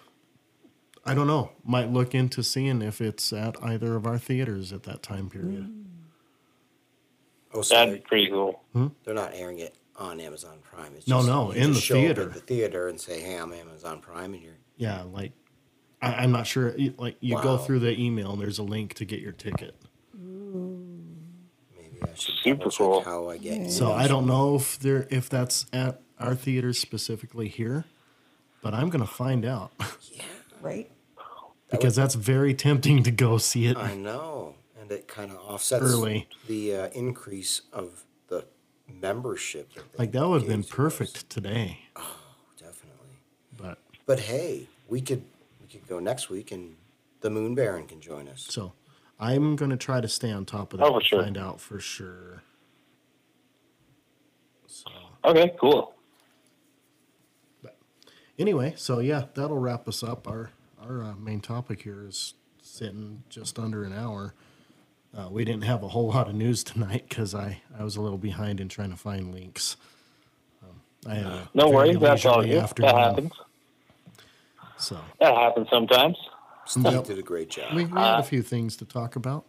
Speaker 1: I don't know. Might look into seeing if it's at either of our theaters at that time period.
Speaker 4: Mm.
Speaker 3: Oh, so
Speaker 10: That'd
Speaker 3: they're,
Speaker 10: be pretty cool.
Speaker 3: they're not airing it on Amazon Prime. It's
Speaker 1: No,
Speaker 3: just,
Speaker 1: no,
Speaker 3: you
Speaker 1: in the
Speaker 3: just show up at
Speaker 1: theater.
Speaker 3: the theater and say, "Hey, I'm Amazon Prime," and you're
Speaker 1: Yeah, like I, I'm not sure. You- Like you
Speaker 3: Wow.
Speaker 1: go through the email and there's a link to get your ticket.
Speaker 3: maybe I should
Speaker 10: Super
Speaker 3: double check
Speaker 10: cool.
Speaker 3: how I get.
Speaker 1: So I don't know if there if that's at our theater specifically here, but I'm gonna find out
Speaker 4: right?
Speaker 1: because that's very tempting to go see it.
Speaker 3: I know, and it kind of offsets
Speaker 1: Early.
Speaker 3: the uh, increase of the membership. that they
Speaker 1: Like that would have been
Speaker 3: gave to us.
Speaker 1: perfect today,
Speaker 3: definitely.
Speaker 1: but
Speaker 3: But hey, we could we could go next week, and the Moon Baron can join us.
Speaker 1: so I'm gonna try to stay on top of that
Speaker 10: Oh,
Speaker 1: and
Speaker 10: sure.
Speaker 1: find out for sure. So
Speaker 10: Okay, cool.
Speaker 1: anyway, so yeah, that'll wrap us up. Our our uh, main topic here is sitting just under an hour. Uh, we didn't have a whole lot of news tonight because I, I was a little behind in trying to find links. Um, I had a
Speaker 10: No
Speaker 1: very
Speaker 10: worries. That's all
Speaker 1: leisurely
Speaker 10: good.
Speaker 1: afternoon,
Speaker 10: That happens.
Speaker 1: So
Speaker 10: That happens sometimes.
Speaker 3: Steve
Speaker 1: Yep.
Speaker 3: did a great job.
Speaker 1: we, we had
Speaker 10: Uh,
Speaker 1: a few things to talk about.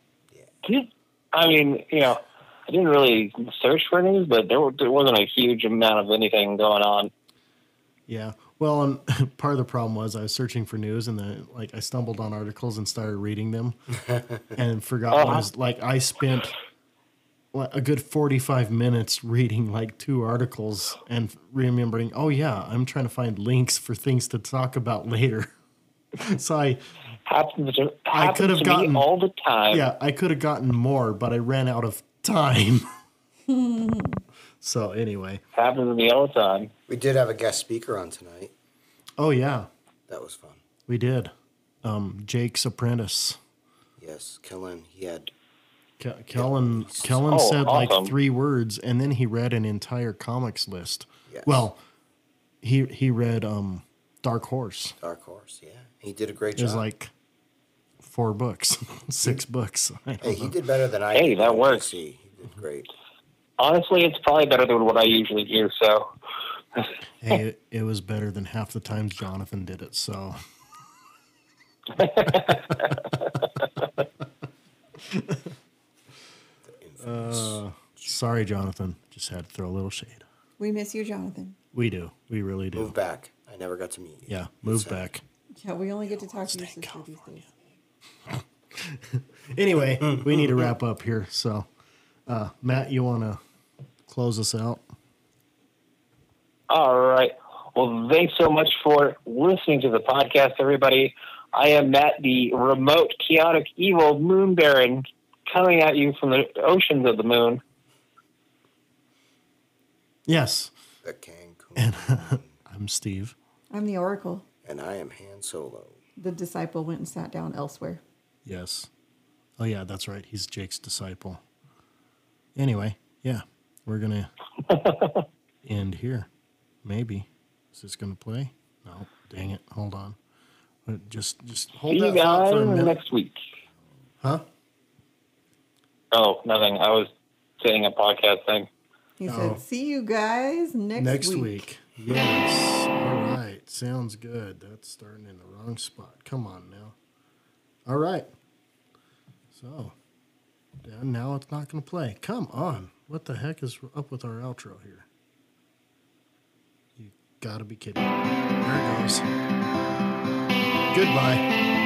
Speaker 10: Did- I mean, you know, I didn't really search for news, but there, were, there wasn't a huge amount of anything going on.
Speaker 1: Yeah. Well, and part of the problem was I was searching for news and then like I stumbled on articles and started reading them and forgot what I was like I spent like, a good 45 minutes reading like two articles and remembering, "Oh yeah, I'm trying to find links for things to talk about later." so I
Speaker 10: Happens to,
Speaker 1: I
Speaker 10: happens
Speaker 1: could have
Speaker 10: to
Speaker 1: gotten-
Speaker 10: me all the time.
Speaker 1: yeah, I could have gotten more, but I ran out of time. so anyway,
Speaker 10: Happens to me all the time.
Speaker 3: We did have a guest speaker on tonight.
Speaker 1: oh yeah,
Speaker 3: That was fun.
Speaker 1: we did. Um Jake's apprentice.
Speaker 3: Yes, Kellen. He had
Speaker 1: Ke- Kellen Kellen
Speaker 10: Oh,
Speaker 1: said
Speaker 10: awesome.
Speaker 1: like three words, and then he read an entire comics list.
Speaker 3: Yes.
Speaker 1: Well, he he read um, Dark Horse.
Speaker 3: Dark Horse. Yeah, he did a great
Speaker 1: It was
Speaker 3: job.
Speaker 1: like four books, six books. I don't
Speaker 3: hey, he
Speaker 1: know.
Speaker 3: did better than I.
Speaker 10: Hey,
Speaker 3: did
Speaker 10: that
Speaker 3: on
Speaker 10: works.
Speaker 3: PC. He did great.
Speaker 10: Honestly, it's probably better than what I usually do. So
Speaker 1: Hey, it, it was better than half the times Jonathan did it. So
Speaker 3: Infamous.
Speaker 1: Uh, sorry, Jonathan. Just had to throw a little shade.
Speaker 4: We miss you, Jonathan.
Speaker 1: We do. We really do.
Speaker 3: Move back. I never got to meet you.
Speaker 1: Yeah, move
Speaker 3: So,
Speaker 1: back.
Speaker 4: Yeah, we only get to talk to your sister these days.
Speaker 1: Anyway, we need to wrap up here. So, uh, Matt, you want to close us out?
Speaker 10: All right. Well, thanks so much for listening to the podcast, everybody. I am Matt, the remote, chaotic, evil moon baron, coming at you from the oceans of the moon.
Speaker 1: Yes,
Speaker 3: The Cancun.
Speaker 1: I'm Steve.
Speaker 4: I'm the Oracle.
Speaker 3: and I am Han Solo.
Speaker 4: The disciple went and sat down elsewhere.
Speaker 1: Yes. Oh yeah, that's right. He's Jake's disciple. Anyway, yeah, we're gonna end here. Maybe is this gonna play? No, dang it! Hold on. Uh, Just, just hold
Speaker 10: See you
Speaker 1: that thought
Speaker 10: guys
Speaker 1: for a minute.
Speaker 10: next week.
Speaker 1: Huh?
Speaker 10: Oh, nothing. I was saying a podcast thing.
Speaker 4: He
Speaker 1: Oh.
Speaker 4: said, "See you guys next,
Speaker 1: Next week.
Speaker 4: week."
Speaker 1: Yes. All right. Sounds good. That's starting in the wrong spot. Come on now. All right. So, yeah, now it's not gonna play. Come on. What the heck is up with our outro here? You gotta be kidding. There it goes. Goodbye.